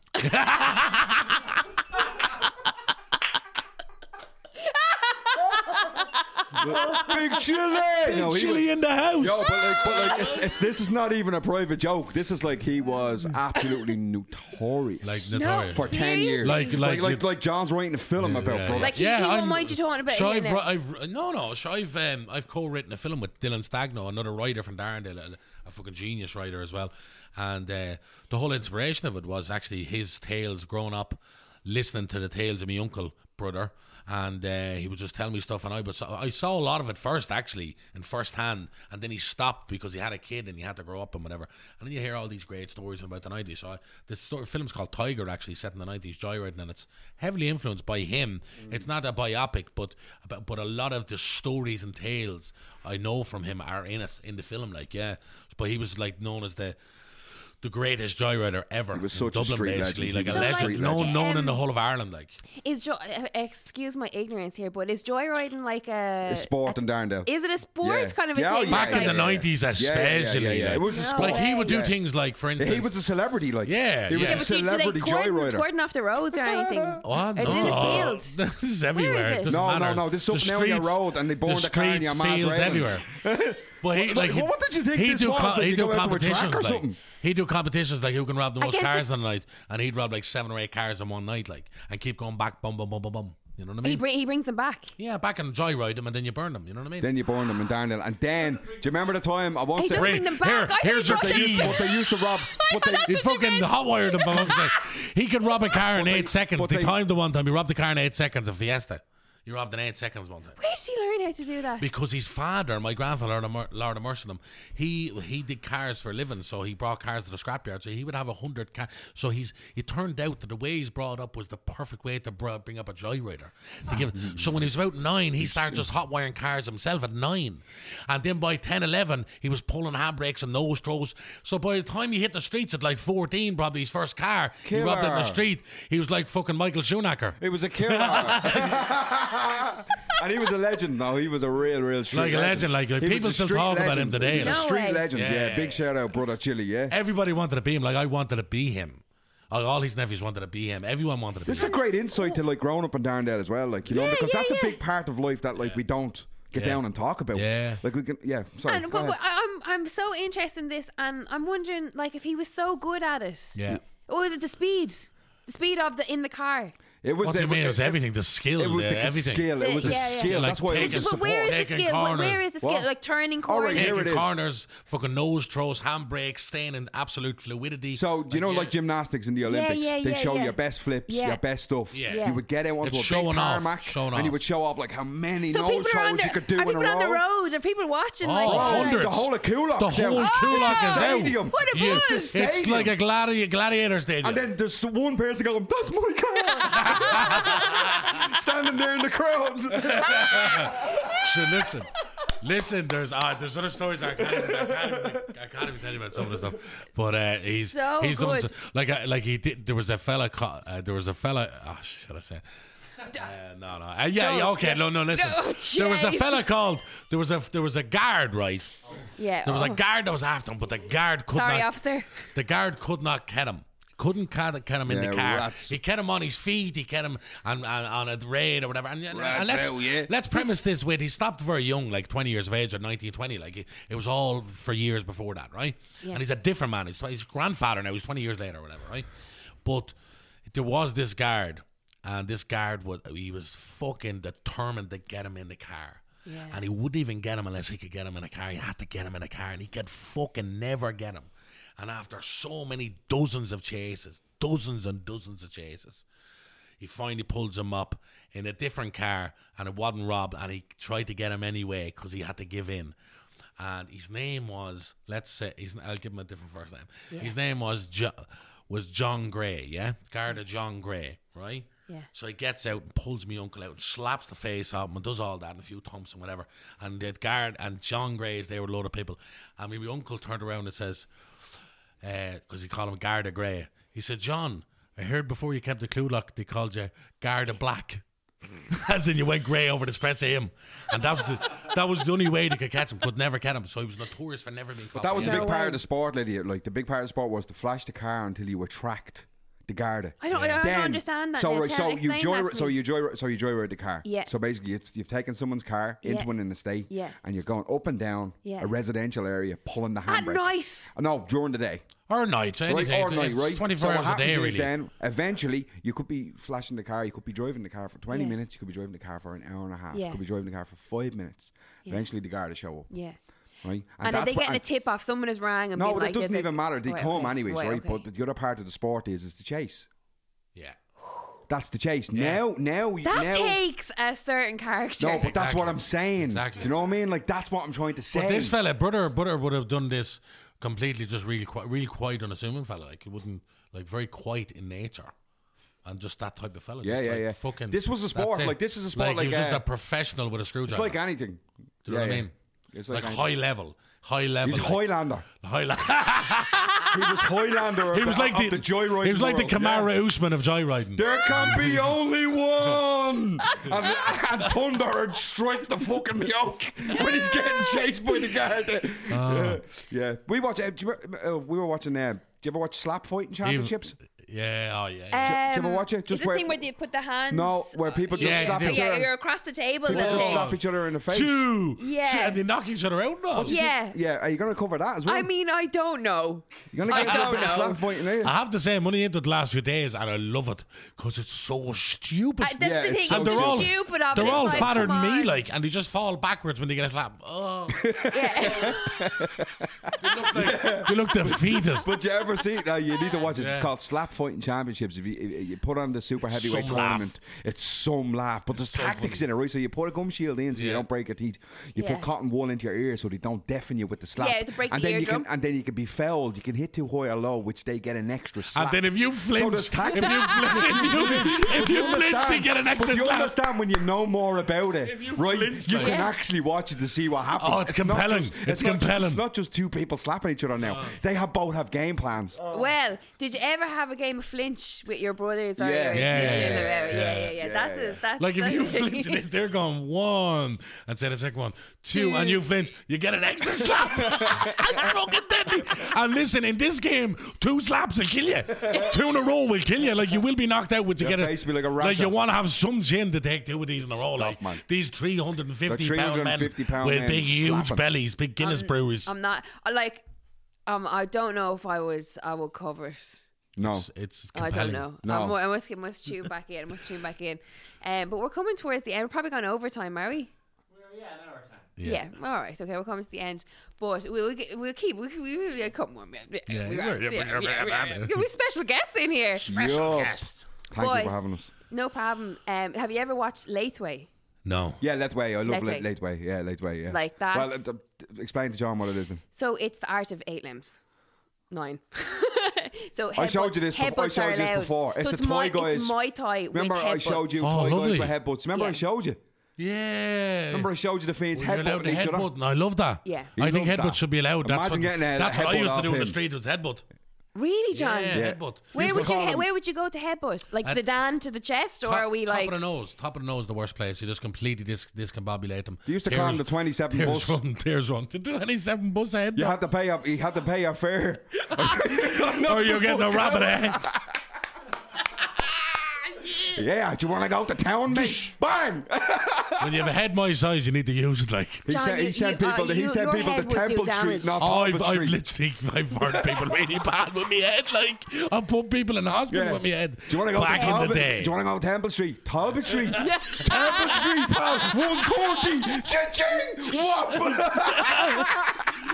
Speaker 3: Big Chili! No, he
Speaker 4: Chili
Speaker 3: was-
Speaker 4: in the house.
Speaker 3: Yo, but like, but like, it's, it's, this is not even a private joke. This is like he was absolutely notorious.
Speaker 2: Like
Speaker 1: No,
Speaker 2: notorious.
Speaker 3: for ten years.
Speaker 2: Like-
Speaker 3: like,
Speaker 2: like
Speaker 3: like,
Speaker 2: you-
Speaker 3: like John's writing a film about
Speaker 2: yeah,
Speaker 3: brother.
Speaker 2: yeah.
Speaker 1: Like, he- he won't mind you talking about it
Speaker 2: sure,
Speaker 1: here
Speaker 2: I've,
Speaker 1: now.
Speaker 2: wri- I've, no, no. Sure, I've um, I've co-written a film with Dylan Stagno, another writer from Darndale, a, a fucking genius writer as well. And uh, the whole inspiration of it was actually his tales growing up, listening to the tales of my uncle brother, and uh, he would just tell me stuff, and I was I saw a lot of it first actually and first hand, and then he stopped because he had a kid and he had to grow up and whatever. And then you hear all these great stories about the nineties. So I, this story, film's called Tiger, actually set in the nineties, joyriding, and it's heavily influenced by him.
Speaker 3: Mm.
Speaker 2: It's not a biopic, but, but but a lot of the stories and tales I know from him are in it in the film. Like yeah, but he was like known as the the greatest joyrider ever. He
Speaker 3: was such a street
Speaker 2: basically,
Speaker 3: legend.
Speaker 2: like
Speaker 3: He
Speaker 2: a
Speaker 3: was a
Speaker 2: legend,
Speaker 3: street
Speaker 2: known
Speaker 1: legend.
Speaker 2: known in the
Speaker 1: Um,
Speaker 2: whole of Ireland. Like
Speaker 1: Is jo- uh, excuse my ignorance here, but is joyriding like a
Speaker 3: It's sport in Darndale.
Speaker 1: Is it a sport
Speaker 3: Yeah.
Speaker 1: kind of a
Speaker 3: Yeah, oh,
Speaker 1: thing?
Speaker 3: yeah,
Speaker 2: back in
Speaker 1: Like-
Speaker 2: the
Speaker 3: yeah, yeah.
Speaker 2: nineties,
Speaker 3: Yeah, yeah, yeah, yeah,
Speaker 2: especially.
Speaker 3: yeah.
Speaker 2: Like,
Speaker 3: It was a
Speaker 1: No
Speaker 2: like
Speaker 3: sport.
Speaker 2: he would do
Speaker 3: Oh, Yeah.
Speaker 2: things like, for instance,
Speaker 3: He was a celebrity, like
Speaker 2: Yeah,
Speaker 3: he was
Speaker 2: yeah.
Speaker 3: a
Speaker 2: But
Speaker 1: do they- do they
Speaker 3: celebrity
Speaker 1: cordon-
Speaker 3: joyrider.
Speaker 1: cordon off the roads or anything?
Speaker 2: Oh,
Speaker 1: It's in a field.
Speaker 2: this is everywhere.
Speaker 1: is it?
Speaker 2: It doesn't
Speaker 3: No, no,
Speaker 2: matter.
Speaker 3: no, this is
Speaker 2: The
Speaker 3: up and down your
Speaker 2: streets-
Speaker 3: road and they burn the car in
Speaker 2: streets,
Speaker 3: your man's
Speaker 2: fields
Speaker 3: railings.
Speaker 2: everywhere. But he, like, he-
Speaker 3: what did you think
Speaker 2: he
Speaker 3: this
Speaker 2: do
Speaker 3: was,
Speaker 2: co-
Speaker 3: that
Speaker 2: he
Speaker 3: you
Speaker 2: do
Speaker 3: go out to a track
Speaker 2: competitions
Speaker 3: or
Speaker 2: like
Speaker 3: something?
Speaker 2: he do competitions like who can rob the most
Speaker 1: guess
Speaker 2: cars in a night, and he'd rob like seven or eight cars in one night, like, and keep going back, bum bum bum bum bum. You know what I
Speaker 1: He,
Speaker 2: mean?
Speaker 1: br- he brings them back.
Speaker 2: yeah, back and joyride them, and then you burn them. You know what I mean?
Speaker 3: Then you burned them in Darndale, and then do you remember the time I won't
Speaker 1: He
Speaker 3: say
Speaker 1: doesn't
Speaker 2: Bring-
Speaker 1: bring them
Speaker 2: here,
Speaker 1: back. I
Speaker 2: here's
Speaker 1: thought
Speaker 2: your
Speaker 1: that was-
Speaker 2: keys.
Speaker 3: but they used to rob, but they
Speaker 2: He fucking hotwired them. bum. Like, he could rob a car in eight seconds.
Speaker 3: but
Speaker 2: They,
Speaker 3: they-
Speaker 2: timed the one time. He robbed the car in eight seconds. A Fiesta. He robbed in eight seconds one time.
Speaker 1: Where did he learn how to do that?
Speaker 2: Because his father, my grandfather, Lord of, Mer- Lord of Mercedom, he he did cars for a living, so he brought cars to the scrapyard. So he would have a hundred cars. So he's it turned out that the way he's brought up was the perfect way to br- bring up a joyrider. To give, so when he was about nine, he started just hot wiring cars himself at nine, and then by 10, 11, he was pulling handbrakes and nose throws. So by the time he hit the streets at like fourteen, probably his first car, he robbed it in the
Speaker 3: Killer.
Speaker 2: street. He was like fucking Michael Schumacher.
Speaker 3: It was a killer. and he was a legend. No, he was a real, real street
Speaker 2: Like a legend, like,
Speaker 3: He was
Speaker 2: people
Speaker 3: a
Speaker 2: still
Speaker 3: street
Speaker 2: talk about him today,
Speaker 3: He was a
Speaker 1: like- No
Speaker 3: street
Speaker 1: way.
Speaker 3: legend, yeah.
Speaker 2: Yeah.
Speaker 3: Big shout out, brother Chili, yeah.
Speaker 2: Everybody wanted to be him. Like I wanted to be him. Like all his nephews wanted to be him. Everyone wanted to be
Speaker 3: This is a
Speaker 2: him.
Speaker 3: great insight to like growing up in Darndale as well, like you know,
Speaker 1: Yeah,
Speaker 3: because
Speaker 1: yeah,
Speaker 3: that's
Speaker 1: yeah.
Speaker 3: a big part of life that like we don't get
Speaker 2: Yeah.
Speaker 3: down and talk about.
Speaker 2: Yeah.
Speaker 3: like we can, yeah. Sorry,
Speaker 1: and,
Speaker 3: go
Speaker 1: but,
Speaker 3: ahead.
Speaker 1: but I- I'm I'm so interested in this, and I'm wondering like if he was so good at it.
Speaker 2: Yeah.
Speaker 1: Or is it the speed? The speed of the in the car.
Speaker 3: it was
Speaker 2: What do you
Speaker 3: it-
Speaker 2: mean? It was everything. The skill.
Speaker 3: It was
Speaker 2: the,
Speaker 3: the
Speaker 2: everything.
Speaker 3: skill. It was a
Speaker 1: Yeah, yeah.
Speaker 3: skill.
Speaker 2: Like,
Speaker 3: That's why it was
Speaker 2: take
Speaker 3: a
Speaker 2: It's
Speaker 1: but where
Speaker 3: support.
Speaker 1: is the
Speaker 2: Taking
Speaker 1: skill? Where-
Speaker 2: corner.
Speaker 1: Where is the skill?
Speaker 3: What?
Speaker 1: Like turning
Speaker 3: All
Speaker 1: corners.
Speaker 3: right, here it
Speaker 2: Taking
Speaker 3: is.
Speaker 2: corners, fucking nose throws, handbrakes, staying in absolute fluidity.
Speaker 3: So do you know,
Speaker 2: yeah.
Speaker 3: like gymnastics in the Olympics,
Speaker 1: yeah,
Speaker 3: they
Speaker 1: yeah,
Speaker 3: show
Speaker 1: yeah.
Speaker 3: your best flips,
Speaker 1: Yeah.
Speaker 3: your best stuff.
Speaker 2: Yeah. Yeah.
Speaker 3: You would get out onto
Speaker 2: It's
Speaker 3: a
Speaker 2: showing
Speaker 3: big
Speaker 2: off,
Speaker 3: tarmac,
Speaker 2: showing
Speaker 3: and you
Speaker 2: off.
Speaker 3: would show off like how many
Speaker 1: so
Speaker 3: nose
Speaker 1: people are on
Speaker 3: holds
Speaker 1: their,
Speaker 3: you could do
Speaker 1: are
Speaker 3: in a
Speaker 1: people
Speaker 3: row.
Speaker 1: on the road? Are people watching?
Speaker 2: Oh,
Speaker 1: like,
Speaker 3: Oh,
Speaker 1: like-
Speaker 2: hundreds.
Speaker 3: The whole of Kulak
Speaker 2: The
Speaker 3: is out.
Speaker 2: whole
Speaker 3: Oh,
Speaker 2: Kulak
Speaker 3: it's a
Speaker 2: is out.
Speaker 3: stadium.
Speaker 1: What a
Speaker 2: You-
Speaker 1: buzz.
Speaker 2: It's,
Speaker 3: Stadium.
Speaker 2: like a gladi- gladiator stadium.
Speaker 3: And then there's one person going, "That's my car," standing there in the crowd.
Speaker 2: So listen, listen. There's uh, there's other stories I can't, even, I, can't even, I can't even tell you about some of the stuff. But uh, he's
Speaker 1: So
Speaker 2: he's
Speaker 1: good.
Speaker 2: done so, like uh, like he did. There was a fella. Ca- uh, there was a fella. Oh, should I say? Uh, no, no. Uh, yeah, yeah, okay. No, no. Listen.
Speaker 1: No,
Speaker 2: there was a fella
Speaker 1: Jesus.
Speaker 2: called. There was a there was a guard, right?
Speaker 1: Yeah.
Speaker 2: There was a
Speaker 1: oh.
Speaker 2: guard that was after him, but the guard could
Speaker 1: Sorry,
Speaker 2: not.
Speaker 1: officer.
Speaker 2: The guard could not get him. Couldn't ca- get him in
Speaker 3: Yeah,
Speaker 2: the car.
Speaker 3: rats.
Speaker 2: He kept him on his feet. He kept him on, on, on a raid or whatever. And, and
Speaker 3: Rats
Speaker 2: let's
Speaker 3: out, yeah.
Speaker 2: let's premise this with he stopped very young, like twenty years of age or nineteen, twenty. Like it, it was all for years before that, right? And he's a different man. He's, tw- he's grandfather now. He's twenty years later or whatever, right? But there was this guard, and this guard was he was fucking determined to get him in the car. And he wouldn't even get him unless he could get him in a car. He had to get him in a car, and he could fucking never get him. And after so many dozens of chases, dozens and dozens of chases, he finally pulls him up in a different car, and it wasn't Rob, and he tried to get him anyway because he had to give in. And his name was, let's say, his, I'll give him a different first name. His name was jo- was John Gray, yeah, Garda John Gray, right?
Speaker 1: Yeah.
Speaker 2: So he gets out and pulls me uncle out and slaps the face off him and does all that and a few thumps and whatever. And the guard and John Gray's there with a load of people. And my uncle turned around and says, because he called him Garda Grey. He said, John, I heard before you kept the clue lock, they called you Garda Black. As in, you went grey over the stress of him, and that was the that was the only way they could catch him. Could never catch him, so he was notorious for never being caught.
Speaker 3: That was a
Speaker 2: by
Speaker 3: big
Speaker 2: anyone.
Speaker 3: part of the sport, Lydia. Like the big part of the sport was to flash the car until you were tracked. the Garda.
Speaker 1: I don't- I don't understand that
Speaker 3: So
Speaker 1: now.
Speaker 3: right,
Speaker 1: Tell-
Speaker 3: so you
Speaker 1: explain that
Speaker 3: joy,
Speaker 1: to
Speaker 3: so
Speaker 1: me.
Speaker 3: you joy, so you joyride the car.
Speaker 1: Yeah.
Speaker 3: So basically, you've, you've taken someone's car into
Speaker 1: Yeah.
Speaker 3: an estate,
Speaker 1: Yeah.
Speaker 3: and you're going up and down
Speaker 1: Yeah.
Speaker 3: a residential area, pulling the
Speaker 1: At
Speaker 3: handbrake. Uh,
Speaker 1: night.
Speaker 3: No, during the day.
Speaker 2: Or night,
Speaker 3: Right,
Speaker 2: anything.
Speaker 3: or
Speaker 2: It's-
Speaker 3: night,
Speaker 2: it's
Speaker 3: right?
Speaker 2: 24
Speaker 3: so what
Speaker 2: hours a
Speaker 3: happens
Speaker 2: day,
Speaker 3: is
Speaker 2: really.
Speaker 3: then, eventually, you could be flashing the car, you could be driving the car for 20
Speaker 1: Yeah.
Speaker 3: minutes, you could be driving the car for an hour and a half,
Speaker 1: Yeah.
Speaker 3: you could be driving the car for five minutes. Eventually, the guard will show up,
Speaker 1: Yeah.
Speaker 3: right?
Speaker 1: And, if
Speaker 3: that's
Speaker 1: they
Speaker 3: what-
Speaker 1: getting a
Speaker 3: and-
Speaker 1: tip off, someone is rang and
Speaker 3: No,
Speaker 1: being
Speaker 3: but
Speaker 1: like,
Speaker 3: it doesn't
Speaker 1: is
Speaker 3: even matter. They
Speaker 1: Right,
Speaker 3: come
Speaker 1: okay.
Speaker 3: anyways, right?
Speaker 1: okay.
Speaker 3: But the other part of the sport is is the chase.
Speaker 2: Yeah.
Speaker 3: That's the chase.
Speaker 2: Yeah.
Speaker 3: Now, now,
Speaker 1: that
Speaker 3: now.
Speaker 1: takes a certain character.
Speaker 3: no, but that's
Speaker 2: Exactly.
Speaker 3: what I'm saying.
Speaker 2: Exactly.
Speaker 3: Do you know what I mean? Like that's what I'm trying to say.
Speaker 2: But this fella, brother, brother would have done this completely, just really, qui- real quiet, unassuming fella. Like he wouldn't, like very quiet in nature, and just that type of fella.
Speaker 3: Yeah,
Speaker 2: just
Speaker 3: yeah,
Speaker 2: like
Speaker 3: yeah.
Speaker 2: Fucking.
Speaker 3: This was a
Speaker 2: that's
Speaker 3: sport,
Speaker 2: it.
Speaker 3: like, this is a sport,
Speaker 2: he was
Speaker 3: like,
Speaker 2: just
Speaker 3: uh,
Speaker 2: a professional with a
Speaker 3: it's
Speaker 2: screwdriver.
Speaker 3: like anything.
Speaker 2: Do you know
Speaker 3: Yeah,
Speaker 2: what I
Speaker 3: yeah.
Speaker 2: mean?
Speaker 3: It's like
Speaker 2: like
Speaker 3: anything.
Speaker 2: high level, high level.
Speaker 3: He's
Speaker 2: like,
Speaker 3: Highlander.
Speaker 2: high. le-
Speaker 3: He was Highlander. of
Speaker 2: he was
Speaker 3: the,
Speaker 2: like
Speaker 3: of
Speaker 2: the,
Speaker 3: the joyride.
Speaker 2: He was like the
Speaker 3: world. Yeah.
Speaker 2: Kamara Usman of joyriding.
Speaker 3: There can be only one! And, and Thunder would strike the fucking yoke when he's getting chased by the guard.
Speaker 2: Oh.
Speaker 3: Yeah, yeah. We watch. Uh, do you, remember- uh, we were watching. Uh, do you ever watch slap fighting
Speaker 2: He-
Speaker 3: championships?
Speaker 2: Yeah. Oh yeah.
Speaker 3: do you ever
Speaker 1: Um,
Speaker 3: watch it?
Speaker 1: is
Speaker 3: Just
Speaker 1: this
Speaker 3: where-
Speaker 1: thing where they put the hands.
Speaker 3: No, where people
Speaker 2: just
Speaker 1: yeah,
Speaker 2: slap
Speaker 1: yeah,
Speaker 2: each
Speaker 1: yeah,
Speaker 3: other.
Speaker 1: You're across the table.
Speaker 3: People
Speaker 1: and
Speaker 3: just
Speaker 1: thing.
Speaker 3: slap each other in the face.
Speaker 2: Two.
Speaker 1: Yeah.
Speaker 2: Two, And they knock each other out. now.
Speaker 1: Yeah.
Speaker 3: Yeah, are you going to cover that as well?
Speaker 1: I mean, I don't know.
Speaker 3: You're going
Speaker 1: I
Speaker 3: to get a little
Speaker 1: don't
Speaker 3: bit of
Speaker 1: know.
Speaker 3: slap fighting, are you?
Speaker 2: I have to say, I'm only into the last few days, and I love it because it's so stupid.
Speaker 1: Uh, that's
Speaker 3: Yeah,
Speaker 1: the
Speaker 3: it's
Speaker 1: thing.
Speaker 3: so
Speaker 1: it's
Speaker 2: and they're all
Speaker 1: stupid. of it.
Speaker 2: they're
Speaker 1: It's
Speaker 2: all
Speaker 1: like,
Speaker 2: fatter
Speaker 1: come
Speaker 2: than me,
Speaker 1: on.
Speaker 2: like, and they just fall backwards when they get a slap. Oh,
Speaker 1: Yeah.
Speaker 2: they look defeated.
Speaker 3: But you ever see? No, you need to watch it. It's
Speaker 2: Yeah.
Speaker 3: called Slap Fighting Championships. If you, if you put on the super heavyweight
Speaker 2: some laugh.
Speaker 3: tournament, it's some laugh. But there's tactics in it, right? So you put a gum shield in so you
Speaker 2: Yeah.
Speaker 3: don't break your teeth. You
Speaker 1: Yeah.
Speaker 3: put cotton wool into your ear so they don't deafen you with the slap.
Speaker 1: Yeah, to break
Speaker 3: and
Speaker 1: the
Speaker 3: then you
Speaker 1: eardrum.
Speaker 3: can and then you can be fouled. You can hit too high or low, which they get an extra slap.
Speaker 2: and then if you flinch,
Speaker 3: there's
Speaker 2: if, you flinch
Speaker 3: tactics.
Speaker 2: if you flinch, if you flinch, they
Speaker 3: understand.
Speaker 2: get an
Speaker 3: But
Speaker 2: extra
Speaker 3: you
Speaker 2: slap.
Speaker 3: understand when you know more about it,
Speaker 2: If you
Speaker 3: right?
Speaker 2: flinch,
Speaker 3: you
Speaker 2: like-
Speaker 3: can
Speaker 1: Yeah.
Speaker 3: actually watch it to see what happens.
Speaker 2: Oh, it's
Speaker 3: not
Speaker 2: compelling.
Speaker 3: just-
Speaker 2: It's
Speaker 3: not just-
Speaker 2: compelling.
Speaker 3: it's not just two people slapping each other now. they have both have game plans.
Speaker 2: Oh.
Speaker 1: well, did you ever have a game of flinch with your brothers or your
Speaker 3: Yeah.
Speaker 2: Yeah, yeah,
Speaker 1: sisters
Speaker 2: yeah,
Speaker 1: or whatever?
Speaker 2: yeah,
Speaker 1: Yeah, yeah, yeah.
Speaker 3: yeah.
Speaker 1: That's
Speaker 3: Yeah, yeah.
Speaker 1: it. That's
Speaker 2: Like if
Speaker 1: that's
Speaker 2: you
Speaker 1: the
Speaker 2: flinch
Speaker 1: thing.
Speaker 2: this, they're going one and say the second one, two,
Speaker 1: Two.
Speaker 2: and you flinch, you get an extra slap. it's fucking deadly. And listen, in this game, two slaps will kill you. Two in a row will kill you. Like you will be knocked out with
Speaker 3: Your
Speaker 2: together.
Speaker 3: face will be like a
Speaker 2: you
Speaker 3: rasher.
Speaker 2: want to have some gin to take two of these in a row. like
Speaker 3: man.
Speaker 2: these 350
Speaker 3: The
Speaker 2: pound men
Speaker 3: 350 pound
Speaker 2: with
Speaker 3: men
Speaker 2: big, huge
Speaker 3: slapping.
Speaker 2: bellies, big
Speaker 1: Um,
Speaker 2: Guinness breweries.
Speaker 1: I'm not. I like. Um, I don't know if I was. I would cover it.
Speaker 3: No,
Speaker 2: it's
Speaker 1: I
Speaker 2: compelling.
Speaker 1: don't know.
Speaker 3: No.
Speaker 1: I, mu- I must get must tune back in. I must tune back in. Um, but we're coming towards the end. We're probably going overtime, are we? Yeah. All right. Okay. We're coming to the end, but we will get, we'll keep. We we will yeah, come on, man.
Speaker 2: Yeah,
Speaker 1: we
Speaker 2: yeah,
Speaker 1: are, yeah,
Speaker 2: yeah, yeah,
Speaker 1: yeah,
Speaker 2: yeah,
Speaker 1: yeah.
Speaker 2: yeah.
Speaker 1: Got we special guests in here.
Speaker 3: Yo. Thank you
Speaker 1: Boys.
Speaker 3: for having us.
Speaker 1: No problem. Um, have you ever watched Lathway?
Speaker 2: No.
Speaker 3: Yeah, Lathway. I love
Speaker 1: Lathway.
Speaker 3: Lathway. Lathway. Yeah, Lathway. Yeah.
Speaker 1: Like
Speaker 3: that.
Speaker 1: that's-
Speaker 3: Well, uh, d- d- explain to John what it is then.
Speaker 1: So it's the art of eight limbs, nine. so
Speaker 3: I
Speaker 1: headbutt-
Speaker 3: showed you this. Before. I
Speaker 1: headbutts
Speaker 3: showed
Speaker 1: are
Speaker 3: you this
Speaker 1: allowed.
Speaker 3: before. It's
Speaker 1: so
Speaker 3: the
Speaker 1: it's
Speaker 3: toy
Speaker 1: my,
Speaker 3: guys.
Speaker 1: It's my toy.
Speaker 3: Remember,
Speaker 1: with
Speaker 3: I showed
Speaker 1: headbutts.
Speaker 3: you
Speaker 2: Oh,
Speaker 3: toy
Speaker 2: lovely.
Speaker 3: guys with headbutts. Remember,
Speaker 1: Yeah.
Speaker 3: I showed you.
Speaker 2: Yeah.
Speaker 3: Remember, I showed you the fiends
Speaker 2: You're allowed
Speaker 3: headbutting each other.
Speaker 2: headbutt. I love that.
Speaker 1: Yeah.
Speaker 3: You
Speaker 2: I think
Speaker 3: love
Speaker 2: headbutt
Speaker 3: that.
Speaker 2: should be allowed. That's
Speaker 3: Imagine
Speaker 2: what,
Speaker 3: getting a
Speaker 2: that's what I
Speaker 3: headbutt
Speaker 2: used to
Speaker 3: off
Speaker 2: do in
Speaker 3: him.
Speaker 2: the street was headbutt.
Speaker 1: Really,
Speaker 2: Yeah,
Speaker 1: John?
Speaker 2: headbutt.
Speaker 1: Where
Speaker 3: Used
Speaker 1: would
Speaker 3: to
Speaker 1: you
Speaker 3: call
Speaker 1: he-
Speaker 3: him-
Speaker 1: where would you go to headbutt? Like
Speaker 2: At-
Speaker 1: Zidane to the chest, or
Speaker 2: top,
Speaker 1: are we
Speaker 2: top
Speaker 1: like
Speaker 2: of the nose? Top of the nose, is the worst place. You just completely dis- discombobulate them.
Speaker 3: You used to call him the 27
Speaker 2: there's
Speaker 3: bus.
Speaker 2: One, there's one. The 27 bus head.
Speaker 3: You had to pay up. He had to pay a fare.
Speaker 2: or you get the rabbit head.
Speaker 3: Yeah. Do you want to go to town, mate? Bang!
Speaker 2: when you have a head my size, you need to use it. Like,
Speaker 3: he
Speaker 1: John,
Speaker 3: sent.
Speaker 1: you-
Speaker 3: He sent
Speaker 1: you- uh,
Speaker 3: people. to-
Speaker 1: you-
Speaker 3: He sent
Speaker 1: your
Speaker 3: people to
Speaker 1: head would do
Speaker 3: Temple
Speaker 1: damage.
Speaker 3: Street, not
Speaker 2: oh, I've, I've
Speaker 3: Talbot Street.
Speaker 2: literally I've hurt people really bad with my head. Like, I put people in hospital
Speaker 3: Yeah.
Speaker 2: with my head.
Speaker 3: Do you want to go
Speaker 2: back
Speaker 3: to
Speaker 2: in
Speaker 3: Talbot?
Speaker 2: the day?
Speaker 3: Do you want to go to Temple Street? Talbot Street. Temple Street, pal. 140. Cha-ching. Whop.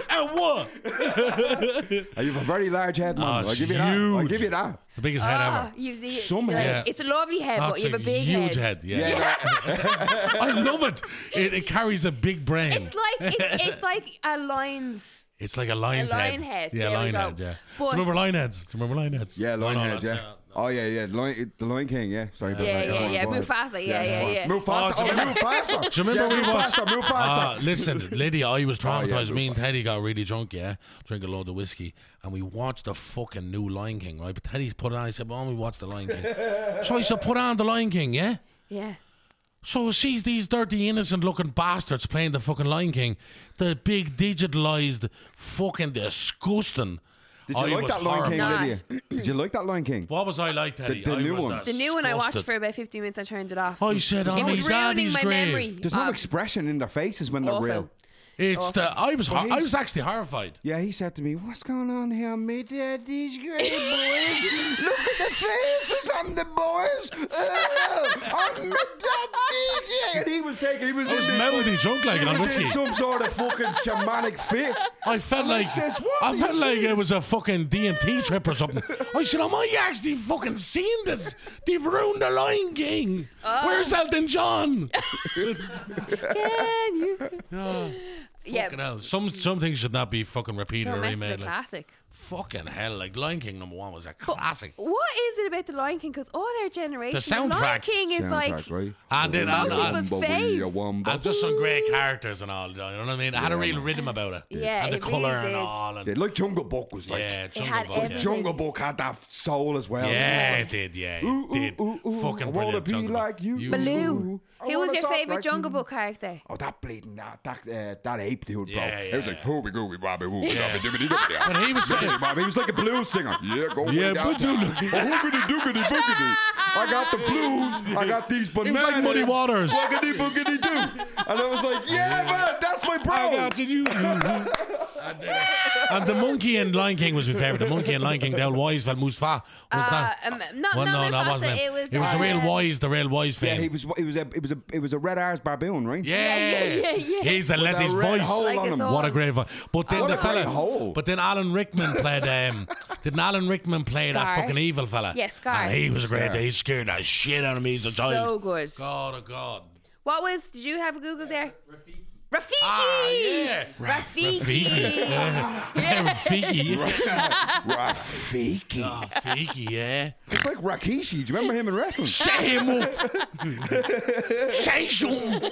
Speaker 2: And what? It's
Speaker 3: Uh, You have a very large head, man.
Speaker 2: Oh,
Speaker 3: I'll
Speaker 2: it's
Speaker 3: give you that. I'll
Speaker 2: huge.
Speaker 3: give you that.
Speaker 2: the biggest head
Speaker 1: Ah,
Speaker 2: ever.
Speaker 1: you see,
Speaker 3: Some
Speaker 1: like,
Speaker 3: head.
Speaker 1: It's a lovely head, but
Speaker 2: That's
Speaker 1: you have a big
Speaker 2: Oh, huge
Speaker 1: head.
Speaker 2: head. yeah.
Speaker 3: Yeah,
Speaker 2: I love it. it. It carries a big brain.
Speaker 1: It's like it's, it's like a lion's.
Speaker 2: It's like a lion's
Speaker 1: A lion
Speaker 2: head.
Speaker 1: head. There
Speaker 2: Yeah,
Speaker 1: we
Speaker 2: lion
Speaker 1: go.
Speaker 2: head. Yeah. Do
Speaker 1: But-
Speaker 2: you remember lion heads? Do you remember lion heads?
Speaker 3: Yeah,
Speaker 2: No,
Speaker 3: Lion
Speaker 2: no,
Speaker 3: Heads, yeah.
Speaker 2: that's-
Speaker 3: Oh, yeah, yeah. Lion, the Lion King, yeah. Sorry. about
Speaker 1: Yeah,
Speaker 3: that.
Speaker 1: yeah,
Speaker 3: Go on,
Speaker 1: yeah.
Speaker 3: go on.
Speaker 1: Mufasa, yeah, yeah,
Speaker 3: go on.
Speaker 1: yeah.
Speaker 3: Move faster.
Speaker 2: Oh,
Speaker 3: Oh,
Speaker 2: do you-
Speaker 3: move faster.
Speaker 2: Do you remember
Speaker 3: yeah,
Speaker 2: we
Speaker 3: move
Speaker 2: watched?
Speaker 3: faster, move
Speaker 2: Ah,
Speaker 3: faster.
Speaker 2: listen, Lady, I was traumatized.
Speaker 3: move
Speaker 2: Me and Teddy got really drunk. Yeah, drink a load of whiskey, and we watched the fucking new Lion King. Right, but Teddy's put on. He said, "Well, we watch the Lion King." so I said, "Put on the Lion King." Yeah.
Speaker 1: Yeah.
Speaker 2: So she's these dirty, innocent looking bastards playing the fucking Lion King. The big digitalized, fucking disgusting.
Speaker 3: Did you
Speaker 2: I
Speaker 3: like
Speaker 2: oh, was
Speaker 3: that Lion King,
Speaker 2: horrible.
Speaker 3: Lydia? Did you like that Lion King?
Speaker 2: What was I like, Teddy?
Speaker 3: the
Speaker 2: I
Speaker 3: new
Speaker 2: was
Speaker 3: one.
Speaker 1: The new one I watched for
Speaker 2: disgusted.
Speaker 1: about 15 minutes. I turned it off.
Speaker 2: I said,
Speaker 1: it
Speaker 2: "Oh,
Speaker 1: was
Speaker 2: he's
Speaker 1: ruining
Speaker 2: daddy's
Speaker 1: my
Speaker 2: grave."
Speaker 1: memory. Ah.
Speaker 3: There's no
Speaker 1: of-
Speaker 3: expression in their faces when
Speaker 1: awful.
Speaker 3: they're real.
Speaker 2: It's the I was hor- I
Speaker 3: he's-
Speaker 2: was actually horrified.
Speaker 3: Yeah, he said to me, "What's going on here, me daddy's great boys? Look at the faces on the boys. Oh, on my daddy." Yeah, and he was taking. He was,
Speaker 2: was
Speaker 3: in this,
Speaker 2: melody
Speaker 3: like-
Speaker 2: drunk like it
Speaker 3: he
Speaker 2: on
Speaker 3: was in
Speaker 2: whiskey.
Speaker 3: Some sort of fucking shamanic fit.
Speaker 2: I felt
Speaker 3: I
Speaker 2: like
Speaker 3: says, "What? Are
Speaker 2: I
Speaker 3: you
Speaker 2: felt like it
Speaker 3: serious?"
Speaker 2: was a fucking D and T trip or something. I said, "Am I actually fucking seeing this? They've ruined the Lion King.
Speaker 1: Oh.
Speaker 2: Where's Elton John?"
Speaker 1: Can you-
Speaker 2: Oh,
Speaker 1: Yeah,
Speaker 2: fucking hell. Some some things should not be fucking repeated
Speaker 1: don't
Speaker 2: or
Speaker 1: mess with
Speaker 2: remade.
Speaker 1: the
Speaker 2: Like,
Speaker 1: classic.
Speaker 2: fucking hell! Like Lion King number one was a classic.
Speaker 1: What is it about the Lion King? Because all our generation, Lion
Speaker 2: soundtrack.
Speaker 1: King is like,
Speaker 3: Soundtrack, right?
Speaker 2: And then
Speaker 3: Wumba,
Speaker 2: and- and-
Speaker 3: wumba,
Speaker 1: Faith.
Speaker 3: wee, wumba.
Speaker 2: And just some great characters and all. You know what I mean? It had a real rhythm about it.
Speaker 1: Yeah,
Speaker 2: and the
Speaker 1: it really
Speaker 2: color
Speaker 1: did.
Speaker 2: and all. And
Speaker 3: Yeah, like Jungle Book was like.
Speaker 2: yeah, Jungle
Speaker 1: had
Speaker 2: Book, yeah.
Speaker 1: everything.
Speaker 3: Jungle Book had that soul as well.
Speaker 2: Yeah,
Speaker 3: You know,
Speaker 2: it did. Yeah, it
Speaker 3: Ooh,
Speaker 2: did.
Speaker 3: ooh, ooh, ooh,
Speaker 2: Fucking
Speaker 3: I wanna
Speaker 2: brilliant.
Speaker 3: be
Speaker 2: Jungle Book.
Speaker 3: like you.
Speaker 2: You-
Speaker 1: Baloo.
Speaker 3: I
Speaker 1: Who was
Speaker 3: wanna
Speaker 1: your
Speaker 3: talk
Speaker 1: favorite
Speaker 3: like
Speaker 1: Jungle
Speaker 3: you.
Speaker 1: Book character?
Speaker 3: Oh, that bleeding, that that uh, that ape dude, bro.
Speaker 2: Yeah,
Speaker 3: It was
Speaker 2: yeah.
Speaker 3: like hooby gooby bobby wooby
Speaker 2: Yeah.
Speaker 3: dobby dibby dibby.
Speaker 2: But he was
Speaker 3: Hey, Bob, he was like a blues singer. Yeah, go
Speaker 2: Yeah,
Speaker 3: way down.
Speaker 2: but dude-
Speaker 3: hoogity doogity boogity. I got the blues. I got these
Speaker 2: like
Speaker 3: bananas.
Speaker 2: Muddy Waters.
Speaker 3: Boogity boogity doo. And I was like, yeah, man, that's my bro.
Speaker 2: I got you. uh, and the monkey in Lion King was my favorite. The monkey in Lion King, the old wise fell Musfa. Was
Speaker 1: Uh,
Speaker 2: that?
Speaker 1: um, not,
Speaker 2: well,
Speaker 1: not
Speaker 2: no, that
Speaker 1: Mufasa,
Speaker 2: wasn't
Speaker 1: It was,
Speaker 2: the
Speaker 1: uh,
Speaker 2: real wise, the real wise
Speaker 3: yeah,
Speaker 2: fan.
Speaker 3: he was. It was a. It was a. It was a red eyes baboon, right?
Speaker 2: yeah,
Speaker 1: yeah, yeah.
Speaker 2: He's a let
Speaker 3: a
Speaker 2: his
Speaker 3: red
Speaker 2: voice.
Speaker 3: hole
Speaker 1: Like
Speaker 3: on
Speaker 1: it's
Speaker 3: him.
Speaker 1: all-
Speaker 2: What a great voice! But then
Speaker 3: What
Speaker 2: the
Speaker 3: a
Speaker 2: fella,
Speaker 3: great hole.
Speaker 2: but then Alan Rickman played. Um, didn't Alan Rickman play that
Speaker 1: Scar.
Speaker 2: fucking evil fella?
Speaker 1: Yeah, Scar.
Speaker 2: And he was a great. He scared the shit out of me as a child.
Speaker 1: so good.
Speaker 2: God, oh God.
Speaker 1: What was? Did you have a Google there? Rafiki.
Speaker 2: Ah, yeah.
Speaker 1: Rafiki.
Speaker 2: Rafiki. Yeah, Rafiki.
Speaker 3: Rafiki.
Speaker 2: Rafiki, yeah.
Speaker 3: It's like Rakishi. Do you remember him in wrestling?
Speaker 2: Shut him up. Shut him.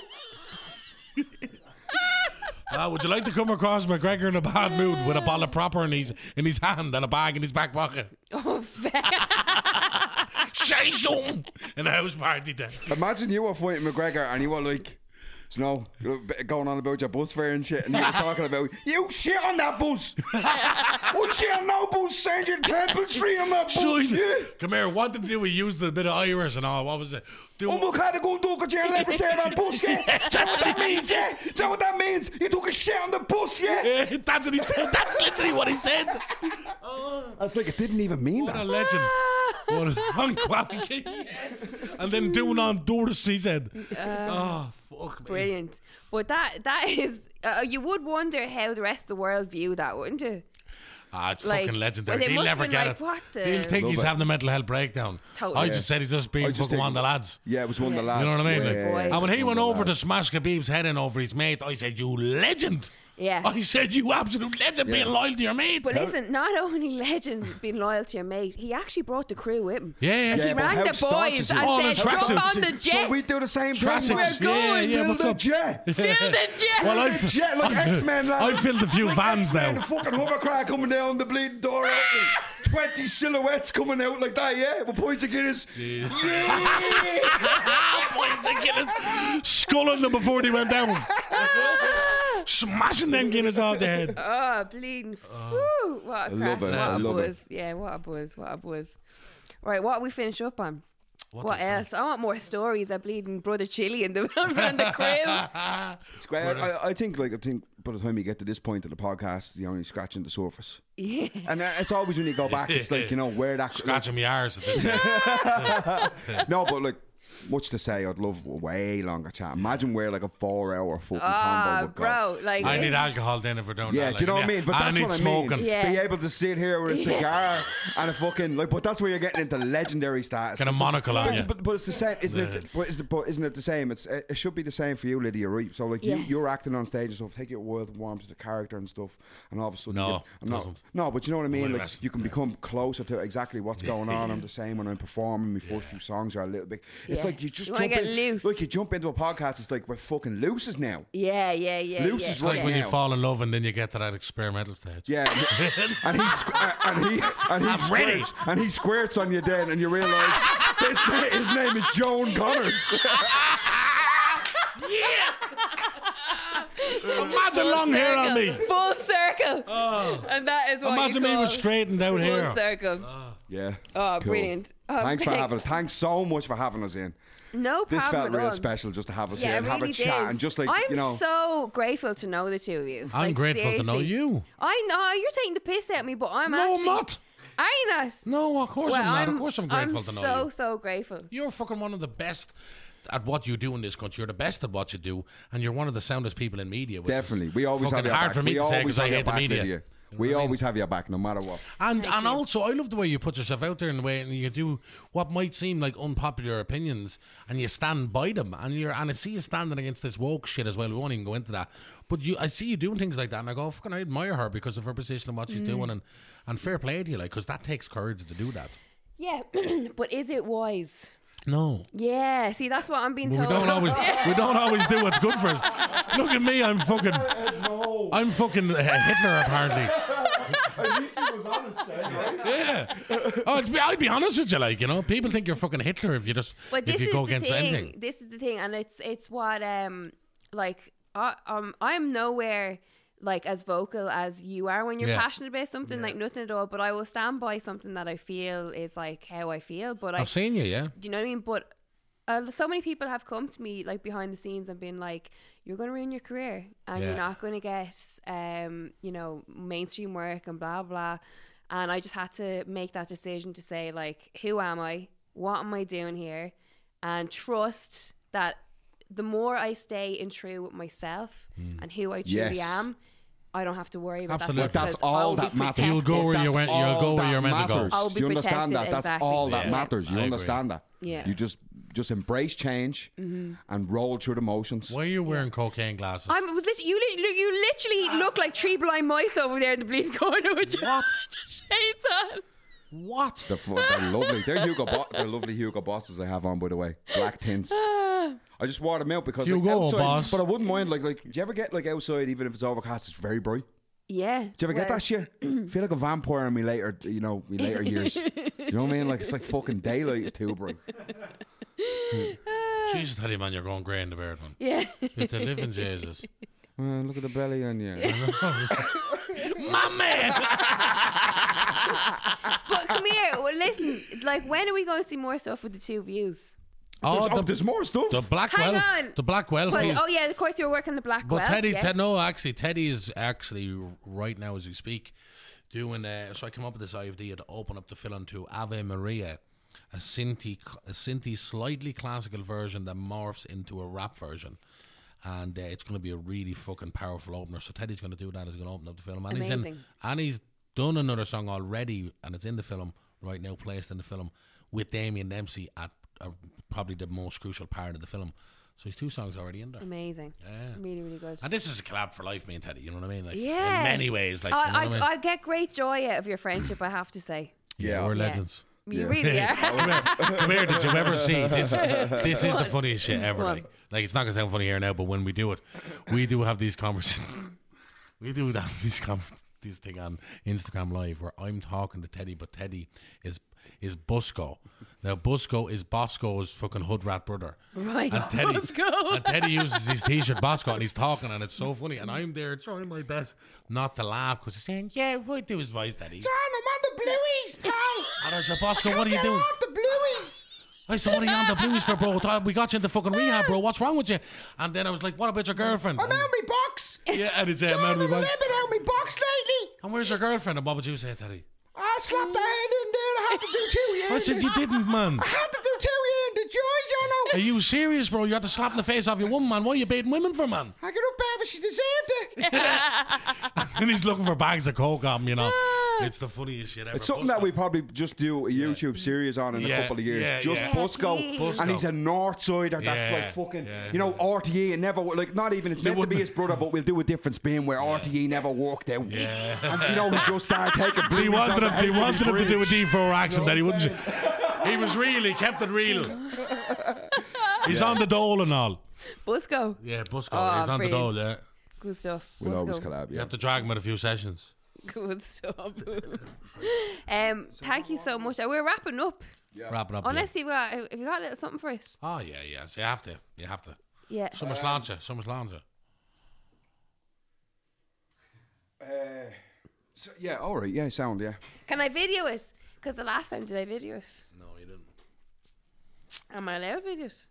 Speaker 2: Uh, would you like to come across McGregor in a bad mood with a bottle of proper in his in his hand and a bag in his back pocket?
Speaker 1: Oh, fair.
Speaker 2: Shut him in a house party then.
Speaker 3: Imagine you were fighting McGregor and you were like, you know, going on about your bus fare and shit, and he was talking about you shit on that bus. oh shit on no bus, send your Temple Street on that bus.
Speaker 2: Shine.
Speaker 3: yeah.
Speaker 2: Come here. What did we use the bit of Irish and all? What was it? Do
Speaker 3: Oh, my God, I go and do a jail ever say on that bus, yeah? Do you know what that means, yeah? Do you know what that means? You took a shit on the bus, yeah?
Speaker 2: Eh, that's what he said. That's literally what he said.
Speaker 3: I was like, it didn't even mean
Speaker 2: What a
Speaker 3: that.
Speaker 2: legend. What a long quality. And then doing on Doris, he said. oh, fuck me.
Speaker 1: Brilliant. But that that is. Uh, you would wonder how the rest of the world view that, wouldn't you?
Speaker 2: Ah, it's
Speaker 1: Like,
Speaker 2: fucking legendary.
Speaker 1: well, they
Speaker 2: They'll
Speaker 1: must have
Speaker 2: never
Speaker 1: been
Speaker 2: get
Speaker 1: like,
Speaker 2: it.
Speaker 1: "What the-"
Speaker 2: They'll think
Speaker 3: Love
Speaker 2: he's
Speaker 3: it.
Speaker 2: having a mental health breakdown.
Speaker 1: Totally.
Speaker 2: I
Speaker 1: Yeah.
Speaker 2: just said he's just being
Speaker 3: I just
Speaker 2: fucking
Speaker 3: think-
Speaker 2: one of the lads.
Speaker 3: Yeah, it was one of the
Speaker 1: Yeah.
Speaker 3: lads.
Speaker 2: You know what I mean?
Speaker 3: Yeah,
Speaker 2: Like,
Speaker 3: yeah, yeah.
Speaker 1: Boys.
Speaker 2: And when he
Speaker 3: One
Speaker 2: went
Speaker 3: of the
Speaker 2: over to
Speaker 3: lads.
Speaker 2: smash Khabib's head in over his mate, I said, "You legend."
Speaker 1: Yeah.
Speaker 2: I said, "You absolute legend, being loyal to your mate."
Speaker 1: But listen, not only legend being loyal to your mate, he actually brought the crew with him.
Speaker 2: yeah, yeah.
Speaker 3: Yeah,
Speaker 1: he
Speaker 3: but
Speaker 1: rang
Speaker 3: how
Speaker 1: the
Speaker 3: staunch
Speaker 1: boys
Speaker 3: is he?
Speaker 1: and
Speaker 2: All in
Speaker 1: said,
Speaker 2: tracksuits.
Speaker 1: "Jump on the jet,
Speaker 3: So we do the same thing.
Speaker 2: Tracksuits.
Speaker 3: We're
Speaker 2: Yeah,
Speaker 3: going
Speaker 2: yeah,
Speaker 3: to
Speaker 2: what's
Speaker 3: the
Speaker 2: up?
Speaker 3: jet.
Speaker 1: fill the jet."
Speaker 2: Well, I
Speaker 3: Like jet, like X-Men, lad.
Speaker 2: I filled a few vans
Speaker 3: X-Men,
Speaker 2: now.
Speaker 3: The fucking hovercraft coming down, the bleeding door opening, twenty silhouettes coming out like that. Yeah, with points of Guinness. Yeah.
Speaker 2: Ah, points of Guinness, sculling them before they went down, smashing them Guinness off the head.
Speaker 1: Oh, bleeding.
Speaker 2: uh,
Speaker 1: Whew, what a crack.
Speaker 3: love it.
Speaker 1: What
Speaker 3: I
Speaker 1: a
Speaker 3: love it.
Speaker 1: buzz. Yeah, what a buzz. What a buzz. Right, what are we finish up on? What,
Speaker 2: the
Speaker 1: else? I want more stories of bleeding brother Chili in the, around the crib.
Speaker 3: It's great. I, I think, like, I think by the time you get to this point of the podcast, you're only scratching the surface.
Speaker 1: yeah.
Speaker 3: And uh, it's always when you go back, it's like you know where that.
Speaker 2: Scratching my arse. at this point.
Speaker 3: like, no, but like. Much to say, I'd love a way longer chat. Imagine where like a four-hour fucking convo
Speaker 1: Ah,
Speaker 3: would go.
Speaker 1: bro. Like,
Speaker 2: I need alcohol then if we're doing
Speaker 3: Yeah,
Speaker 2: that.
Speaker 3: do you know
Speaker 2: like,
Speaker 3: what I mean? But
Speaker 2: I
Speaker 3: that's
Speaker 2: need
Speaker 3: what I
Speaker 2: smoking.
Speaker 3: mean.
Speaker 1: Yeah.
Speaker 3: Be able to sit here with a cigar and a fucking like, but that's where you're getting into legendary status.
Speaker 2: Get a
Speaker 3: It's just-
Speaker 2: monocle on
Speaker 3: but, it's-
Speaker 2: you.
Speaker 3: but, but it's the same, isn't it? But, is the, but isn't it the same? It's it, it should be the same for you, Lydia. Right? So like you,
Speaker 1: Yeah.
Speaker 3: you're acting on stage and stuff, take your world warm to the character and stuff, and all of a sudden,
Speaker 2: No,
Speaker 3: you, I'm not-
Speaker 2: doesn't.
Speaker 3: no, but you know what I mean.
Speaker 2: Only
Speaker 3: Like
Speaker 2: wrestling,
Speaker 3: you can become closer to exactly what's going on. I'm the same when I'm performing. My first few songs are a little bit. It's
Speaker 1: Yeah.
Speaker 3: like you just
Speaker 1: You wanna
Speaker 3: jump
Speaker 1: get
Speaker 3: in,
Speaker 1: loose.
Speaker 3: like you jump into a podcast. It's like we're fucking looses now.
Speaker 1: yeah, yeah, yeah.
Speaker 3: Loose
Speaker 1: yeah,
Speaker 3: is
Speaker 2: It's like
Speaker 3: right
Speaker 2: when
Speaker 3: now.
Speaker 2: you fall in love and then you get to that experimental stage.
Speaker 3: Yeah, and- and he squ- uh, and he and he
Speaker 2: I'm ready.
Speaker 3: squirts and he squirts on you then, and you realise his, na- his name is Joan Connors.
Speaker 2: Yeah. Imagine long hair on me.
Speaker 1: Full circle.
Speaker 2: Oh.
Speaker 1: And that is what
Speaker 2: Imagine
Speaker 1: you
Speaker 2: me
Speaker 1: call
Speaker 2: with straightened out Uh.
Speaker 1: full
Speaker 2: hair.
Speaker 1: circle.
Speaker 3: Yeah.
Speaker 1: Oh,
Speaker 3: Cool.
Speaker 1: brilliant. Oh,
Speaker 3: Thanks for
Speaker 1: thank-
Speaker 3: having. Thanks so much for having us in.
Speaker 1: No problem
Speaker 3: This felt
Speaker 1: at
Speaker 3: real
Speaker 1: all.
Speaker 3: special just to have us
Speaker 1: Yeah,
Speaker 3: here
Speaker 1: it
Speaker 3: and have
Speaker 1: really
Speaker 3: a chat
Speaker 1: does.
Speaker 3: and just like
Speaker 1: I'm
Speaker 3: you know.
Speaker 1: so grateful to know the two of you.
Speaker 2: I'm
Speaker 1: Like,
Speaker 2: grateful to know
Speaker 1: seriously.
Speaker 2: you.
Speaker 1: I know you're taking the piss at me, but I'm
Speaker 2: No, I'm
Speaker 1: actually
Speaker 2: not.
Speaker 1: I not.
Speaker 2: No, of course
Speaker 1: Well,
Speaker 2: I'm not. Of course I'm grateful to know
Speaker 1: so
Speaker 2: you.
Speaker 1: so grateful.
Speaker 2: You're fucking one of the best at what you do in this country. You're the best at what you do, and you're one of the soundest people in media. Which is
Speaker 3: Definitely, we always
Speaker 2: fucking
Speaker 3: have your
Speaker 2: hard
Speaker 3: back.
Speaker 2: for me
Speaker 3: we
Speaker 2: to say
Speaker 3: always
Speaker 2: because
Speaker 3: have
Speaker 2: I
Speaker 3: your
Speaker 2: hate the
Speaker 3: back,
Speaker 2: media.
Speaker 3: Lydia.
Speaker 2: You know
Speaker 3: We
Speaker 2: what I mean?
Speaker 3: always have your back, no matter what.
Speaker 2: And and also, I love the way you put yourself out there in the way, and you do what might seem like unpopular opinions, and you stand by them. And you're and I see you standing against this woke shit as well. We won't even go into that. But you, I see you doing things like that, and I go, "Oh, "Fucking, I admire her because of her position and what she's doing." And and fair play to you, like, because that takes courage to do that.
Speaker 1: Yeah, but is it wise?
Speaker 2: No,
Speaker 1: Yeah. See, that's what I'm being
Speaker 2: But we
Speaker 1: told.
Speaker 2: don't always we don't always do what's good for us. Look at me, I'm fucking I'm fucking uh, Hitler apparently. Yeah. Oh, it's, I'd be honest with you, like you know, people think you're fucking Hitler if you just
Speaker 1: But this
Speaker 2: if you
Speaker 1: is
Speaker 2: go
Speaker 1: the
Speaker 2: against
Speaker 1: thing.
Speaker 2: anything.
Speaker 1: This is the thing, and it's it's what um like I um I'm nowhere like as vocal as you are when you're
Speaker 2: Yeah.
Speaker 1: passionate about something like nothing at all. But I will stand by something that I feel is like how I feel. But I
Speaker 2: I've seen you, yeah.
Speaker 1: do you know what I mean? But uh, so many people have come to me like behind the scenes and been like, "You're going to ruin your career, and
Speaker 2: Yeah.
Speaker 1: you're not going to get, um, you know, mainstream work and blah blah." And I just had to make that decision to say like, "Who am I? What am I doing here?" And trust that the more I stay in true with myself and who I truly
Speaker 3: Yes.
Speaker 1: am, I don't have to worry about
Speaker 2: Hmm. Absolutely.
Speaker 1: that.
Speaker 2: But
Speaker 1: stuff
Speaker 3: That's
Speaker 1: because I
Speaker 3: all
Speaker 1: will be
Speaker 3: that matters.
Speaker 1: protected.
Speaker 2: You'll go where you
Speaker 3: That's
Speaker 2: went- you'll
Speaker 3: all
Speaker 2: go where
Speaker 3: that
Speaker 2: you're meant to go.
Speaker 3: matters.
Speaker 1: I'll be
Speaker 3: you understand that?
Speaker 1: protected,
Speaker 3: That's
Speaker 1: exactly.
Speaker 3: all that
Speaker 2: Yeah.
Speaker 3: matters. You
Speaker 2: I agree.
Speaker 3: understand that?
Speaker 1: Yeah. Mm-hmm.
Speaker 3: You just just embrace change and roll through the motions.
Speaker 2: Why are you wearing cocaine glasses?
Speaker 1: I'm was literally, you, lit- look- you literally look like tree blind mice over there in the bleeding corner with your
Speaker 2: What?
Speaker 1: shades on.
Speaker 2: what?
Speaker 3: The fu- they're lovely. They're Hugo. Bo- they're lovely Hugo bosses I have on, by the way. Black tints. I just wore them out because like,
Speaker 2: Hugo
Speaker 3: outside,
Speaker 2: Boss.
Speaker 3: But I wouldn't mind. Like, like, do you ever get like outside, even if it's overcast, it's very bright.
Speaker 1: Yeah.
Speaker 3: Do you ever get that shit? feel like a vampire in me later, you know, me later years. Do you know what I mean? Like it's like fucking daylight is too bright.
Speaker 2: Jesus, Teddy man, you're going grey in the beard man.
Speaker 1: Yeah.
Speaker 2: You're the living Jesus.
Speaker 3: Uh, look at the belly on you.
Speaker 2: My man.
Speaker 1: but Oh, come here. Well, listen. Like, when are we going to see more stuff with the two views?
Speaker 3: there's,
Speaker 2: Oh,
Speaker 3: oh,
Speaker 2: the,
Speaker 3: there's more stuff.
Speaker 2: the black
Speaker 1: Hang
Speaker 2: Welsh.
Speaker 1: on.
Speaker 2: The black Welsh.
Speaker 1: But,
Speaker 2: feed.
Speaker 1: oh yeah, of course you were working the black.
Speaker 2: But
Speaker 1: Welsh,
Speaker 2: Teddy,
Speaker 1: yes.
Speaker 2: Ted, no, actually, Teddy is actually right now as we speak doing. Uh, so I came up with this idea to open up the film to Ave Maria, a Sinti, a Sinti slightly classical version that morphs into a rap version. And uh, it's going to be a really fucking powerful opener. So Teddy's going to do that. He's going to open up the film, and he's in,
Speaker 1: Amazing.
Speaker 2: and he's done another song already, and it's in the film right now, placed in the film with Damien Dempsey at uh, probably the most crucial part of the film. So he's two songs already in there.
Speaker 1: Amazing.
Speaker 2: Yeah.
Speaker 1: Really, really good.
Speaker 2: And this is a collab for life, me and Teddy. You know what I mean? Like,
Speaker 1: Yeah.
Speaker 2: In many ways, like, you know
Speaker 1: I,
Speaker 2: what I
Speaker 1: I,
Speaker 2: mean?
Speaker 1: I get great joy out of your friendship. I have to say,
Speaker 2: yeah, we're
Speaker 3: Yeah.
Speaker 2: legends.
Speaker 1: you really are.
Speaker 2: Come here, come here, did you ever see this? This is the funniest shit ever.
Speaker 1: Go on.
Speaker 2: Like, like, it's not gonna sound funny here now, but when we do it, we do have these conversations. we do have these con This thing on Instagram Live where I'm talking to Teddy, but Teddy is is Busco. Now Busco is Bosco's fucking hood rat brother.
Speaker 1: Right,
Speaker 2: And Teddy,
Speaker 1: Bosco.
Speaker 2: and Teddy uses his T-shirt Bosco, and he's talking, and it's so funny. And I'm there trying my best not to laugh because he's saying, "Yeah, right, do his voice, Teddy."
Speaker 3: the blueies, pal.
Speaker 2: And I said, Bosco, what are you doing?
Speaker 3: the blueies.
Speaker 2: I said, what are you on the blues for, bro? Thought We got you in the fucking rehab, bro. What's wrong with you? And then I was like, what about your girlfriend? And-
Speaker 3: me box.
Speaker 2: yeah, and it's uh, man, we was-
Speaker 3: out me box lately.
Speaker 2: And where's your girlfriend? And what would you say, Teddy?
Speaker 3: I slapped the head in there. I had to do two years.
Speaker 2: I said, you didn't, man.
Speaker 3: had to do two years in the joy,
Speaker 2: Are you serious, bro? You had to slap in the face off your woman, man. What are you baiting women for, man?
Speaker 3: I got up there, she deserved it.
Speaker 2: and he's looking for bags of coke on me, you know. It's the funniest shit ever.
Speaker 3: It's something that we probably just do a YouTube series on in
Speaker 2: Yeah,
Speaker 3: a couple of years.
Speaker 2: yeah,
Speaker 3: just
Speaker 2: yeah.
Speaker 3: Busco.
Speaker 1: Busco.
Speaker 3: And he's a North Sider that's
Speaker 2: Yeah,
Speaker 3: like fucking,
Speaker 2: yeah.
Speaker 3: you know, RTE and never, like, not even, it's meant to
Speaker 2: wouldn't-
Speaker 3: be his brother, but we'll do a different spin where RTE never walked out.
Speaker 2: Yeah.
Speaker 3: And, you know, he just started taking
Speaker 2: He
Speaker 3: blues
Speaker 2: wanted
Speaker 3: on
Speaker 2: him,
Speaker 3: the
Speaker 2: he
Speaker 3: head
Speaker 2: wanted
Speaker 3: with
Speaker 2: him to
Speaker 3: his
Speaker 2: do a D
Speaker 3: bridge.
Speaker 2: for accent that he wouldn't. He was real. He kept it real. He's on the dole and all.
Speaker 1: Busco,
Speaker 2: Yeah, Busco.
Speaker 1: Oh,
Speaker 2: he's on
Speaker 1: brilliant.
Speaker 2: the dole. Yeah,
Speaker 1: good stuff.
Speaker 3: We'll always
Speaker 1: Busco.
Speaker 3: collab,
Speaker 2: you
Speaker 3: yeah.
Speaker 2: have to drag him in a few sessions.
Speaker 1: Good stuff. um, thank you so much. Uh, We're wrapping up.
Speaker 2: Wrapping up.
Speaker 1: Unless you got, if you got a little something for us.
Speaker 2: Oh yeah, yeah. So you have to, you have to.
Speaker 1: Yeah.
Speaker 2: Summer's um, launcher, summer's launcher.
Speaker 3: Uh, so, yeah, all right. Yeah, sound, yeah.
Speaker 1: Can I video it? Because the last time did I video it?
Speaker 2: No, you didn't.
Speaker 1: Am I allowed videos?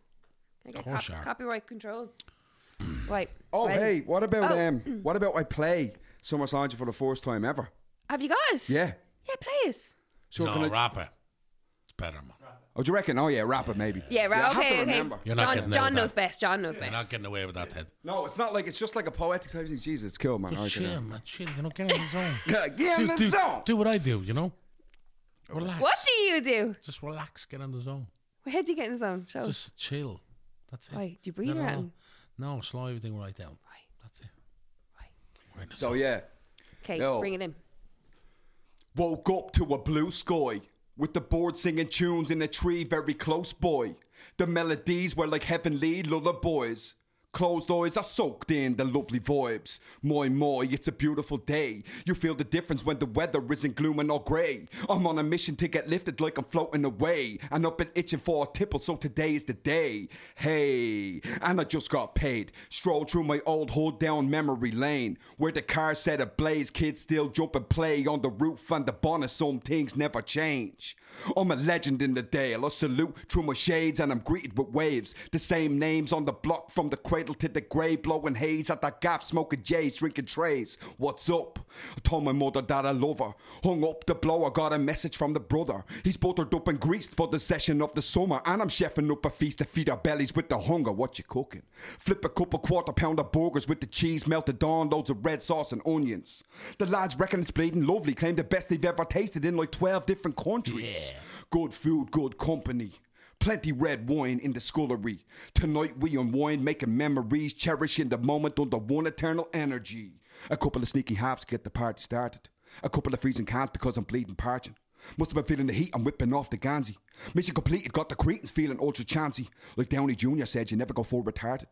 Speaker 1: Can I get
Speaker 2: Of course you are.
Speaker 1: Copyright control. right.
Speaker 3: Oh,
Speaker 1: ready?
Speaker 3: hey, what about
Speaker 1: Oh.
Speaker 3: um, what about I play Summer Slange for the first time ever?
Speaker 1: Have you guys?
Speaker 3: Yeah.
Speaker 1: Yeah, play it.
Speaker 3: Sure,
Speaker 2: no,
Speaker 3: can I-
Speaker 2: rap it. It's better, man.
Speaker 3: Oh, do you reckon? Oh, yeah, rap it maybe.
Speaker 1: Yeah, right.
Speaker 3: I have
Speaker 1: okay, okay.
Speaker 3: to remember.
Speaker 2: You're not
Speaker 1: John,
Speaker 2: getting away
Speaker 1: John
Speaker 2: with
Speaker 1: knows
Speaker 2: that.
Speaker 1: best. John knows
Speaker 2: You're
Speaker 1: best.
Speaker 2: not getting away with that, Ted.
Speaker 3: No, it's not like it's just like a poetic type thing. Jesus, it's cool, man. I
Speaker 2: Just
Speaker 3: reckon,
Speaker 2: chill,
Speaker 3: uh,
Speaker 2: man. Chill. You know, get in the zone.
Speaker 3: Yeah, get in
Speaker 2: Do-
Speaker 3: the
Speaker 2: do,
Speaker 3: zone.
Speaker 2: Do what I do, you know? Relax.
Speaker 1: what do you Oh. do?
Speaker 2: Just relax. Get in the zone.
Speaker 1: Where do you get in the zone? Show us.
Speaker 2: Just chill. That's it.
Speaker 1: Why? Do you breathe
Speaker 2: Let it
Speaker 1: or
Speaker 2: all-
Speaker 1: anything?
Speaker 2: No, slow everything right down.
Speaker 1: Right.
Speaker 2: That's it.
Speaker 1: Right.
Speaker 2: We're in the
Speaker 3: So
Speaker 2: zone.
Speaker 3: yeah,
Speaker 1: Okay,
Speaker 3: No.
Speaker 1: bring it in.
Speaker 3: woke up to a blue sky with the birds singing tunes in a tree very close by. The melodies were like heavenly lullabies. Closed eyes, I soaked in the lovely vibes. My, my, it's a beautiful day. You feel the difference when the weather isn't glooming or grey. I'm on a mission to get lifted like I'm floating away. And I've been itching for a tipple, so today is the day. Hey, and I just got paid. Strolled through my old hood down memory lane, where the car set ablaze, kids still jump and play on the roof and the bonnet. Some things never change. I'm a legend in the dale. I salute through my shades, and I'm greeted with waves. The same names on the block from the cradle to the grave, blowing haze at the gaff, smoking jays, drinking trays. What's up? I told my mother that I love her. Hung up the blower, got a message from the brother. He's buttered up and greased for the session of the summer, and I'm chefing up a feast to feed our bellies with the hunger. What you cooking? Flip a couple quarter pounder burgers with the cheese melted on, loads of red sauce and onions. The lads reckon it's bleeding lovely, claim the best they've ever tasted in like 12 different countries. Good food, good company. Plenty red wine in the scullery. Tonight we unwind, making memories, cherishing the moment under one eternal energy. A couple of sneaky halves to get the party started. A couple of freezing cans because I'm bleeding parching. Must have been feeling the heat, I'm whipping off the Ganzi. Mission completed, got the Cretans feeling ultra chancy. Like Downey Jr. said, you never go full retarded.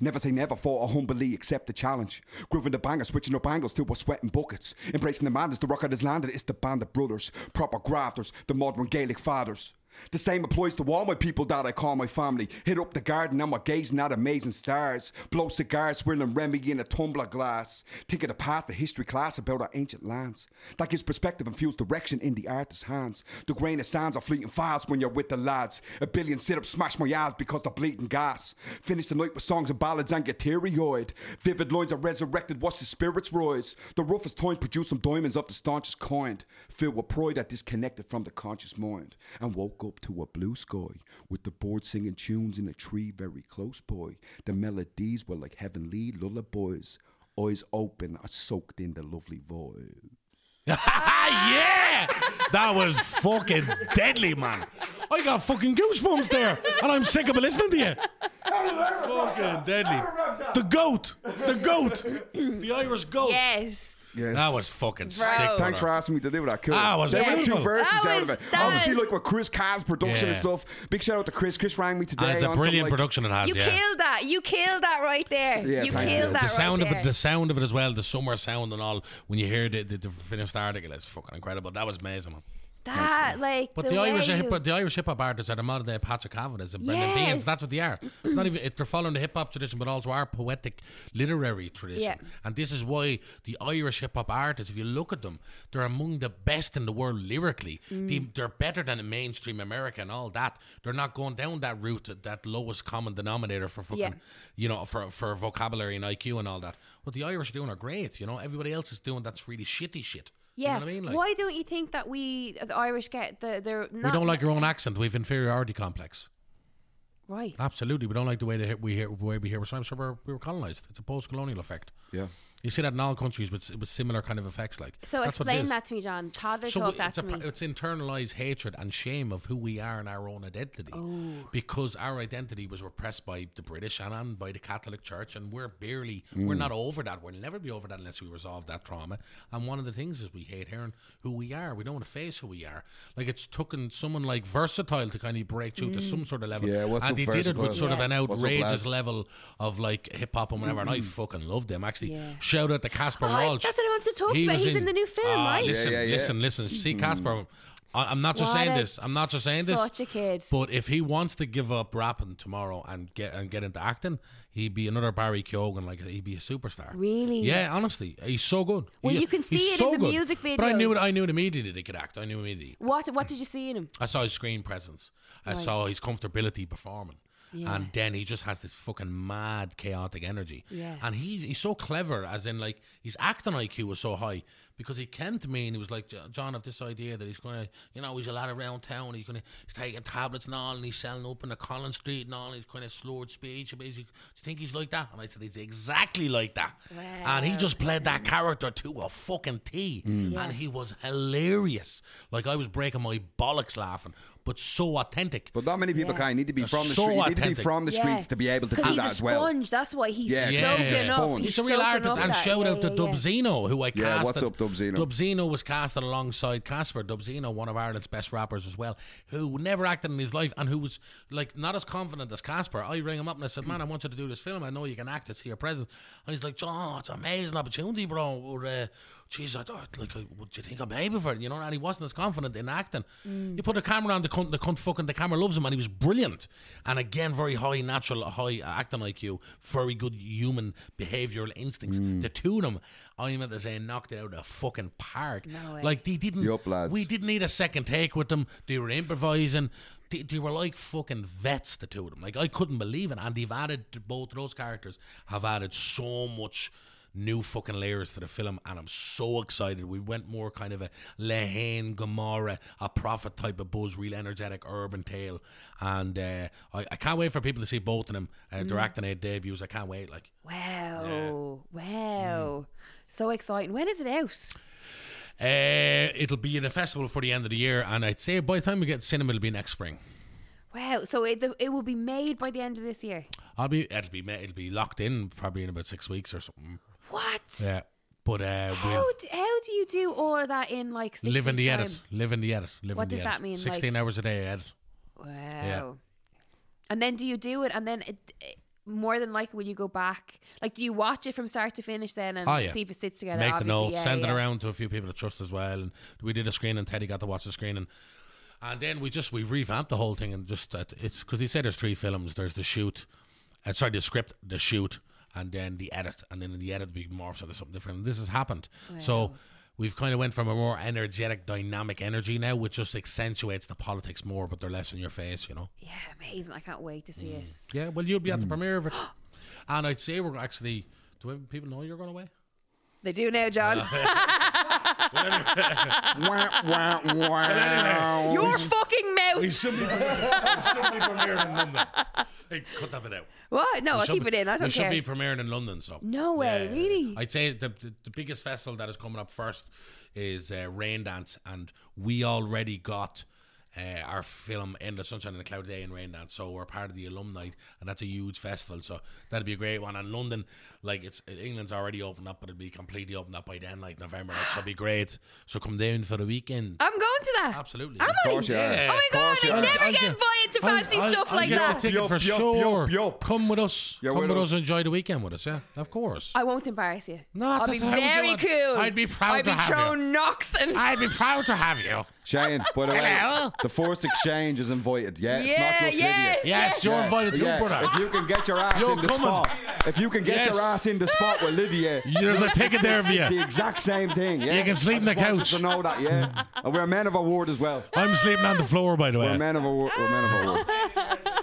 Speaker 3: Never say never for or humbly accept the challenge. Grooving the banger, switching up angles till we're sweating buckets. Embracing the madness, the rocket has landed, it's the band of brothers. Proper grafters, the modern Gaelic fathers. The same applies to all my people that I call my family. Hit up the garden and we're gazing at amazing stars. Blow cigars, swirling Remy in a tumbler glass. Think of the past, the history class about our ancient lands. That gives perspective and fuels direction in the artist's hands. The grain of sands are fleeting fast when you're with the lads. A billion sit-ups smash my eyes because they're bleeding gas. Finish the night with songs and ballads and get teary-eyed. Vivid lines are resurrected, watch the spirits rise. The roughest times produce some diamonds of the staunchest kind. Filled with pride that disconnected from the conscious mind. And woke up to a blue sky with the birds singing tunes in a tree very close by. The melodies were like heavenly lullabies. Eyes open, I soaked in the lovely voice.
Speaker 2: yeah! That was fucking deadly, man. I got fucking goosebumps there, and I'm sick of listening to you. fucking deadly. The goat, the goat, the Irish goat.
Speaker 1: Yes.
Speaker 3: Yes.
Speaker 2: That was fucking sick.
Speaker 3: Thanks
Speaker 2: brother.
Speaker 3: for asking me to do that. Cool.
Speaker 2: Ah, it was
Speaker 3: they went
Speaker 2: beautiful.
Speaker 3: two verses
Speaker 1: That
Speaker 3: out of
Speaker 1: was-
Speaker 3: it.
Speaker 1: that
Speaker 3: Obviously,
Speaker 1: was-
Speaker 3: like with Chris Cal's production and
Speaker 2: Yeah.
Speaker 3: stuff. Big shout out to Chris. Chris rang me today.
Speaker 2: And Ah, it's a
Speaker 3: on some,
Speaker 2: brilliant
Speaker 3: like-
Speaker 2: production it has,
Speaker 1: You
Speaker 2: yeah.
Speaker 1: killed that. You killed that right there.
Speaker 3: Yeah,
Speaker 1: you
Speaker 3: thank
Speaker 1: killed that
Speaker 3: you.
Speaker 2: the
Speaker 1: right
Speaker 2: sound
Speaker 1: there.
Speaker 2: of it, the sound of it as well, the summer sound and all. When you hear the the, the finished article, it's fucking incredible. That was amazing, man.
Speaker 1: that like
Speaker 2: But
Speaker 1: the,
Speaker 2: the, Irish
Speaker 1: way
Speaker 2: hip,
Speaker 1: you-
Speaker 2: but the Irish hip hop artists are the modern day Patrick Cavadas and Brendan
Speaker 1: Yes.
Speaker 2: Beans. That's what they are. It's not even it, they're following the hip hop tradition, but also our poetic literary tradition.
Speaker 1: Yeah.
Speaker 2: And this is why the Irish hip hop artists, if you look at them, they're among the best in the world lyrically. They,
Speaker 1: Mm.
Speaker 2: they're better than the mainstream America and all that. They're not going down that route, that- that lowest common denominator for fucking,
Speaker 1: Yeah.
Speaker 2: you know, for for vocabulary and IQ and all that. What the Irish are doing are great. You know, everybody else is doing that's really shitty shit.
Speaker 1: yeah.
Speaker 2: You know what I mean? Like,
Speaker 1: Why don't you think that we the Irish get the they're not
Speaker 2: we don't like our own accent. We've inferiority complex.
Speaker 1: right.
Speaker 2: Absolutely, we don't like the way that we hear, the way we hear. So I'm sure we're, we were colonized. It's a post-colonial effect.
Speaker 3: Yeah.
Speaker 2: You see that in all countries with, with similar kind of effects. Like
Speaker 1: So
Speaker 2: that's what it
Speaker 1: explain
Speaker 2: is.
Speaker 1: that to me, John. Toddler
Speaker 2: So
Speaker 1: talk that
Speaker 2: it's,
Speaker 1: to
Speaker 2: a,
Speaker 1: me.
Speaker 2: it's internalized hatred and shame of who we are and our own identity,
Speaker 1: Oh.
Speaker 2: because our identity was repressed by the British and, and by the Catholic Church, and we're barely, we're
Speaker 1: Mm.
Speaker 2: not over that. We'll never be over that unless we resolve that trauma. And one of the things is we hate hearing who we are. We don't want to face who we are. Like it's taken someone like versatile to kind of break through
Speaker 1: Mm.
Speaker 2: to some sort of level.
Speaker 3: Yeah, what's
Speaker 2: and
Speaker 3: up,
Speaker 2: they did it
Speaker 3: Versatile?
Speaker 2: with sort of
Speaker 1: Yeah.
Speaker 2: an
Speaker 3: What's up,
Speaker 2: outrageous
Speaker 3: lads?
Speaker 2: level of like hip hop and whatever. And I fucking love them. Actually,
Speaker 1: Yeah.
Speaker 2: shout out to Casper
Speaker 1: Oh, I-
Speaker 2: Walsh.
Speaker 1: that's what I wanted to talk about.
Speaker 2: was
Speaker 1: He's in the new film,
Speaker 2: Ah,
Speaker 1: right?
Speaker 2: Listen,
Speaker 3: Yeah, Mm-hmm. yeah, yeah.
Speaker 2: listen, listen. See Casper. I, I'm not just
Speaker 1: What
Speaker 2: saying
Speaker 1: a-
Speaker 2: this. I'm not just saying this.
Speaker 1: Such a kid.
Speaker 2: But if he wants to give up rapping tomorrow and get and get into acting, he'd be another Barry Keoghan. Like he'd be a superstar.
Speaker 1: Really?
Speaker 2: Yeah, honestly, he's so good.
Speaker 1: Well,
Speaker 2: He-
Speaker 1: you can
Speaker 2: he's
Speaker 1: see it in
Speaker 2: so
Speaker 1: the
Speaker 2: good.
Speaker 1: music
Speaker 2: But I knew
Speaker 1: videos.
Speaker 2: it. I knew it immediately. They could act. I knew immediately.
Speaker 1: What What did you see in him?
Speaker 2: I saw his screen presence. I saw his comfortability performing. And then he just has this fucking mad chaotic energy.
Speaker 1: Yeah.
Speaker 2: And he's he's so clever as in like his acting IQ was so high because he came to me and he was like, "Jo- John, I have this idea that he's gonna you know, he's a lot around town, he's gonna he's taking tablets and all and he's selling up in the Collins Street and all and he's kinda slurred speech and basically do you think he's like that? And I said, He's exactly like that. And he just played that character to a fucking T.
Speaker 1: Mm.
Speaker 2: And he was hilarious. Like I was breaking my bollocks laughing, but so authentic.
Speaker 3: But not many people
Speaker 1: Yeah.
Speaker 3: can. You need to be
Speaker 2: They're
Speaker 3: from the
Speaker 2: so
Speaker 3: street. You need to be
Speaker 2: authentic.
Speaker 3: from the
Speaker 1: Yeah.
Speaker 3: streets to be able to do
Speaker 1: 'Cause he's
Speaker 3: that
Speaker 1: a
Speaker 3: as well.
Speaker 1: sponge. That's why he's
Speaker 3: Yeah,
Speaker 1: soaking
Speaker 3: Yeah.
Speaker 1: up.
Speaker 3: he's a sponge.
Speaker 1: He's
Speaker 2: He's a real
Speaker 1: soaking
Speaker 2: artist,
Speaker 1: up
Speaker 2: and
Speaker 1: that.
Speaker 2: shout
Speaker 1: Yeah,
Speaker 2: out to
Speaker 1: yeah, yeah.
Speaker 2: Dubzino, who I cast.
Speaker 3: Yeah, what's up, Dubzino?
Speaker 2: Dubzino was casted alongside Casper. Dubzino, one of Ireland's best rappers as well, who never acted in his life and who was like not as confident as Casper. I rang him up and I said, "Man, I want you to do this film. I know you can act. It's here present." And he's like, "John, it's an amazing opportunity, bro. Or, uh, geez, I thought, like, I, would you think I'm able for it? You know?" And he wasn't as confident in acting. You put the camera on the cunt, the cunt fucking the camera loves him, and he was brilliant. And again, very high natural, high acting IQ, very good human behavioral instincts.
Speaker 3: Mm.
Speaker 2: The two of them, I meant to say, knocked it out of the fucking park.
Speaker 1: way.
Speaker 2: Like they didn't.
Speaker 3: Yup, lads.
Speaker 2: We didn't need a second take with them. They were improvising. They, they were like fucking vets, the two of them. Like I couldn't believe it. And they've added both of those characters have added so much new fucking layers to the film, and I'm so excited. We went more kind of a Lehane Gomorrah, a prophet type of buzz, real energetic urban tale, and uh, I, I can't wait for people to see both of them uh, their acting their debuts. I can't wait. Like
Speaker 1: Wow. Wow.
Speaker 2: Mm.
Speaker 1: So exciting. When is it out?
Speaker 2: uh, it'll be in a festival for the end of the year, and I'd say by the time we get to cinema, it'll be next spring.
Speaker 1: Wow. So it, the, it will be made by the end of this year.
Speaker 2: I'll be it'll be ma- it'll be locked in probably in about six weeks or something.
Speaker 1: What?
Speaker 2: Yeah, but uh,
Speaker 1: How,
Speaker 2: we'll
Speaker 1: d- how do you do all of that in like six
Speaker 2: live in
Speaker 1: weeks'
Speaker 2: the
Speaker 1: time?
Speaker 2: edit, live in the edit, live
Speaker 1: What
Speaker 2: in the
Speaker 1: does
Speaker 2: edit.
Speaker 1: that mean, like-
Speaker 2: Sixteen hours a day edit.
Speaker 1: Wow. And then do you do it? And then it, it- more than likely, will you go back? Like, do you watch it from start to finish then and
Speaker 2: Oh, yeah.
Speaker 1: see if it sits together?
Speaker 2: Make the
Speaker 1: Obviously,
Speaker 2: notes,
Speaker 1: yeah,
Speaker 2: send
Speaker 1: yeah.
Speaker 2: it around to a few people to trust as well. And we did a screen, and Teddy got to watch the screen, and and then we just we revamped the whole thing, and just that it's because he said there's three films. There's the shoot, and sorry, the script, the shoot, and then the edit, and then in the edit we morphed into something different. And this has happened, so. We've kind of went from a more energetic, dynamic energy now, which just accentuates the politics more, but they're less in your face, you know.
Speaker 1: Yeah, amazing. I can't wait to see it.
Speaker 2: Yeah, well, you'll be at the premiere of it, and I'd say we're actually. Do people know you're going away?
Speaker 1: They do now, John.
Speaker 2: Uh,
Speaker 3: Wah, wah, wah.
Speaker 1: Your fucking mouth.
Speaker 2: We should be premiering, we should be premiering in London. Hey, cut that bit out.
Speaker 1: what? No,
Speaker 2: We
Speaker 1: Oh, I'll
Speaker 2: should
Speaker 1: keep
Speaker 2: be-
Speaker 1: it in. I
Speaker 2: we
Speaker 1: don't care.
Speaker 2: should be premiering in London, so.
Speaker 1: No way, really?
Speaker 2: I'd say the, the, the biggest festival that is coming up first is uh, Rain Dance, and we already got. Uh, our film Endless Sunshine in the Cloud Day in Rain Dance, so we're part of the alumni, and that's a huge festival. So that'd be a great one. And London, like it's England's already opened up, but it'll be completely opened up by then, like November. Like, so it'd be great. So come down for the weekend.
Speaker 1: I'm going to that.
Speaker 2: Absolutely.
Speaker 1: Am
Speaker 3: Of course you are.
Speaker 2: Yeah.
Speaker 1: Oh my
Speaker 3: Of
Speaker 1: god,
Speaker 3: course you
Speaker 1: I
Speaker 3: are.
Speaker 1: never
Speaker 2: I'll
Speaker 1: get
Speaker 2: get-
Speaker 1: invited to
Speaker 2: I'll-
Speaker 1: fancy
Speaker 2: I'll-
Speaker 1: stuff
Speaker 2: I'll
Speaker 1: like
Speaker 2: get you a
Speaker 1: that.
Speaker 2: ticket
Speaker 3: Yup,
Speaker 2: for
Speaker 3: yup,
Speaker 2: sure.
Speaker 3: yup, yup.
Speaker 2: Come with us.
Speaker 3: You're
Speaker 2: Come
Speaker 3: with
Speaker 2: with us.
Speaker 3: us.
Speaker 2: and Enjoy the weekend with us. Yeah, of course.
Speaker 1: I won't embarrass you.
Speaker 2: No,
Speaker 1: I'll be
Speaker 2: that's- how would you
Speaker 1: very
Speaker 2: want-
Speaker 1: cool.
Speaker 2: I'd be proud
Speaker 1: I'd
Speaker 2: to
Speaker 1: be
Speaker 2: have you.
Speaker 1: throwing knocks and
Speaker 2: I'd be proud to have you.
Speaker 3: Shane, by the way,
Speaker 2: Hello?
Speaker 3: the forced exchange is invited. Yeah, it's
Speaker 1: Yeah,
Speaker 3: not just
Speaker 1: yes.
Speaker 3: Lydia.
Speaker 2: Yes, you're
Speaker 3: Yeah,
Speaker 2: invited too,
Speaker 3: yeah.
Speaker 2: brother.
Speaker 3: If you can get your ass
Speaker 2: You're
Speaker 3: in the
Speaker 2: coming.
Speaker 3: spot, if you can get
Speaker 2: Yes.
Speaker 3: your ass in the spot with Lydia,
Speaker 2: There's a ticket there for
Speaker 3: it's the
Speaker 2: you.
Speaker 3: exact same thing. Yeah,
Speaker 2: You can sleep in the
Speaker 3: I want
Speaker 2: couch.
Speaker 3: you To know that, yeah, and we're men of a word as well.
Speaker 2: I'm sleeping on the floor, by the
Speaker 3: We're
Speaker 2: way.
Speaker 3: men of a word. We're men of a word.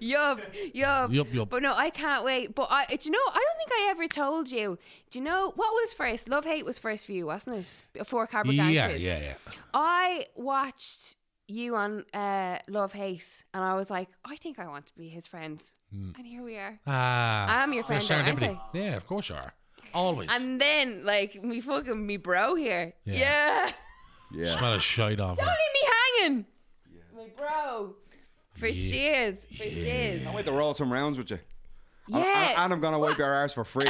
Speaker 1: Yup, yup.
Speaker 2: Yup, yup.
Speaker 1: But no, I can't wait. But I, do you know, I don't think I ever told you. Do you know what was first? Love Hate was first for you, wasn't it? Before Carbon
Speaker 2: Yeah, yeah, yeah.
Speaker 1: I watched you on uh, Love Hate, and I was like, I think I want to be his friend. And here we are.
Speaker 2: Hmm. Ah,
Speaker 1: I'm your
Speaker 2: you're
Speaker 1: friend, though, aren't
Speaker 2: serendipity. Yeah, of course you are. Always.
Speaker 1: And then, like, me fucking me bro here.
Speaker 2: Yeah.
Speaker 1: Yeah.
Speaker 3: Yeah.
Speaker 2: Smell a shite off. me.
Speaker 1: Don't leave me hanging. My bro. For shears. For shears.
Speaker 3: Wait to roll some rounds with you.
Speaker 1: Yeah.
Speaker 3: And- And, and I'm gonna wipe your arse for free.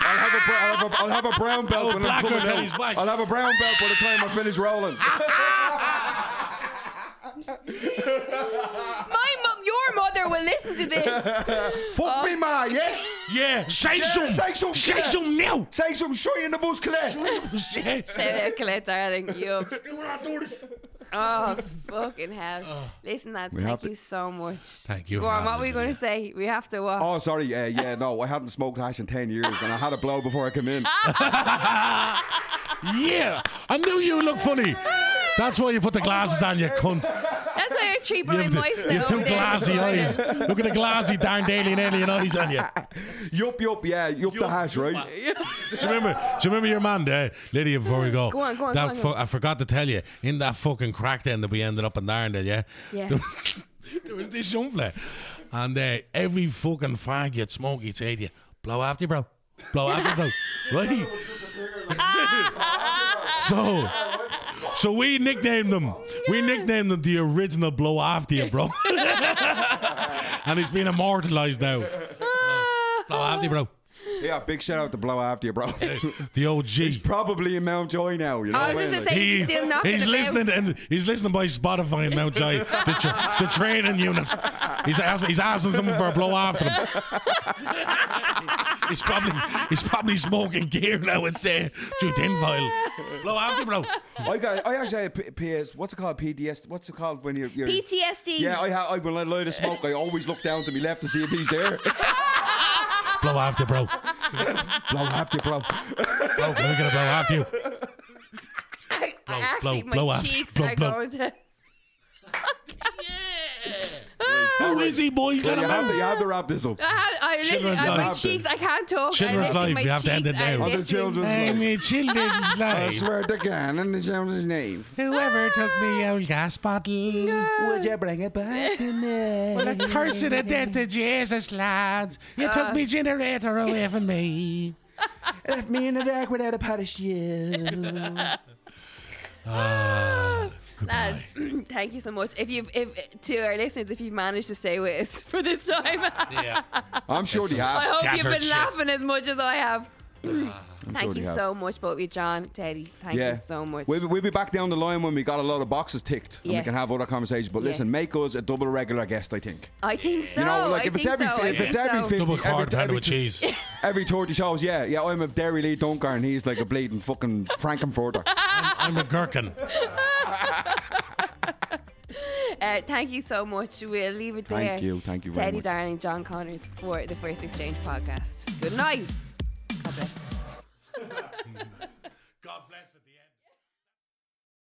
Speaker 3: I'll, have a, br- I'll, have a, I'll have a brown belt
Speaker 2: Oh,
Speaker 3: when
Speaker 2: black
Speaker 3: I'm coming
Speaker 2: or
Speaker 3: down.
Speaker 2: Teddy's black.
Speaker 3: I'll have a brown belt by the time I finish rolling.
Speaker 1: My mum, your mother will listen to to this.
Speaker 3: Fuck me, ma, yeah?
Speaker 2: Yeah, say some.
Speaker 3: say some,
Speaker 2: Say
Speaker 3: yeah.
Speaker 2: some now.
Speaker 3: Say some shit in the bus, Claire.
Speaker 2: yeah.
Speaker 1: Say that, Colette, darling. You.
Speaker 2: We're not doing this.
Speaker 1: Oh, fucking hell. Listen, lads,
Speaker 3: We
Speaker 1: thank
Speaker 3: have to-
Speaker 1: you so much.
Speaker 2: Thank you
Speaker 1: Go
Speaker 2: for
Speaker 1: on, what
Speaker 2: having
Speaker 1: were you
Speaker 2: us,
Speaker 1: going
Speaker 2: Olivia.
Speaker 1: to say? We have to walk.
Speaker 3: Oh, sorry. Uh, yeah, no, I haven't smoked hash in 10 years and I had a blow before I came in.
Speaker 2: Yeah, I knew you look funny. That's why you put the glasses on, you cunt.
Speaker 1: That's why you're cheaper
Speaker 2: You
Speaker 1: than
Speaker 2: have, the-
Speaker 1: mice now.
Speaker 2: you have two
Speaker 1: over there.
Speaker 2: glassy eyes. Look at the glassy darn alien alien eyes on you.
Speaker 3: Yup, yup, yeah, yup the hash, right?
Speaker 2: Do you remember? Do you remember your man, there, Lydia? Before we go,
Speaker 1: Mm. Go on, go on,
Speaker 2: That
Speaker 1: go on, go on.
Speaker 2: I forgot to tell you in that fucking crack den that we ended up in Darndale, yeah.
Speaker 1: Yeah.
Speaker 2: There was, there was this young fella, and uh, every fucking fag you'd smoke, he'd say to you, "Blow after you, bro. Blow after you, bro." Right? so, so we nicknamed them. We nicknamed them the original "Blow after you, bro," and he's been immortalized now.
Speaker 1: Ah.
Speaker 2: Blow after you, bro.
Speaker 3: Yeah, big shout out to blow after you, bro.
Speaker 2: The OG.
Speaker 3: Probably in Mountjoy now, you know.
Speaker 1: I
Speaker 3: what
Speaker 1: was
Speaker 3: I mean?
Speaker 1: just gonna say- He's still knocking
Speaker 2: he's
Speaker 1: about.
Speaker 2: listening and he's listening by Spotify in Mount Jai, the, tra- the training unit. He's ask, he's asking someone for a blow after him. he's probably he's probably smoking gear now and say through tinfoil. Blow after bro.
Speaker 3: I got, I actually had a P- PS. What's it called? PDS. What's it called when you're? you're
Speaker 1: PTSD.
Speaker 3: yeah, I ha- I when I light a smoke, I always look down to my left to see if he's there.
Speaker 2: Blow after bro.
Speaker 3: blow after you, bro.
Speaker 2: Bro, we're gonna blow after you.
Speaker 1: I, I actually,
Speaker 2: blow,
Speaker 1: my
Speaker 2: blow out,
Speaker 1: cheeks
Speaker 2: blow,
Speaker 1: are
Speaker 2: blow.
Speaker 1: going to.
Speaker 2: Who is he, boys? Let
Speaker 3: You
Speaker 2: him
Speaker 3: have, to, you
Speaker 2: out.
Speaker 3: have to wrap this up.
Speaker 1: I, have, I literally,
Speaker 2: Children's
Speaker 1: I, my
Speaker 2: lives.
Speaker 1: cheeks, I can't talk. I
Speaker 2: Children's
Speaker 1: literally-
Speaker 2: lives,
Speaker 1: my
Speaker 2: you have to end it
Speaker 1: cheeks are
Speaker 2: now.
Speaker 3: On the
Speaker 1: literally-
Speaker 3: children's
Speaker 2: I'm
Speaker 3: life.
Speaker 2: a children's life.
Speaker 3: swear to God, and the children's name.
Speaker 2: Whoever took me old gas bottle.
Speaker 3: Would you bring it back to me?
Speaker 2: The curse of the dead to Jesus, lads. You took
Speaker 1: Uh.
Speaker 2: me generator away from me.
Speaker 3: Left me in the dark without a parachute.
Speaker 1: Lads, thank you so much. If you've, if to our listeners, if you've managed to stay with us for this time,
Speaker 2: Yeah.
Speaker 3: I'm sure they
Speaker 1: I
Speaker 3: have.
Speaker 1: hope you've
Speaker 2: Scattered
Speaker 1: been
Speaker 2: shit.
Speaker 1: laughing as much as I have. thank
Speaker 3: sure
Speaker 1: you
Speaker 3: they have.
Speaker 1: so much, both of you, John, Teddy. Thank
Speaker 3: Yeah.
Speaker 1: you so much.
Speaker 3: We'll be, we'll be back down the line when we got a lot of boxes ticked and we
Speaker 1: Yes.
Speaker 3: can have other conversations. But listen,
Speaker 1: Yes.
Speaker 3: make us a double regular guest, I think.
Speaker 1: I think so.
Speaker 3: You know, like
Speaker 1: I
Speaker 3: if it's
Speaker 1: think
Speaker 3: every
Speaker 1: so,
Speaker 3: fi-
Speaker 1: I
Speaker 3: if
Speaker 1: think
Speaker 3: it's every
Speaker 1: so.
Speaker 3: fifty-
Speaker 2: Double
Speaker 3: Every-
Speaker 2: card pound
Speaker 3: every-
Speaker 2: with cheese.
Speaker 3: Every 30 shows, yeah, yeah. I'm a Derry Lee Dunker and he's like a bleeding fucking Frankenfurter.
Speaker 2: I'm a gherkin.
Speaker 1: Uh, thank you so much. We'll leave it
Speaker 3: Thank
Speaker 1: there.
Speaker 3: you, thank you very
Speaker 1: Teddy
Speaker 3: much.
Speaker 1: Darling, John Connors for the First Exchange podcast. Good night. God bless.